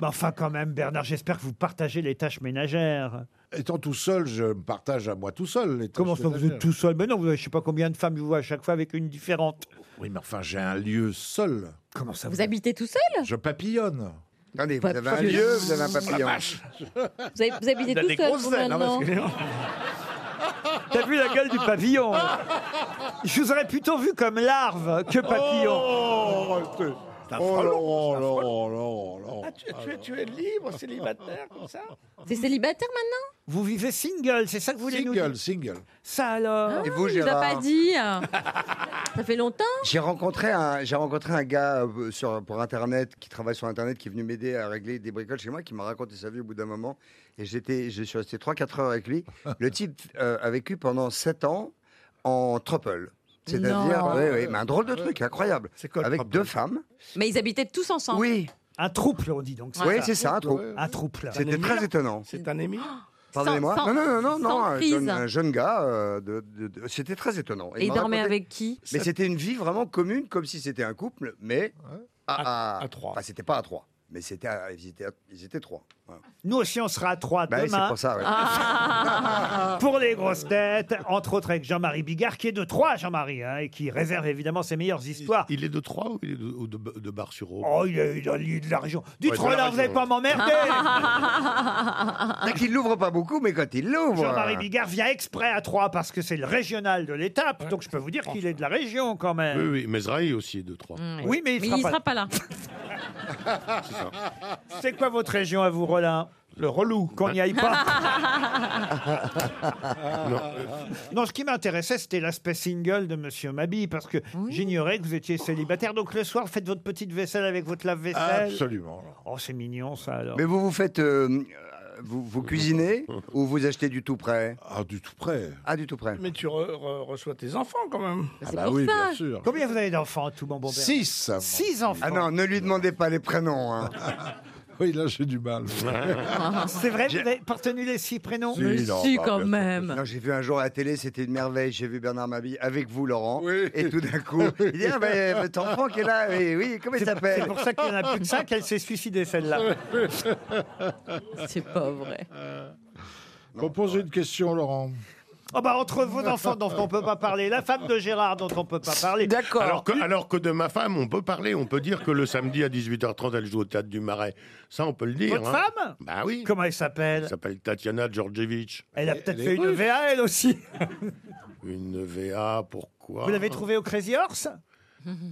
[SPEAKER 3] Bah, enfin, quand même, Bernard, j'espère que vous partagez les tâches ménagères.
[SPEAKER 7] Étant tout seul, je me partage à moi tout seul. les
[SPEAKER 3] Comment
[SPEAKER 7] tâches
[SPEAKER 3] ça, vous
[SPEAKER 7] ménagères.
[SPEAKER 3] êtes tout seul Mais non, vous avez, je sais pas combien de femmes je vois à chaque fois avec une différente.
[SPEAKER 7] Oui, mais enfin, j'ai un lieu seul.
[SPEAKER 3] Comment ça
[SPEAKER 13] Vous habitez tout seul
[SPEAKER 7] Je papillonne.
[SPEAKER 5] Attendez, vous avez un
[SPEAKER 7] papillon.
[SPEAKER 5] lieu, vous avez un
[SPEAKER 7] Oh la
[SPEAKER 5] papillon.
[SPEAKER 7] vache.
[SPEAKER 13] Vous, avez- vous habitez
[SPEAKER 7] Il a
[SPEAKER 13] tout
[SPEAKER 7] des
[SPEAKER 13] seul
[SPEAKER 7] grosses
[SPEAKER 13] pour
[SPEAKER 7] ailes,
[SPEAKER 6] Bah,
[SPEAKER 7] hein,
[SPEAKER 13] maintenant
[SPEAKER 7] parce que-
[SPEAKER 3] T'as vu la gueule du papillon hein
[SPEAKER 10] Ah,
[SPEAKER 3] Je vous aurais plutôt vu comme larve que papillon.
[SPEAKER 7] Oh,
[SPEAKER 10] T'as
[SPEAKER 7] Oh
[SPEAKER 10] frelon,
[SPEAKER 7] là
[SPEAKER 10] t'as
[SPEAKER 7] là oh,
[SPEAKER 10] frelon.
[SPEAKER 7] là là.
[SPEAKER 10] Ah, tu, tu- tu es libre, célibataire, comme ça
[SPEAKER 13] C'est célibataire maintenant
[SPEAKER 3] Vous vivez single, c'est ça que vous voulez nous
[SPEAKER 7] Single,
[SPEAKER 3] dire
[SPEAKER 7] single.
[SPEAKER 3] Ça alors
[SPEAKER 5] Et vous,
[SPEAKER 13] Ah, Il nous a
[SPEAKER 5] Gérard
[SPEAKER 13] pas dit. Ça fait longtemps
[SPEAKER 5] J'ai rencontré un, j'ai rencontré un gars euh, sur, pour Internet qui travaille sur Internet, qui est venu m'aider à régler des bricoles chez moi, qui m'a raconté sa vie au bout d'un moment. Et j'étais, je suis resté 3-4 heures avec lui. Le type euh, a vécu pendant 7 ans en trouble. C'est-à-dire,
[SPEAKER 13] Non.
[SPEAKER 5] oui, oui, mais un drôle de truc, incroyable. Avec deux femmes.
[SPEAKER 13] Mais ils habitaient tous ensemble.
[SPEAKER 5] Oui.
[SPEAKER 3] Un trouble, on dit donc.
[SPEAKER 5] Oui, c'est ça, un trouble.
[SPEAKER 3] Un trouble.
[SPEAKER 5] C'était très étonnant.
[SPEAKER 10] C'est un émile
[SPEAKER 5] Pardonnez-moi.
[SPEAKER 13] sans-
[SPEAKER 5] Non, non, non, non,
[SPEAKER 13] sans
[SPEAKER 5] non, un
[SPEAKER 13] prise.
[SPEAKER 5] jeune, un jeune gars. euh, de- de- de- c'était très étonnant.
[SPEAKER 13] Et
[SPEAKER 5] il
[SPEAKER 13] ils
[SPEAKER 5] m'a
[SPEAKER 13] dormaient
[SPEAKER 5] raconté-
[SPEAKER 13] avec qui
[SPEAKER 5] Mais c'était une vie vraiment commune, comme si c'était un couple, mais à, à, trois. Enfin, c'était pas à trois, mais c'était à- ils, étaient à- ils étaient trois. Voilà.
[SPEAKER 3] Nous aussi, on sera à trois
[SPEAKER 5] Bah oui,
[SPEAKER 3] demain.
[SPEAKER 5] c'est pour ça, ouais.
[SPEAKER 13] Ah.
[SPEAKER 6] Ah.
[SPEAKER 3] Pour les grosses têtes, entre autres avec Jean-Marie Bigard, qui est de Troyes, Jean-Marie, hein, et qui réserve évidemment ses meilleures histoires.
[SPEAKER 4] Il est de Troyes ou il est de, ou de, de Bar-sur-Aube
[SPEAKER 3] Oh, il est, il est- il est de la région. Dites
[SPEAKER 4] Ouais, de la
[SPEAKER 3] Roland, vous
[SPEAKER 4] région.
[SPEAKER 3] n'allez pas m'emmerder
[SPEAKER 5] C'est qu'il l'ouvre pas beaucoup, mais quand il l'ouvre.
[SPEAKER 3] Jean-Marie Bigard vient exprès à Troyes parce que c'est le régional de l'étape, donc je peux vous dire qu'il est de la région quand même.
[SPEAKER 4] Oui, oui, Mesrahi aussi est de Troyes.
[SPEAKER 3] Oui, mais il
[SPEAKER 13] Mais
[SPEAKER 3] sera
[SPEAKER 13] il
[SPEAKER 3] pas-
[SPEAKER 13] sera pas là.
[SPEAKER 3] C'est quoi votre région à vous, Roland Le relou. Qu'on n'y aille pas.
[SPEAKER 4] Non.
[SPEAKER 3] non, ce qui m'intéressait, c'était l'aspect single de Monsieur Mabi, parce que j'ignorais que vous étiez célibataire. Donc le soir, faites votre petite vaisselle avec votre lave-vaisselle.
[SPEAKER 7] Absolument.
[SPEAKER 3] Oh, c'est mignon ça alors.
[SPEAKER 5] Mais vous vous faites. euh, euh, vous, vous cuisinez ou vous achetez du tout prêt
[SPEAKER 7] Ah, du tout prêt.
[SPEAKER 5] Ah, du tout prêt.
[SPEAKER 10] Mais tu re- re- reçois tes enfants quand même.
[SPEAKER 5] Ah bah pour oui, ça. bien sûr.
[SPEAKER 3] Combien vous avez d'enfants, tout bon bon père
[SPEAKER 7] Six.
[SPEAKER 3] Six enfants.
[SPEAKER 5] Ah non, ne lui demandez pas les prénoms. hein.
[SPEAKER 7] Oui, là, j'ai du mal.
[SPEAKER 3] C'est vrai, vous avez partenu les six prénoms
[SPEAKER 5] Si, Mais non, si, bah, quand bien sûr.
[SPEAKER 13] même.
[SPEAKER 5] Non, j'ai vu un jour à la télé, c'était une merveille. J'ai vu Bernard Mabille avec vous, Laurent. Et tout d'un coup, il dit Ah, ben, votre enfant qui est là, oui, oui comment il s'appelle
[SPEAKER 3] C'est pour ça qu'il y en a plus de cinq, elle s'est suicidée celle-là.
[SPEAKER 13] C'est pas vrai.
[SPEAKER 7] Proposez une question, Laurent.
[SPEAKER 3] Oh bah, entre vos enfants dont on peut pas parler, la femme de Gérard dont on peut pas parler. D'accord.
[SPEAKER 4] Alors que, alors que de ma femme, on peut parler, on peut dire que le samedi à 18h30, elle joue au théâtre du Marais. Ça, on peut le dire.
[SPEAKER 3] Votre
[SPEAKER 4] hein.
[SPEAKER 3] femme
[SPEAKER 4] Bah oui.
[SPEAKER 3] Comment elle s'appelle
[SPEAKER 4] Elle s'appelle Tatiana Djordjevic.
[SPEAKER 3] Elle a peut-être fait une VA, elle aussi.
[SPEAKER 4] Une VA, pourquoi
[SPEAKER 3] Vous l'avez trouvée au Crazy Horse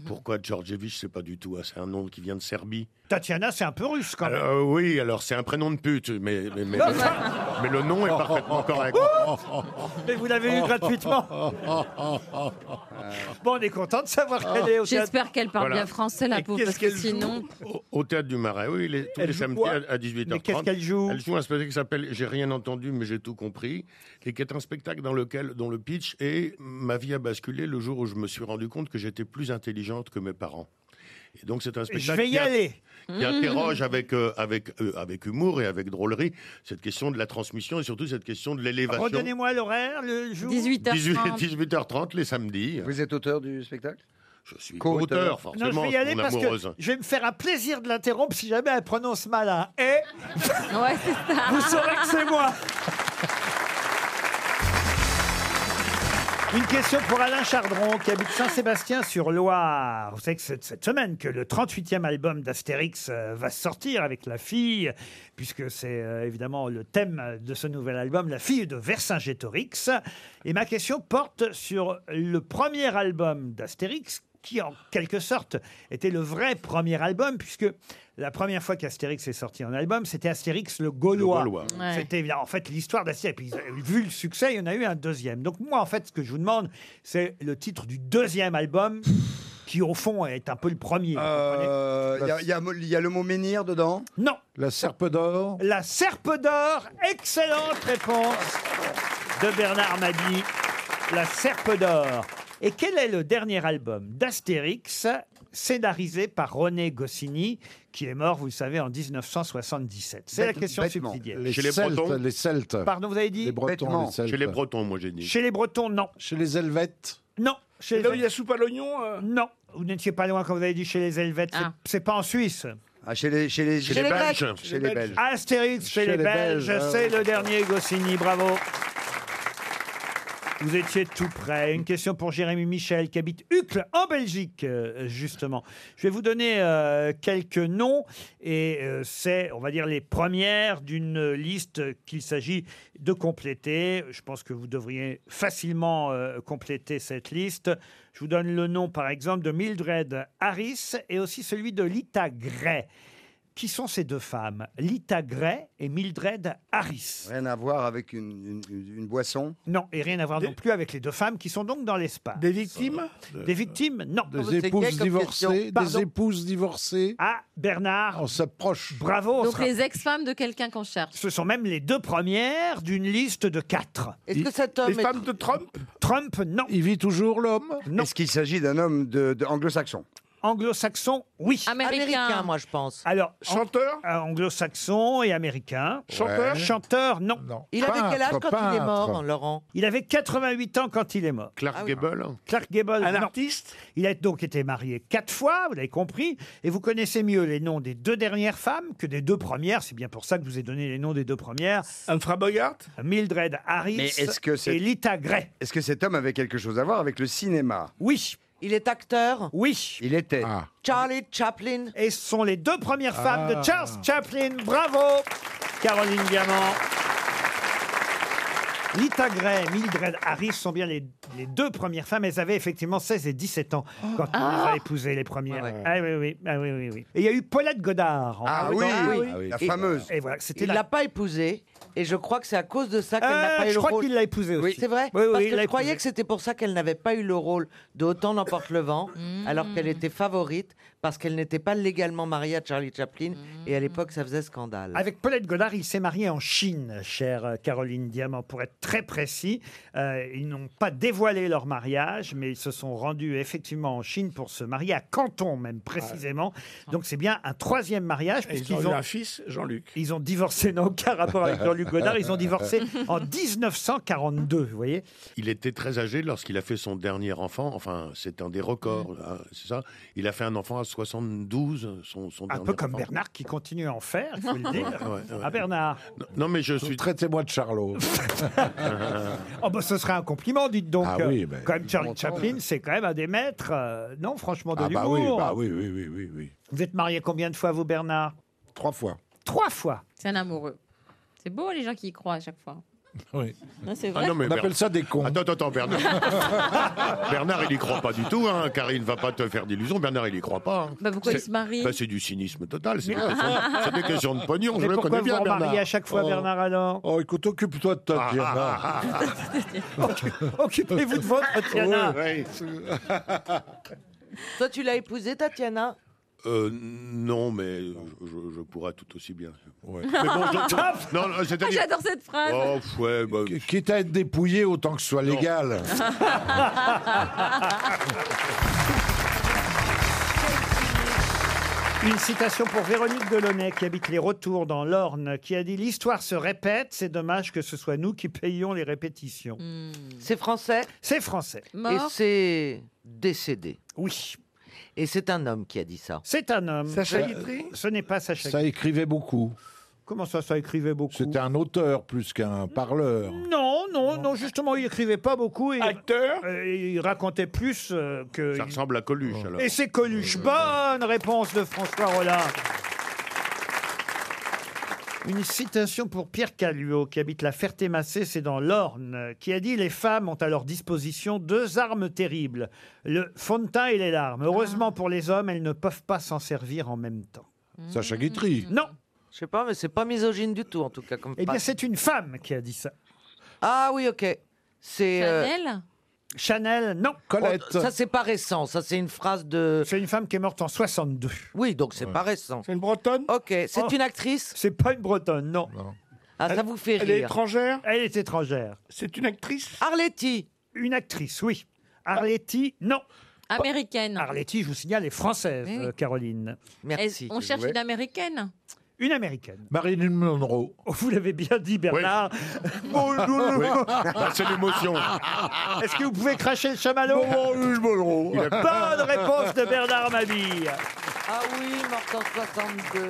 [SPEAKER 4] Pourquoi Djordjevic, c'est pas du tout, hein, c'est un nom qui vient de Serbie.
[SPEAKER 3] Tatiana, c'est un peu russe quand même.
[SPEAKER 4] Alors, euh, oui, alors c'est un prénom de pute, mais, mais, mais- mais le nom est parfaitement correct.
[SPEAKER 3] Mais vous l'avez eu gratuitement. Bon, on est content de savoir qu'elle est au théâtre.
[SPEAKER 13] J'espère qu'elle parle bien français, la
[SPEAKER 3] Et
[SPEAKER 13] pauvre,
[SPEAKER 3] qu'est-ce
[SPEAKER 13] parce que
[SPEAKER 3] qu'elle joue
[SPEAKER 13] sinon.
[SPEAKER 4] Au théâtre du Marais, oui, les- tous
[SPEAKER 3] Elle
[SPEAKER 4] les
[SPEAKER 3] joue
[SPEAKER 4] samedis
[SPEAKER 3] quoi
[SPEAKER 4] à à 18h30.
[SPEAKER 3] Mais qu'est-ce qu'elle joue
[SPEAKER 4] Elle joue un spectacle qui s'appelle J'ai rien entendu, mais j'ai tout compris, et qui est un spectacle dans lequel, dont le pitch est Ma vie a basculé le jour où je me suis rendu compte que j'étais plus intelligente que mes parents. Et donc c'est un spectacle
[SPEAKER 3] vais y
[SPEAKER 4] qui a-
[SPEAKER 3] aller. Mmh.
[SPEAKER 4] qui interroge avec euh, avec euh, avec humour et avec drôlerie cette question de la transmission et surtout cette question de l'élévation.
[SPEAKER 3] Redonnez-moi l'horaire, le jour.
[SPEAKER 4] 18, h 30 les samedis.
[SPEAKER 5] Vous êtes auteur du spectacle
[SPEAKER 4] Je suis
[SPEAKER 5] Co-auteur.
[SPEAKER 4] co-auteur,
[SPEAKER 3] Non,
[SPEAKER 4] forcément.
[SPEAKER 3] je vais y
[SPEAKER 4] c'est
[SPEAKER 3] aller
[SPEAKER 4] mon
[SPEAKER 3] parce
[SPEAKER 4] amoureuse.
[SPEAKER 3] que je vais me faire un plaisir de l'interrompre si jamais elle prononce mal un « et
[SPEAKER 13] Ouais, c'est ça.
[SPEAKER 3] Vous saurez que c'est moi. Une question pour Alain Chardron qui habite Saint-Sébastien sur Loire. Vous savez que c'est cette semaine que le 38e album d'Astérix euh, va sortir avec la fille, puisque c'est euh, évidemment le thème de ce nouvel album, la fille de Vercingétorix. Et ma question porte sur le premier album d'Astérix qui en quelque sorte était le vrai premier album, puisque la première fois qu'Astérix est sorti en album, c'était Astérix le
[SPEAKER 4] Le
[SPEAKER 3] Gaulois.
[SPEAKER 4] Gaulois.
[SPEAKER 3] C'était c'était bien, en fait l'histoire d'Astérix. Et puis, ils- vu le succès, il y en a eu un deuxième. Donc moi, en fait, ce que je vous demande, c'est le titre du deuxième album, qui au fond est un peu le premier.
[SPEAKER 5] Euh, Il y a- il y, a mo- il y a le mot menhir dedans
[SPEAKER 3] Non.
[SPEAKER 5] La serpe d'or
[SPEAKER 3] La serpe d'or, excellente réponse de Bernard Madi. La serpe d'or. Et quel est le dernier album d'Astérix scénarisé par René Goscinny, qui est mort, vous le savez, en 1977 C'est la
[SPEAKER 7] Bête-
[SPEAKER 3] question
[SPEAKER 7] bêtement.
[SPEAKER 3] subsidiaire.
[SPEAKER 7] Les Chez les Celtes, Bretons les Celtes.
[SPEAKER 3] Pardon, vous avez dit
[SPEAKER 7] Les Bretons, Bêtement. les Celtes.
[SPEAKER 4] Chez les Bretons, moi j'ai dit.
[SPEAKER 3] Chez les Bretons, non.
[SPEAKER 7] Chez les Helvètes
[SPEAKER 3] Non. Chez
[SPEAKER 10] Là où il y a soupe à l'oignon euh.
[SPEAKER 3] Non. Vous n'étiez pas loin quand vous avez dit chez les Helvètes. C'est- C'est pas en Suisse.
[SPEAKER 5] Ah, chez les, chez les,
[SPEAKER 3] Chez les Belges.
[SPEAKER 5] Chez les Belges.
[SPEAKER 3] Astérix chez, les, Belges, ah c'est le dernier Goscinny, bravo. Vous étiez tout près. Une question pour Jérémy Michel qui habite Uccle en Belgique, euh, justement. Je vais vous donner euh, quelques noms et euh, c'est, on va dire, les premières d'une liste qu'il s'agit de compléter. Je pense que vous devriez facilement euh, compléter cette liste. Je vous donne le nom, par exemple, de Mildred Harris et aussi celui de Lita Gray. Qui sont ces deux femmes Lita Gray et Mildred Harris.
[SPEAKER 5] Rien à voir avec une, une- une boisson
[SPEAKER 3] Non, et rien à voir non plus avec les deux femmes qui sont donc dans l'espace. Euh,
[SPEAKER 10] Des victimes
[SPEAKER 3] Des victimes Non.
[SPEAKER 7] Des épouses divorcées Des
[SPEAKER 3] Pardon.
[SPEAKER 7] épouses divorcées
[SPEAKER 3] Ah, Bernard
[SPEAKER 7] On s'approche.
[SPEAKER 3] Bravo Oh, on
[SPEAKER 13] Donc
[SPEAKER 3] sera-
[SPEAKER 13] les ex-femmes de quelqu'un qu'on cherche.
[SPEAKER 3] Ce sont même les deux premières d'une liste de quatre.
[SPEAKER 13] Est-ce que cet homme Les est- femmes de
[SPEAKER 3] Trump Trump, non.
[SPEAKER 7] Il vit toujours l'homme
[SPEAKER 5] Est-ce qu'il s'agit d'un homme de, de- anglo-saxon
[SPEAKER 3] Anglo-saxon, oui.
[SPEAKER 8] Américain. Américain, moi, je pense.
[SPEAKER 3] Alors, euh,
[SPEAKER 10] chanteur
[SPEAKER 3] Anglo-saxon et américain.
[SPEAKER 8] Chanteur
[SPEAKER 3] Chanteur, non.
[SPEAKER 8] Il avait quel âge quand il est mort, Laurent Ah
[SPEAKER 3] Il avait 88 ans quand il est mort.
[SPEAKER 4] Clark Gable
[SPEAKER 3] Clark Gable,
[SPEAKER 10] Un
[SPEAKER 3] artiste Il a donc été marié quatre fois, vous l'avez compris, et vous connaissez mieux les noms des deux dernières femmes que des deux premières. C'est bien pour ça que je vous ai donné les noms des deux premières.
[SPEAKER 10] Humphrey Bogart
[SPEAKER 3] Mildred Harris
[SPEAKER 5] Mais est-ce que c'est-
[SPEAKER 3] et Lita Gray.
[SPEAKER 5] Est-ce que cet homme avait quelque chose à voir avec le cinéma
[SPEAKER 3] Oui.
[SPEAKER 8] Il est acteur
[SPEAKER 3] Oui.
[SPEAKER 5] Il était.
[SPEAKER 8] Charlie Chaplin
[SPEAKER 3] Et ce sont les deux premières femmes
[SPEAKER 5] Ah.
[SPEAKER 3] de Charles Chaplin. Bravo, Caroline Diamant. Lita Gray et Mildred Harris sont bien les, les deux premières femmes. Elles avaient effectivement 16 et 17 ans
[SPEAKER 8] Oh.
[SPEAKER 3] quand on
[SPEAKER 8] Ah.
[SPEAKER 3] les a épousées, les premières. Ah oui, oui, ah oui, oui, oui. Et il y a eu Paulette Godard. en-
[SPEAKER 8] Ah
[SPEAKER 3] dans-
[SPEAKER 8] oui,
[SPEAKER 3] dans-
[SPEAKER 8] oui, Ah oui. la
[SPEAKER 3] Et-
[SPEAKER 8] fameuse.
[SPEAKER 3] Et voilà, c'était
[SPEAKER 8] Il
[SPEAKER 3] la-
[SPEAKER 8] l'a pas épousée. Et je crois que c'est à cause de ça qu'elle
[SPEAKER 3] Euh,
[SPEAKER 8] n'a pas eu
[SPEAKER 3] je
[SPEAKER 8] le
[SPEAKER 3] crois
[SPEAKER 8] rôle.
[SPEAKER 3] qu'il l'a épousée aussi.
[SPEAKER 8] C'est vrai
[SPEAKER 3] Oui, oui,
[SPEAKER 8] Parce que je
[SPEAKER 3] il l'a épousée.
[SPEAKER 8] croyais que c'était pour ça qu'elle n'avait pas eu le rôle de Autant l'emporte le vent, alors qu'elle était favorite, parce qu'elle n'était pas légalement mariée à Charlie Chaplin. Et à l'époque, ça faisait scandale.
[SPEAKER 3] Avec Paulette Godard, il s'est marié en Chine, chère euh, Caroline Diamant. Pour être très précis, Euh, ils n'ont pas dévoilé leur mariage, mais ils se sont rendus effectivement en Chine pour se marier, à Canton même précisément. Donc c'est bien un troisième mariage.
[SPEAKER 10] Et
[SPEAKER 3] puisqu'ils
[SPEAKER 10] Ils ont eu un fils, Jean-Luc.
[SPEAKER 3] Ils ont divorcé, non, aucun rapport avec Jean-Luc Godard. Ils ont divorcé en 1942, vous voyez.
[SPEAKER 4] Il était
[SPEAKER 3] Mm.
[SPEAKER 4] très âgé lorsqu'il a fait son dernier enfant. Enfin, c'est un des records, hein, c'est ça. Il a fait un enfant à 72, son, son
[SPEAKER 3] Un
[SPEAKER 4] dernier
[SPEAKER 3] peu comme
[SPEAKER 4] enfant.
[SPEAKER 3] Bernard qui continue à en faire, il faut le dire.
[SPEAKER 4] Ouais, ouais.
[SPEAKER 3] Ah Bernard
[SPEAKER 4] Non, non, mais je suis.
[SPEAKER 7] Traitez-moi de Charlot.
[SPEAKER 3] Oh bah ce serait un compliment, dites donc.
[SPEAKER 7] Ah oui, ben,
[SPEAKER 3] quand même Charlie
[SPEAKER 7] longtemps,
[SPEAKER 3] Chaplin,
[SPEAKER 7] ouais.
[SPEAKER 3] c'est quand même un des maîtres, euh, non franchement, de
[SPEAKER 7] Ah bah
[SPEAKER 3] l'humour.
[SPEAKER 7] oui, bah oui, oui, oui, oui, oui.
[SPEAKER 3] Vous êtes marié combien de fois, vous, Bernard
[SPEAKER 7] Trois fois.
[SPEAKER 3] Trois fois
[SPEAKER 13] C'est un amoureux. C'est beau les gens qui y croient à chaque fois.
[SPEAKER 7] Oui.
[SPEAKER 13] Non, c'est
[SPEAKER 4] Ah
[SPEAKER 13] vrai.
[SPEAKER 4] non, mais
[SPEAKER 7] On appelle ça des cons.
[SPEAKER 4] Attends, attends, attends, Bernard. Bernard, il y croit pas du tout, hein, car il ne va pas te faire d'illusions. Bernard, il y croit pas. hein.
[SPEAKER 13] Bah, pourquoi
[SPEAKER 4] C'est-
[SPEAKER 13] il se marie
[SPEAKER 4] bah, C'est du cynisme total. C'est des,
[SPEAKER 13] Mais-
[SPEAKER 4] questions- c'est des questions de pognon.
[SPEAKER 3] Mais
[SPEAKER 4] je le
[SPEAKER 3] pourquoi
[SPEAKER 4] connais
[SPEAKER 3] vous
[SPEAKER 4] bien,
[SPEAKER 3] vous remariez
[SPEAKER 4] Bernard.
[SPEAKER 3] à chaque fois, Bernard, Ah, alors
[SPEAKER 7] Oh, écoute, occupe-toi de toi, Diana.
[SPEAKER 3] ah. Occupez-vous de votre,
[SPEAKER 7] Diana.
[SPEAKER 8] Toi, tu l'as épousée, Tatiana
[SPEAKER 4] Euh, non, mais je, je- je pourrais tout aussi bien. Mais
[SPEAKER 13] Ah,
[SPEAKER 4] je- non, non,
[SPEAKER 13] Ah,
[SPEAKER 4] c'est-à-dire-
[SPEAKER 13] J'adore cette phrase.
[SPEAKER 4] Oh, pff, ouais, bah,
[SPEAKER 7] Quitte à être dépouillé, autant que ce soit légal.
[SPEAKER 3] Une citation pour Véronique Delaunay, qui habite les Retours dans l'Orne, qui a dit L'histoire se répète, c'est dommage que ce soit nous qui payions les répétitions.
[SPEAKER 8] Hmm. C'est français
[SPEAKER 3] C'est français.
[SPEAKER 8] Et c'est décédé.
[SPEAKER 3] Oui.
[SPEAKER 8] Et c'est un homme qui a dit ça.
[SPEAKER 3] C'est un homme.
[SPEAKER 7] Sacha
[SPEAKER 3] Euh,
[SPEAKER 7] Guitry
[SPEAKER 3] Ce n'est pas Sacha
[SPEAKER 7] Ça écrivait beaucoup.
[SPEAKER 3] Comment ça, ça écrivait beaucoup
[SPEAKER 7] C'était un auteur plus qu'un parleur.
[SPEAKER 3] Non, non, non, justement, il écrivait pas beaucoup. Et, Acteur Il racontait plus euh, que.
[SPEAKER 4] ça ressemble à Coluche, alors. Euh,
[SPEAKER 3] Et c'est Coluche. Bonne réponse de François Rollin. Une citation pour Pierre Caluot, qui habite la Ferté-Massé, c'est dans l'Orne, qui a dit Les femmes ont à leur disposition deux armes terribles, le fontain et les larmes.
[SPEAKER 8] Ah.
[SPEAKER 3] Heureusement pour les hommes, elles ne peuvent pas s'en servir en même temps.
[SPEAKER 7] Sacha Guitry.
[SPEAKER 3] Non
[SPEAKER 8] Je sais pas, mais c'est pas misogyne du tout, en tout cas. Comme
[SPEAKER 3] Eh bien,
[SPEAKER 8] phrase.
[SPEAKER 3] c'est une femme qui a dit ça.
[SPEAKER 8] Ah oui, ok. C'est. euh,
[SPEAKER 13] Chanel
[SPEAKER 3] Chanel, non.
[SPEAKER 8] oh, ça, c'est pas récent. Ça, c'est une phrase de.
[SPEAKER 3] C'est une femme qui est morte en 62.
[SPEAKER 8] Oui, donc c'est pas récent.
[SPEAKER 10] C'est une bretonne
[SPEAKER 8] Ok, c'est
[SPEAKER 3] Oh.
[SPEAKER 8] une actrice
[SPEAKER 3] C'est pas une bretonne, non.
[SPEAKER 8] Ah, ça vous fait
[SPEAKER 10] Elle est
[SPEAKER 8] rire.
[SPEAKER 10] étrangère
[SPEAKER 3] Elle est étrangère.
[SPEAKER 10] C'est une actrice
[SPEAKER 8] Arletty
[SPEAKER 3] Une actrice, oui. Arletty, non. Bah,
[SPEAKER 13] Américaine.
[SPEAKER 3] Arletty, je vous signale, est française,
[SPEAKER 13] Eh oui.
[SPEAKER 3] euh, Caroline.
[SPEAKER 13] Est-ce- On cherche une américaine.
[SPEAKER 3] Une américaine.
[SPEAKER 7] Marilyn Monroe.
[SPEAKER 3] Oh, Vous l'avez bien dit, Bernard. Bonjour.
[SPEAKER 4] Oui. Bah, c'est l'émotion.
[SPEAKER 3] Est-ce que vous pouvez cracher le chamallow
[SPEAKER 4] Il a-
[SPEAKER 3] Bonne réponse de Bernard Mabille.
[SPEAKER 8] Ah oui, morte en 62.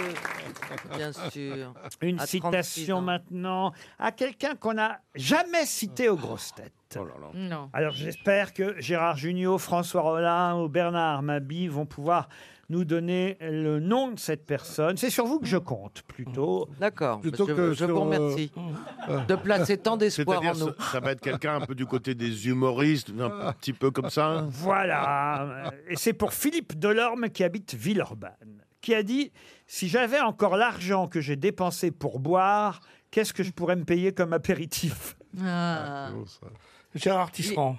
[SPEAKER 8] Bien sûr.
[SPEAKER 3] Une
[SPEAKER 8] À 36
[SPEAKER 3] citation
[SPEAKER 8] ans.
[SPEAKER 3] maintenant à quelqu'un qu'on n'a jamais cité aux grosses têtes.
[SPEAKER 7] Oh
[SPEAKER 13] Non.
[SPEAKER 3] Alors j'espère que Gérard Junior, François Rollin ou Bernard Mabi vont pouvoir nous donner le nom de cette personne. C'est sur vous que je compte plutôt. euh,
[SPEAKER 8] D'accord.
[SPEAKER 7] Plutôt
[SPEAKER 8] Je,
[SPEAKER 7] que
[SPEAKER 8] je
[SPEAKER 7] sur, euh,
[SPEAKER 8] vous remercie de placer tant d'espoir en
[SPEAKER 4] C'est-à-dire,
[SPEAKER 8] nous.
[SPEAKER 4] ça, ça va être quelqu'un un peu du côté des humoristes, un petit peu comme ça. hein.
[SPEAKER 3] Voilà. Et c'est pour Philippe Delorme qui habite Villeurbanne, qui a dit Si j'avais encore l'argent que j'ai dépensé pour boire, qu'est-ce que je pourrais me payer comme apéritif
[SPEAKER 13] Ah.
[SPEAKER 10] Gérard Tisserand.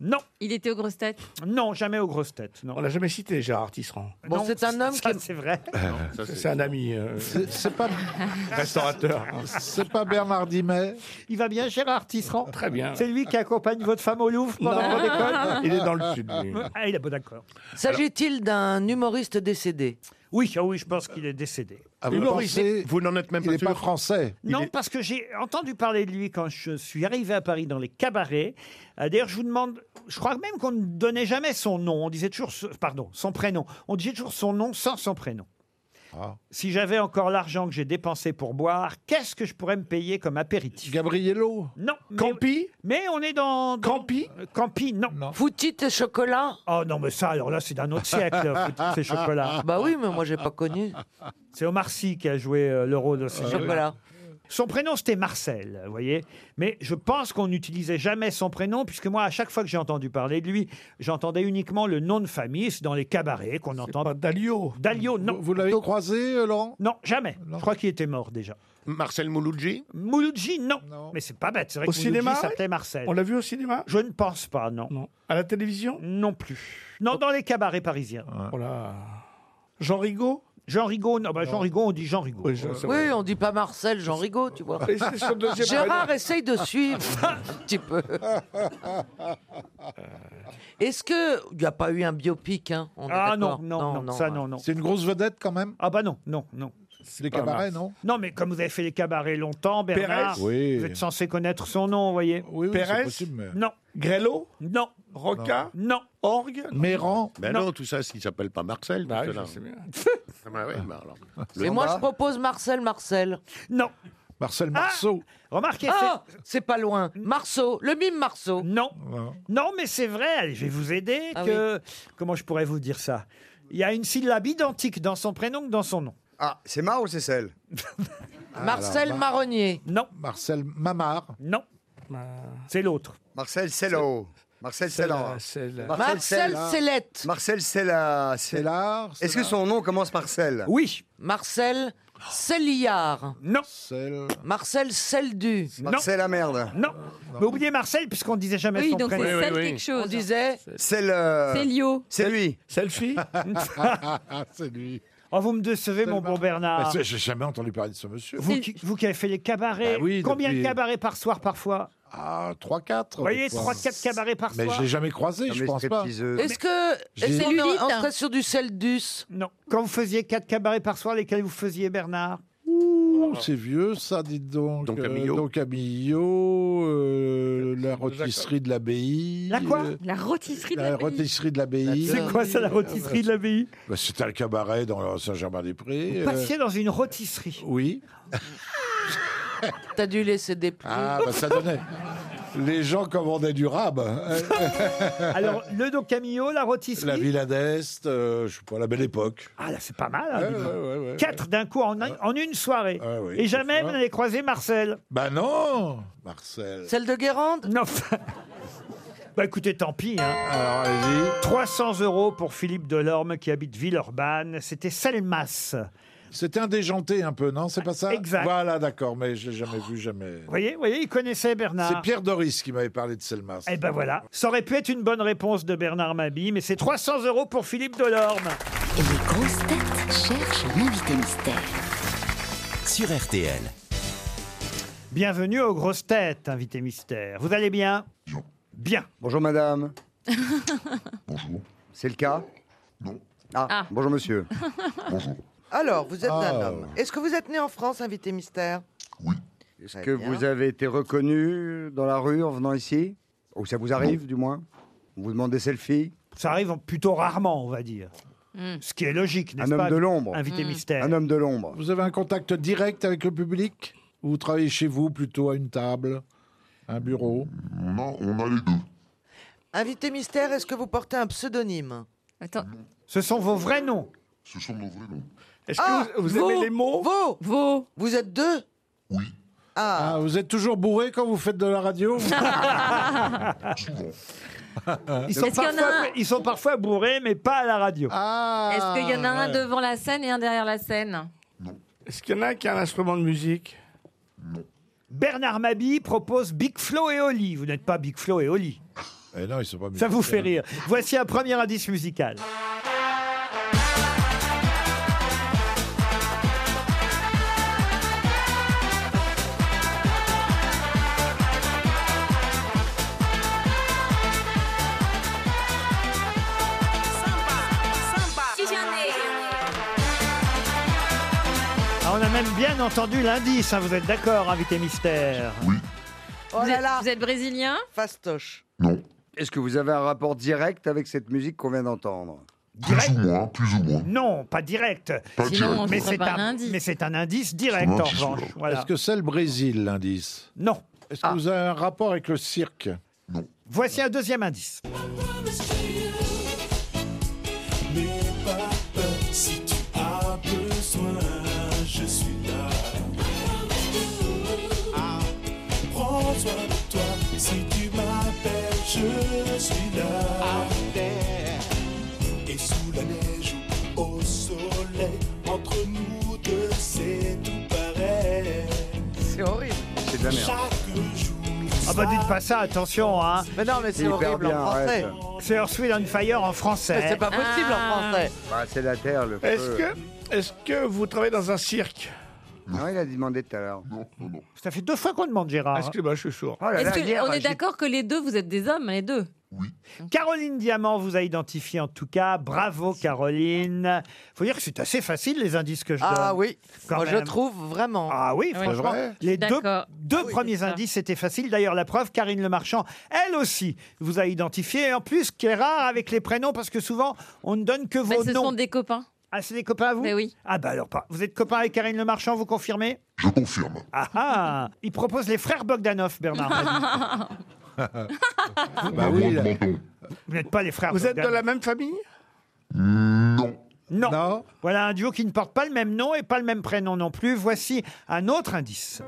[SPEAKER 3] Non,
[SPEAKER 13] Il était aux grosses têtes.
[SPEAKER 3] non, jamais aux grosses têtes. Non.
[SPEAKER 10] On l'a jamais cité, Gérard Tisserand. Euh,
[SPEAKER 8] Bon,
[SPEAKER 3] Non,
[SPEAKER 8] c'est un homme
[SPEAKER 3] ça,
[SPEAKER 8] qui-
[SPEAKER 3] c'est vrai.
[SPEAKER 4] Ça, c'est-
[SPEAKER 10] C'est un ami euh,
[SPEAKER 7] C'est c'est pas,
[SPEAKER 10] restaurateur.
[SPEAKER 7] c'est pas Bernard Dimet.
[SPEAKER 3] Il va bien, Gérard Tisserand
[SPEAKER 10] Très bien.
[SPEAKER 3] C'est lui qui accompagne votre femme au Louvre pendant
[SPEAKER 10] Non.
[SPEAKER 3] qu'on décolle
[SPEAKER 10] Il est dans le sud. lui.
[SPEAKER 3] Ah, il est bon, d'accord.
[SPEAKER 8] S'agit-il d'un humoriste décédé
[SPEAKER 3] Oui, ah oui, je pense qu'il est décédé.
[SPEAKER 7] Ah, vous
[SPEAKER 4] Humoriste.
[SPEAKER 7] pensez-
[SPEAKER 4] Vous n'en êtes même
[SPEAKER 7] il
[SPEAKER 4] pas
[SPEAKER 7] n'est pas
[SPEAKER 4] sûr.
[SPEAKER 7] français.
[SPEAKER 3] Non,
[SPEAKER 4] est-
[SPEAKER 3] parce que j'ai entendu parler de lui quand je suis arrivé à Paris dans les cabarets. Euh, D'ailleurs, je vous demande, je crois même qu'on ne donnait jamais son nom. On disait toujours, ce- pardon, son prénom. On disait toujours son nom sans son prénom.
[SPEAKER 7] Ah.
[SPEAKER 3] Si j'avais encore l'argent que j'ai dépensé pour boire, qu'est-ce que je pourrais me payer comme apéritif
[SPEAKER 7] Gabriello.
[SPEAKER 3] Non. mais-
[SPEAKER 10] Campi
[SPEAKER 3] Mais on est dans. dans-
[SPEAKER 10] Campi
[SPEAKER 3] Euh, Campi, non.
[SPEAKER 8] Foutit et chocolat
[SPEAKER 3] Oh non, mais ça, alors là, c'est d'un autre siècle, ces chocolats.
[SPEAKER 8] Bah oui, mais moi, j'ai pas connu.
[SPEAKER 3] C'est Omar Sy qui a joué euh, le rôle de ces chocolats.
[SPEAKER 8] Chocolat.
[SPEAKER 3] Son prénom, c'était Marcel, vous voyez. Mais je pense qu'on n'utilisait jamais son prénom, puisque moi, à chaque fois que j'ai entendu parler de lui, j'entendais uniquement le nom de famille. C'est dans les cabarets qu'on entend.
[SPEAKER 10] Pas Dalio.
[SPEAKER 3] Dalio, non.
[SPEAKER 7] Vous, vous l'avez croisé, euh, Laurent
[SPEAKER 3] Non, jamais. Je crois qu'il était mort déjà.
[SPEAKER 4] Marcel Mouloudji
[SPEAKER 3] Mouloudji, non.
[SPEAKER 7] Non.
[SPEAKER 3] Mais c'est pas bête. C'est vrai
[SPEAKER 10] Au
[SPEAKER 3] que Mouloudji
[SPEAKER 10] cinéma,
[SPEAKER 3] s'appelait Marcel.
[SPEAKER 10] On l'a vu au cinéma
[SPEAKER 3] Je ne pense pas, non.
[SPEAKER 10] Non. À la télévision
[SPEAKER 3] Non plus. Non, dans les cabarets parisiens.
[SPEAKER 10] Voilà. Jean Rigaud
[SPEAKER 3] Jean Rigaud, non, bah, Jean Rigaud, on dit Jean Rigaud.
[SPEAKER 10] Oui, je- c'est vrai.
[SPEAKER 8] Oui, on dit pas Marcel, Jean Rigaud, tu vois.
[SPEAKER 10] Et c'est son deuxième
[SPEAKER 8] Gérard, essaye de suivre un petit peu.
[SPEAKER 4] Euh,
[SPEAKER 8] Est-ce que il n'y a pas eu un biopic hein On est
[SPEAKER 3] Ah non
[SPEAKER 8] d'accord hein.
[SPEAKER 3] non, non, ça non, non.
[SPEAKER 7] C'est une grosse vedette quand même.
[SPEAKER 3] Ah bah non, non, non.
[SPEAKER 7] C'est les cabarets, non
[SPEAKER 3] Non, mais comme vous avez fait les cabarets longtemps, Bernard,
[SPEAKER 7] Pérez Oui.
[SPEAKER 3] vous êtes censé connaître son nom, vous voyez.
[SPEAKER 7] oui, c'est Pérez possible, mais-
[SPEAKER 3] Non. Grello Non. Roca Non.
[SPEAKER 10] Oh.
[SPEAKER 3] Orgue
[SPEAKER 7] Méran
[SPEAKER 4] Ben non, tout ça, s'il s'appelle pas Marcel. tout
[SPEAKER 7] oui,
[SPEAKER 4] cela.
[SPEAKER 7] je sais bien.
[SPEAKER 4] Ah bah oui, bah alors.
[SPEAKER 8] Mais moi, je propose Marcel Marcel.
[SPEAKER 3] Non. Ah
[SPEAKER 7] Marcel Marceau.
[SPEAKER 3] Remarquez.
[SPEAKER 8] Ah, c'est pas loin. Marceau, le mime Marceau.
[SPEAKER 3] Non.
[SPEAKER 7] Ah.
[SPEAKER 3] Non, mais c'est vrai, allez, je vais vous aider.
[SPEAKER 8] Ah
[SPEAKER 3] que... Comment je pourrais vous dire ça Il y a une syllabe identique dans son prénom que dans son nom. Ah, c'est Mar ou c'est celle
[SPEAKER 7] Ah,
[SPEAKER 8] Marcel
[SPEAKER 3] Mar-
[SPEAKER 8] Marronnier.
[SPEAKER 3] Non.
[SPEAKER 7] Marcel Mamard.
[SPEAKER 3] Non. C'est l'autre.
[SPEAKER 5] Marcel Cello. Marcel Cello.
[SPEAKER 8] Marcel Cellette.
[SPEAKER 5] Marcel Cella. Cellard. Est-ce que son nom commence par Cell
[SPEAKER 3] Oui.
[SPEAKER 8] Marcel Cellillard.
[SPEAKER 3] Non.
[SPEAKER 8] Marcel Celdu.
[SPEAKER 5] Marcel la merde.
[SPEAKER 3] Non. Mais oubliez Marcel, puisqu'on disait jamais
[SPEAKER 8] Oui,
[SPEAKER 3] son
[SPEAKER 8] donc
[SPEAKER 3] prénom.
[SPEAKER 8] c'est Oui, celle oui, oui. quelque chose. On disait-
[SPEAKER 5] C'est le.
[SPEAKER 3] C'est Lio.
[SPEAKER 5] euh, C'est lui.
[SPEAKER 7] Selfie
[SPEAKER 3] c'est lui. Oh, vous me décevez, mon bon
[SPEAKER 7] Bah,
[SPEAKER 3] Bernard.
[SPEAKER 7] c'est- J'ai jamais entendu parler de ce monsieur.
[SPEAKER 3] Vous qui, vous qui avez fait les cabarets,
[SPEAKER 7] Bah oui,
[SPEAKER 3] combien
[SPEAKER 7] depuis-
[SPEAKER 3] de cabarets par soir parfois
[SPEAKER 7] Ah, 3-4.
[SPEAKER 3] Vous voyez,
[SPEAKER 7] des fois.
[SPEAKER 3] 3-4 cabarets par
[SPEAKER 7] Mais
[SPEAKER 3] soir.
[SPEAKER 7] je l'ai jamais croisé, je pense pas.
[SPEAKER 8] Est-ce que
[SPEAKER 7] J'ai-
[SPEAKER 8] est-ce qu'on
[SPEAKER 3] Cellulite,
[SPEAKER 8] en- on
[SPEAKER 3] hein.
[SPEAKER 8] serait sur du Celdus
[SPEAKER 3] Non. Quand vous faisiez 4 cabarets par soir, lesquels vous faisiez, Bernard
[SPEAKER 7] Ouh, Oh, c'est vieux ça, dites donc.
[SPEAKER 4] Don
[SPEAKER 7] Euh,
[SPEAKER 4] Camillo.
[SPEAKER 7] Don Camillo, euh, la rôtisserie de l'abbaye.
[SPEAKER 3] La quoi
[SPEAKER 7] euh,
[SPEAKER 6] La rôtisserie de
[SPEAKER 7] La
[SPEAKER 6] l'abbaye.
[SPEAKER 7] rôtisserie de l'abbaille.
[SPEAKER 3] C'est quoi ça, la rôtisserie de l'abbaye
[SPEAKER 7] bah, C'était un cabaret dans Saint-Germain-des-Prés. euh.
[SPEAKER 3] Vous passiez dans une rôtisserie.
[SPEAKER 7] Oui.
[SPEAKER 8] T'as dû laisser des plombs.
[SPEAKER 7] Ah, bah ça donnait. Les gens commandaient du rab.
[SPEAKER 3] Alors, le Don Camillo, la rôtisserie
[SPEAKER 7] La Villa d'Est, euh, je sais pas, la belle époque.
[SPEAKER 3] Ah, là, c'est pas mal. hein,
[SPEAKER 7] Ouais,
[SPEAKER 3] dis donc.
[SPEAKER 7] ouais, ouais, ouais,
[SPEAKER 3] Quatre d'un coup en, un- en une soirée.
[SPEAKER 7] oui,
[SPEAKER 3] Et
[SPEAKER 7] c'est
[SPEAKER 3] jamais
[SPEAKER 7] ça.
[SPEAKER 3] vous n'avez croisé Marcel.
[SPEAKER 7] Bah non Marcel.
[SPEAKER 8] Celle de Guérande
[SPEAKER 3] Non. bah écoutez, tant pis. hein. 300 euros pour Philippe Delorme qui habite Villeurbanne. C'était Selmas.
[SPEAKER 7] C'était un déjanté un peu, non C'est pas ça
[SPEAKER 3] Exact.
[SPEAKER 7] Voilà, d'accord, mais je l'ai jamais vu, jamais.
[SPEAKER 3] Vous voyez, vous voyez, il connaissait Bernard.
[SPEAKER 7] C'est Pierre Doris qui m'avait parlé de Selmas.
[SPEAKER 3] Eh ben voilà, ça aurait pu être une bonne réponse de Bernard Mabi, mais c'est 300 euros pour Philippe Delorme.
[SPEAKER 15] Et les grosses têtes cherchent l'invité mystère.
[SPEAKER 16] Sur RTL.
[SPEAKER 3] Bienvenue aux grosses têtes, invité mystère. Vous allez bien Bien.
[SPEAKER 5] Bonjour madame. Bonjour. C'est le cas
[SPEAKER 7] Non.
[SPEAKER 5] Ah,
[SPEAKER 8] Ah.
[SPEAKER 5] bonjour monsieur.
[SPEAKER 8] Bonjour. Alors, vous êtes un
[SPEAKER 5] Ah.
[SPEAKER 8] homme. Est-ce que vous êtes né en France, invité mystère
[SPEAKER 5] Est-ce que vous avez été reconnu dans la rue en venant ici Ou ça vous arrive du moins On vous demande des selfies
[SPEAKER 3] Ça arrive plutôt rarement, on va dire. Ce qui est logique, n'est-ce
[SPEAKER 5] Un homme
[SPEAKER 3] pas
[SPEAKER 5] de l'ombre.
[SPEAKER 3] Invité
[SPEAKER 17] Mm.
[SPEAKER 3] mystère.
[SPEAKER 5] Un homme de l'ombre.
[SPEAKER 7] Mmh. Vous avez un contact direct avec le public Ou vous travaillez chez vous plutôt à une table, un bureau Non, on a les deux.
[SPEAKER 8] Invité mystère, est-ce que vous portez un pseudonyme
[SPEAKER 6] Attends.
[SPEAKER 3] Ce sont vos vrais noms
[SPEAKER 8] Ce sont nos vrais noms.
[SPEAKER 17] Est-ce que vous- vous aimez les
[SPEAKER 8] mots Ah, Vos Vos Vous êtes deux Oui. Ah.
[SPEAKER 7] vous êtes toujours bourré quand vous faites de la radio
[SPEAKER 3] Ils sont,
[SPEAKER 6] Est-ce qu'il y en a
[SPEAKER 3] parfois,
[SPEAKER 6] un-
[SPEAKER 3] ils sont parfois bourrés, mais pas à la radio. Ah.
[SPEAKER 17] Ah.
[SPEAKER 6] Est-ce qu'il y en a un devant la scène et un derrière la scène
[SPEAKER 17] Est-ce qu'il y en a un qui a un instrument de musique
[SPEAKER 3] Bernard Mabi propose Big Flo et Oli. Vous n'êtes pas Big Flo et Oli.
[SPEAKER 7] Eh non, ils sont pas
[SPEAKER 3] Ça vous fait
[SPEAKER 7] musiciens.
[SPEAKER 3] rire. Voici un premier indice musical. Ah, on a même bien entendu l'indice, hein, vous êtes d'accord, invité mystère
[SPEAKER 8] Oh
[SPEAKER 6] vous,
[SPEAKER 8] là
[SPEAKER 6] êtes,
[SPEAKER 8] là
[SPEAKER 6] vous êtes brésilien
[SPEAKER 8] Fastoche.
[SPEAKER 5] Est-ce que vous avez un rapport direct avec cette musique qu'on vient d'entendre
[SPEAKER 3] Direct
[SPEAKER 5] moins, plus ou moins.
[SPEAKER 3] Non, pas direct.
[SPEAKER 5] Pas Sinon, direct. on
[SPEAKER 3] mais
[SPEAKER 5] serait
[SPEAKER 3] c'est
[SPEAKER 5] pas
[SPEAKER 3] un,
[SPEAKER 5] un
[SPEAKER 3] mais c'est un indice direct en revanche. Voilà.
[SPEAKER 7] Est-ce que c'est le Brésil, l'indice
[SPEAKER 3] Non.
[SPEAKER 7] Est-ce
[SPEAKER 8] Ah.
[SPEAKER 7] que vous avez un rapport avec le cirque
[SPEAKER 3] Voici un deuxième indice.
[SPEAKER 10] N'aie pas peur si tu as besoin, je suis là. Ah. Prends soin de toi si tu m'appelles, je suis là. Et sous la neige ou au soleil, entre nous deux, c'est tout pareil.
[SPEAKER 8] C'est horrible.
[SPEAKER 5] C'est de la merde.
[SPEAKER 10] Chaque jour,
[SPEAKER 3] Ah bah dites pas ça, attention hein.
[SPEAKER 8] Mais non, mais c'est C'est hyper horrible en bien, français. arrête.
[SPEAKER 3] C'est Earthwind on Fire en français.
[SPEAKER 8] Mais c'est pas possible
[SPEAKER 3] Ah.
[SPEAKER 8] en français.
[SPEAKER 5] Bah, c'est la terre, le
[SPEAKER 17] Est-ce
[SPEAKER 5] feu.
[SPEAKER 17] que, est-ce que vous travaillez dans un cirque
[SPEAKER 5] Non, Ah il a demandé tout à l'heure. Non, non, non.
[SPEAKER 3] Ça fait deux fois qu'on demande Gérard.
[SPEAKER 17] Excusez-moi, je suis sourd.
[SPEAKER 5] Oh là
[SPEAKER 6] Est-ce
[SPEAKER 5] là,
[SPEAKER 6] que-
[SPEAKER 5] hier,
[SPEAKER 6] On est
[SPEAKER 5] j'ai-
[SPEAKER 6] d'accord que les deux, vous êtes des hommes, les deux
[SPEAKER 3] Caroline Diamant vous a identifié en tout cas. Bravo Caroline. Faut dire que c'est assez facile les indices que je donne.
[SPEAKER 8] Ah oui. Moi, je trouve Ah
[SPEAKER 3] vraiment. Ah oui,
[SPEAKER 8] Oui.
[SPEAKER 3] franchement.
[SPEAKER 8] C'est vrai.
[SPEAKER 3] Les
[SPEAKER 8] Je suis
[SPEAKER 3] deux,
[SPEAKER 8] d'accord.
[SPEAKER 3] deux premiers indices étaient faciles. D'ailleurs, la preuve, Karine Le Marchand, elle aussi, vous a identifié. Et en plus, ce qui est rare avec les prénoms, parce que souvent, on ne donne que vos
[SPEAKER 13] ce
[SPEAKER 3] noms.
[SPEAKER 13] sont des copains.
[SPEAKER 3] Ah, c'est des copains à vous
[SPEAKER 13] Mais oui.
[SPEAKER 3] Ah bah alors pas. Vous êtes copain avec Karine Le Marchand, vous confirmez Je confirme. Ah ah Il propose les frères Bogdanov, Bernard. Mabie.
[SPEAKER 7] bah oui, là.
[SPEAKER 3] vous n'êtes pas les frères
[SPEAKER 10] Vous êtes de la
[SPEAKER 3] même famille non. Voilà un duo qui ne porte pas le même nom et pas le même prénom non plus. Voici un autre indice.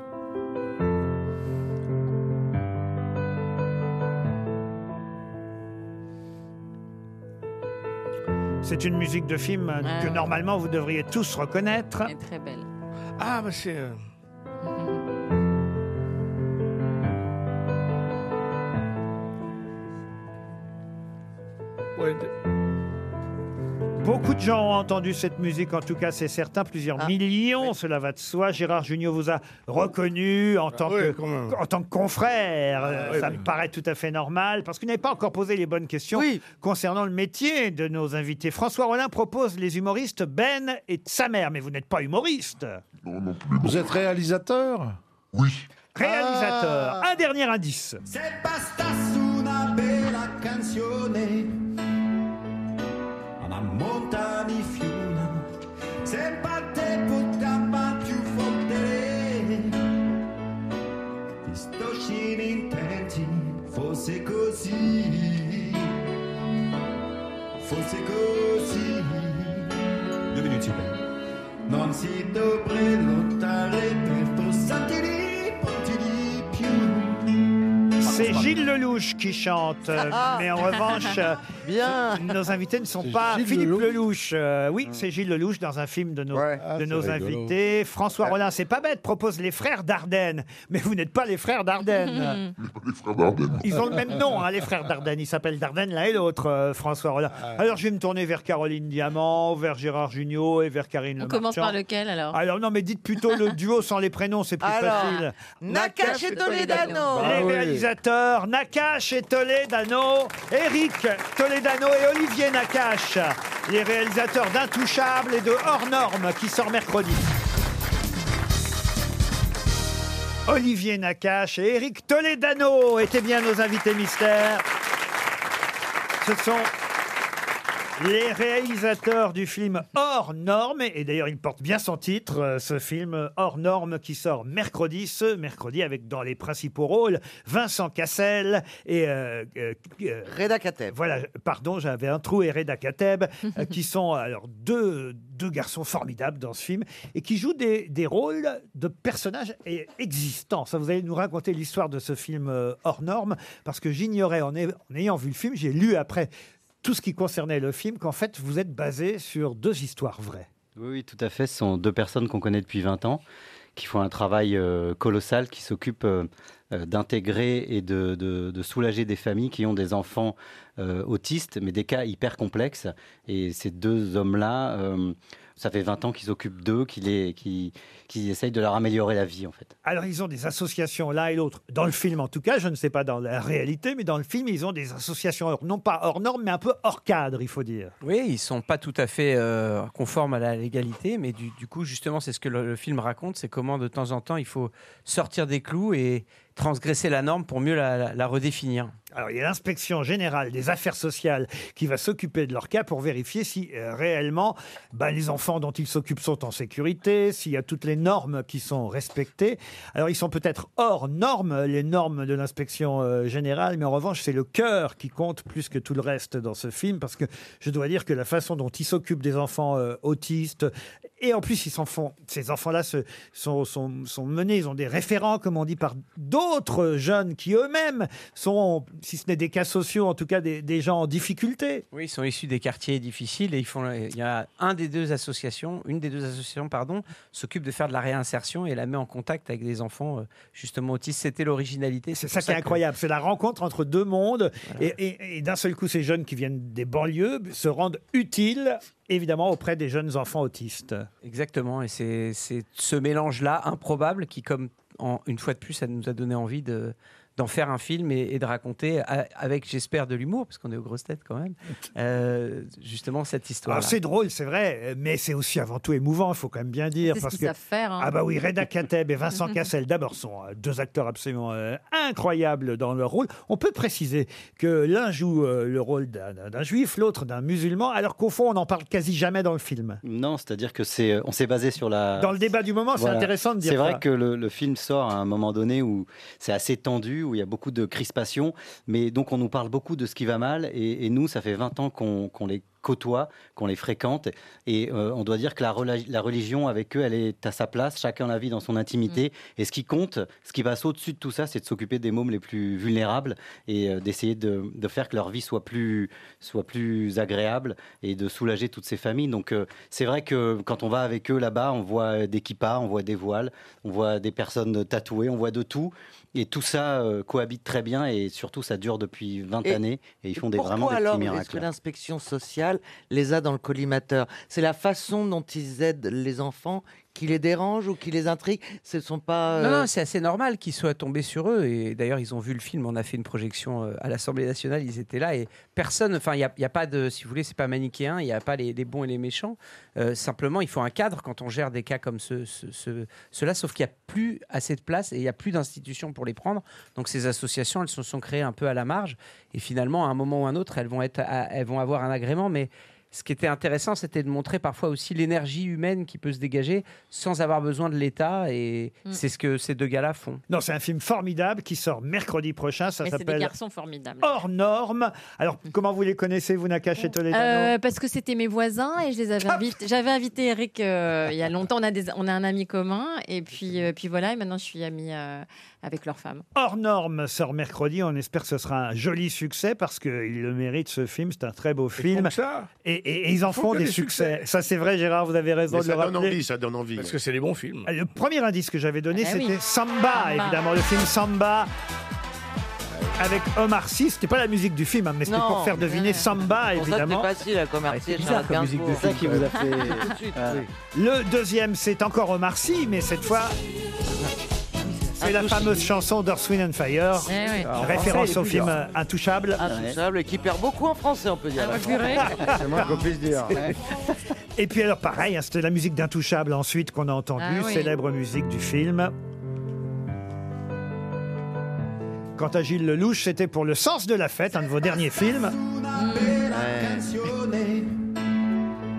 [SPEAKER 3] C'est une musique de film euh,
[SPEAKER 13] Ah
[SPEAKER 3] que
[SPEAKER 13] ouais.
[SPEAKER 3] normalement vous devriez tous reconnaître.
[SPEAKER 13] Elle est très belle.
[SPEAKER 10] Ah, bah c'est. euh, ouais, de-
[SPEAKER 3] Beaucoup de gens ont entendu cette musique, en tout cas c'est certain, plusieurs
[SPEAKER 10] Ah.
[SPEAKER 3] millions, cela va de soi. Gérard Junior vous a reconnu en tant,
[SPEAKER 10] Ah oui, quand même. Ah
[SPEAKER 3] que, en tant que confrère, Euh,
[SPEAKER 10] oui,
[SPEAKER 3] ça
[SPEAKER 10] oui.
[SPEAKER 3] me paraît tout à fait normal, parce que vous n'avez pas encore posé les bonnes questions concernant le métier de nos invités. François Rollin propose les humoristes Ben et sa mère, mais vous n'êtes pas humoriste.
[SPEAKER 7] Vous êtes réalisateur
[SPEAKER 10] Ah.
[SPEAKER 3] Réalisateur, un dernier indice.
[SPEAKER 18] Basta su una bella canzone, una monta di fiume, sempre te potrebbe più forte. Ti sto scini intenti, fosse così, fosse così. Due minuti, non si dovrebbe lottare per fossati lì, ponti di più.
[SPEAKER 3] C'est Gilles Lelouch qui chante, euh,
[SPEAKER 13] Ah.
[SPEAKER 3] mais en revanche, euh,
[SPEAKER 8] Bien.
[SPEAKER 3] nos invités ne sont
[SPEAKER 8] C'est
[SPEAKER 3] pas
[SPEAKER 8] Gilles Hmm.
[SPEAKER 3] Philippe Lelouch. euh, oui, c'est Gilles Lelouch dans un film de nos, de
[SPEAKER 8] Ah, c'est
[SPEAKER 3] nos
[SPEAKER 8] rigolo.
[SPEAKER 3] invités. François Rollin, c'est pas bête, propose les frères d'Ardenne, mais vous n'êtes pas les frères d'Ardenne.
[SPEAKER 13] Hmm.
[SPEAKER 3] Ils ont le même nom, hein, les frères Dardenne. Ils s'appellent Dardenne l'un et l'autre, euh, François Rollin.
[SPEAKER 8] Ah.
[SPEAKER 3] Alors je vais me tourner vers Caroline Diamant, vers Gérard Jugnot et vers Karine
[SPEAKER 13] On
[SPEAKER 3] Le
[SPEAKER 13] commence
[SPEAKER 3] Marchand.
[SPEAKER 13] par
[SPEAKER 3] Ah.
[SPEAKER 13] lequel alors
[SPEAKER 3] Alors non, mais dites plutôt le duo sans les prénoms, c'est plus
[SPEAKER 13] Alors,
[SPEAKER 3] facile.
[SPEAKER 8] Nakache et Toledano.
[SPEAKER 3] Les
[SPEAKER 8] Ah oui.
[SPEAKER 3] réalisateurs Nakache et Toledano, Eric Toledano et Olivier Nakache. Les réalisateurs d'Intouchables et de Hors Normes qui sort mercredi. Olivier Nakache et Eric Toledano étaient bien nos invités mystères. Ce sont les réalisateurs du film Hors Normes, et d'ailleurs il porte bien son titre, euh, ce film euh, Hors Normes qui sort mercredi, ce mercredi avec dans les principaux rôles Vincent Cassel et... euh,
[SPEAKER 8] Reda Kateb.
[SPEAKER 3] Voilà, pardon, j'avais un trou, et Reda Kateb, euh, qui sont alors deux, deux garçons formidables dans ce film, et qui jouent des, des rôles de personnages et- existants. Ça, vous allez nous raconter l'histoire de ce film euh, Hors Normes, parce que j'ignorais, en, ay- en ayant vu le film, j'ai lu après tout ce qui concernait le film, qu'en fait, vous êtes basé sur deux histoires vraies.
[SPEAKER 19] Oui, oui, tout à fait. Ce sont deux personnes qu'on connaît depuis 20 ans, qui font un travail euh, colossal, qui s'occupent euh, euh, d'intégrer et de, de- de soulager des familles qui ont des enfants euh, autistes, mais des cas hyper complexes. Et ces deux hommes-là, euh, ça fait 20 ans qu'ils s'occupent d'eux, qu'ils les- qui, qui essayent de leur améliorer la vie, en fait.
[SPEAKER 3] Alors, ils ont des associations l'un et l'autre, dans le film en tout cas, je ne sais pas dans la réalité, mais dans le film, ils ont des associations, hors- non pas hors normes, mais un peu hors cadre, il faut dire.
[SPEAKER 20] Oui, ils sont pas tout à fait euh, conformes à la légalité, mais du, du coup, justement, c'est ce que le, le film raconte, c'est comment de temps en temps il faut sortir des clous et transgresser la norme pour mieux la, la- la redéfinir.
[SPEAKER 3] Alors, il y a l'inspection générale des affaires sociales qui va s'occuper de leur cas pour vérifier si euh, réellement bah, les enfants dont ils s'occupent sont en sécurité, s'il y a toutes les normes qui sont respectées. Alors, ils sont peut-être hors normes, les normes de l'inspection euh, générale, mais en revanche, c'est le cœur qui compte plus que tout le reste dans ce film, parce que je dois dire que la façon dont ils s'occupent des enfants euh, autistes, et en plus, ils s'en font, ces enfants-là se- sont, sont- sont menés, ils ont des référents, comme on dit, par d'autres jeunes qui eux-mêmes sont, si ce n'est des cas sociaux, en tout cas des, des gens en difficulté.
[SPEAKER 20] Oui, ils sont issus des quartiers difficiles et ils font. Il y a un des deux associations, une des deux associations, pardon, s'occupe de faire de la réinsertion et la met en contact avec des enfants euh, justement autistes. C'était l'originalité.
[SPEAKER 3] C'est ça qui est incroyable, c'est la rencontre entre deux mondes. Et, et- et d'un seul coup, ces jeunes qui viennent des banlieues se rendent utiles, évidemment, auprès des jeunes enfants autistes.
[SPEAKER 20] Exactement, et c'est c'est ce mélange-là improbable qui, comme en- une fois de plus, ça nous a donné envie de, d'en faire un film et, et de raconter, a- avec, j'espère, de l'humour, parce qu'on est aux grosses têtes quand même, euh, justement cette histoire.
[SPEAKER 3] Alors c'est drôle, c'est vrai, mais c'est aussi avant tout émouvant, il faut quand même bien dire.
[SPEAKER 20] C'est ce
[SPEAKER 3] parce
[SPEAKER 20] qu'ils
[SPEAKER 3] que...
[SPEAKER 20] savent faire, hein.
[SPEAKER 3] Ah bah oui, Reda Kateb et Vincent Cassel, d'abord, sont euh, deux acteurs absolument euh, incroyables dans leur rôle. On peut préciser que l'un joue euh, le rôle d'un d'un juif, l'autre d'un musulman, alors qu'au fond, on n'en parle quasi jamais dans le film.
[SPEAKER 19] Non, c'est-à-dire que c'est, euh, on s'est basé sur la.
[SPEAKER 3] Dans le débat du moment, c'est
[SPEAKER 19] Voilà.
[SPEAKER 3] intéressant de dire
[SPEAKER 19] C'est vrai
[SPEAKER 3] ça.
[SPEAKER 19] que le, le film sort à un moment donné où c'est assez tendu, où il y a beaucoup de crispation, mais donc on nous parle beaucoup de ce qui va mal, et, et nous, ça fait 20 ans qu'on qu'on les côtoie, qu'on les fréquente, et euh, on doit dire que la, rela- la religion avec eux, elle est à sa place, chacun la vit dans son intimité,
[SPEAKER 3] Mm.
[SPEAKER 19] et ce qui compte, ce qui passe au-dessus de tout ça, c'est de s'occuper des mômes les plus vulnérables, et euh, d'essayer de, de faire que leur vie soit plus, soit plus agréable, et de soulager toutes ces familles. Donc euh, c'est vrai que quand on va avec eux là-bas, on voit euh, des kippas, on voit des voiles, on voit des personnes tatouées, on voit de tout. Et tout ça euh, cohabite très bien et surtout ça dure depuis 20
[SPEAKER 8] Et-
[SPEAKER 19] années et ils font des,
[SPEAKER 8] pourquoi
[SPEAKER 19] vraiment des
[SPEAKER 8] alors
[SPEAKER 19] petits
[SPEAKER 8] Est-ce que
[SPEAKER 19] miracles.
[SPEAKER 8] l'inspection sociale les a dans le collimateur C'est la façon dont ils aident les enfants qui les dérange ou qui les intrigue Ce ne sont pas.
[SPEAKER 20] Non,
[SPEAKER 8] euh,
[SPEAKER 20] non, c'est assez normal qu'ils soient tombés sur eux. Et d'ailleurs, ils ont vu le film. On a fait une projection euh, à l'Assemblée nationale. Ils étaient là et personne. Enfin, il n'y a, il y a pas de. Si vous voulez, c'est pas manichéen. Il n'y a pas les, les bons et les méchants. Euh, simplement, il faut un cadre quand on gère des cas comme ce, ce- ce- ceux-là. Sauf qu'il n'y a plus assez de place et il n'y a plus d'institutions pour les prendre. Donc, ces associations, elles se sont créées un peu à la marge. Et finalement, à un moment ou un autre, elles vont être, à- elles vont avoir un agrément, mais ce qui était intéressant, c'était de montrer parfois aussi l'énergie humaine qui peut se dégager sans avoir besoin de l'État. Et c'est ce que ces deux gars-là font.
[SPEAKER 3] Non, c'est un film formidable qui sort mercredi prochain, ça
[SPEAKER 13] Mais c'est des
[SPEAKER 3] s'appelle
[SPEAKER 13] garçons formidables.
[SPEAKER 3] Hors normes. Alors, comment vous les connaissez, vous, Nakache et Toledano
[SPEAKER 13] Euh, parce que c'était mes voisins et je les avais invités. J'avais invité Eric euh, il y a longtemps. On a, des, on a un ami commun et puis, euh, puis voilà. Et maintenant, je suis amie euh, avec leur femme.
[SPEAKER 3] Hors norme sort mercredi. On espère que ce sera un joli succès parce qu'il le mérite, ce film. C'est un très beau film. Et, et- et ils en
[SPEAKER 4] Ils font
[SPEAKER 3] font
[SPEAKER 4] que
[SPEAKER 3] des
[SPEAKER 4] des
[SPEAKER 3] succès.
[SPEAKER 4] succès.
[SPEAKER 3] Ça, c'est vrai, Gérard, vous avez raison
[SPEAKER 4] Mais
[SPEAKER 3] de
[SPEAKER 4] ça
[SPEAKER 3] le
[SPEAKER 4] donne
[SPEAKER 3] rappeler.
[SPEAKER 4] envie, ça donne envie. Parce que c'est des bons films.
[SPEAKER 3] Le premier indice que j'avais donné,
[SPEAKER 8] Eh
[SPEAKER 4] Ah oui.
[SPEAKER 3] c'était Samba,
[SPEAKER 4] Samba.
[SPEAKER 3] évidemment. Le film Samba. Avec Omar Sy, c'était pas la musique du film, hein, mais c'était
[SPEAKER 8] Non.
[SPEAKER 3] pour faire deviner Samba,
[SPEAKER 8] Pour ça, c'était
[SPEAKER 3] Ah, évidemment.
[SPEAKER 8] Ah, facile à commercer. Charles Gainsbourg. Tout de suite, oui.
[SPEAKER 3] Le deuxième, c'est encore Omar Sy, mais cette fois, c'est la fameuse chanson d'Earthwind and Fire,
[SPEAKER 8] Eh oui. En français,
[SPEAKER 3] référence
[SPEAKER 8] il est Ah,
[SPEAKER 3] au
[SPEAKER 8] plus
[SPEAKER 3] film
[SPEAKER 8] dur.
[SPEAKER 3] Intouchable.
[SPEAKER 8] Intouchable et qui perd beaucoup en français, on peut dire.
[SPEAKER 3] Ah, purée. C'est moins qu'on puisse dire. Et puis alors pareil, hein, c'était la musique d'Intouchable ensuite qu'on a entendue,
[SPEAKER 18] Ah oui.
[SPEAKER 3] célèbre musique du film. Quant à Gilles Lelouch, c'était pour Le Sens de la Fête, un de vos derniers films.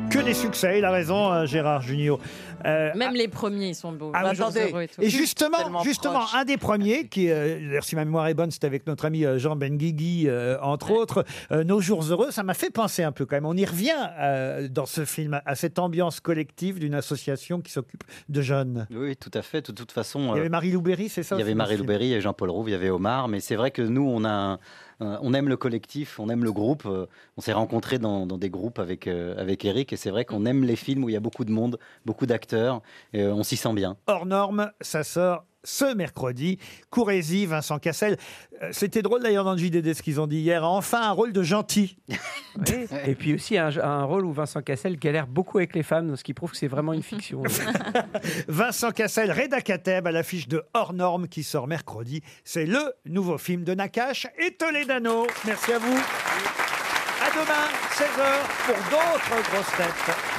[SPEAKER 3] Que des succès, il a raison, euh, Gérard Junior. Euh,
[SPEAKER 13] Même les premiers, ils sont beaux.
[SPEAKER 3] ah oui,
[SPEAKER 13] Toujours
[SPEAKER 3] attendez.
[SPEAKER 13] heureux et tout.
[SPEAKER 3] Et justement, justement un des premiers, qui, euh, d'ailleurs, si ma mémoire est bonne, c'était avec notre ami euh, Jean Benguigui, euh, entre autres, euh, Nos jours heureux, ça m'a fait penser un peu quand même. On y revient euh, dans ce film, à cette ambiance collective d'une association qui s'occupe de jeunes.
[SPEAKER 19] Oui, tout à fait. De toute façon,
[SPEAKER 3] Il y
[SPEAKER 19] euh,
[SPEAKER 3] avait Marie Loubéry, c'est ça
[SPEAKER 19] il y
[SPEAKER 3] aussi,
[SPEAKER 19] avait
[SPEAKER 3] dans
[SPEAKER 19] Marie
[SPEAKER 3] ce film
[SPEAKER 19] Louberry, il y avait Jean-Paul Rouve, il y avait Omar, mais c'est vrai que nous, on, a un- un- on aime le collectif, on aime le groupe. euh, On s'est rencontrés dans, dans des groupes avec, euh, avec Eric, et c'est vrai
[SPEAKER 3] Mm.
[SPEAKER 19] qu'on aime les films où il y a beaucoup de monde, beaucoup d'acteurs, et, euh, on s'y sent bien.
[SPEAKER 3] Hors norme, ça sort ce mercredi. Courez-y, Vincent Cassel. Euh, C'était drôle d'ailleurs dans le JDD ce qu'ils ont dit hier. Enfin, un rôle de gentil.
[SPEAKER 20] Oui. Et puis aussi un, un rôle où Vincent Cassel galère beaucoup avec les femmes, ce qui prouve que c'est vraiment une fiction.
[SPEAKER 3] Vincent Cassel, Reda Kateb à l'affiche de Hors Norme qui sort mercredi. C'est le nouveau film de Nakache et Toledano. Merci à vous. À demain, 16h, pour d'autres grosses têtes.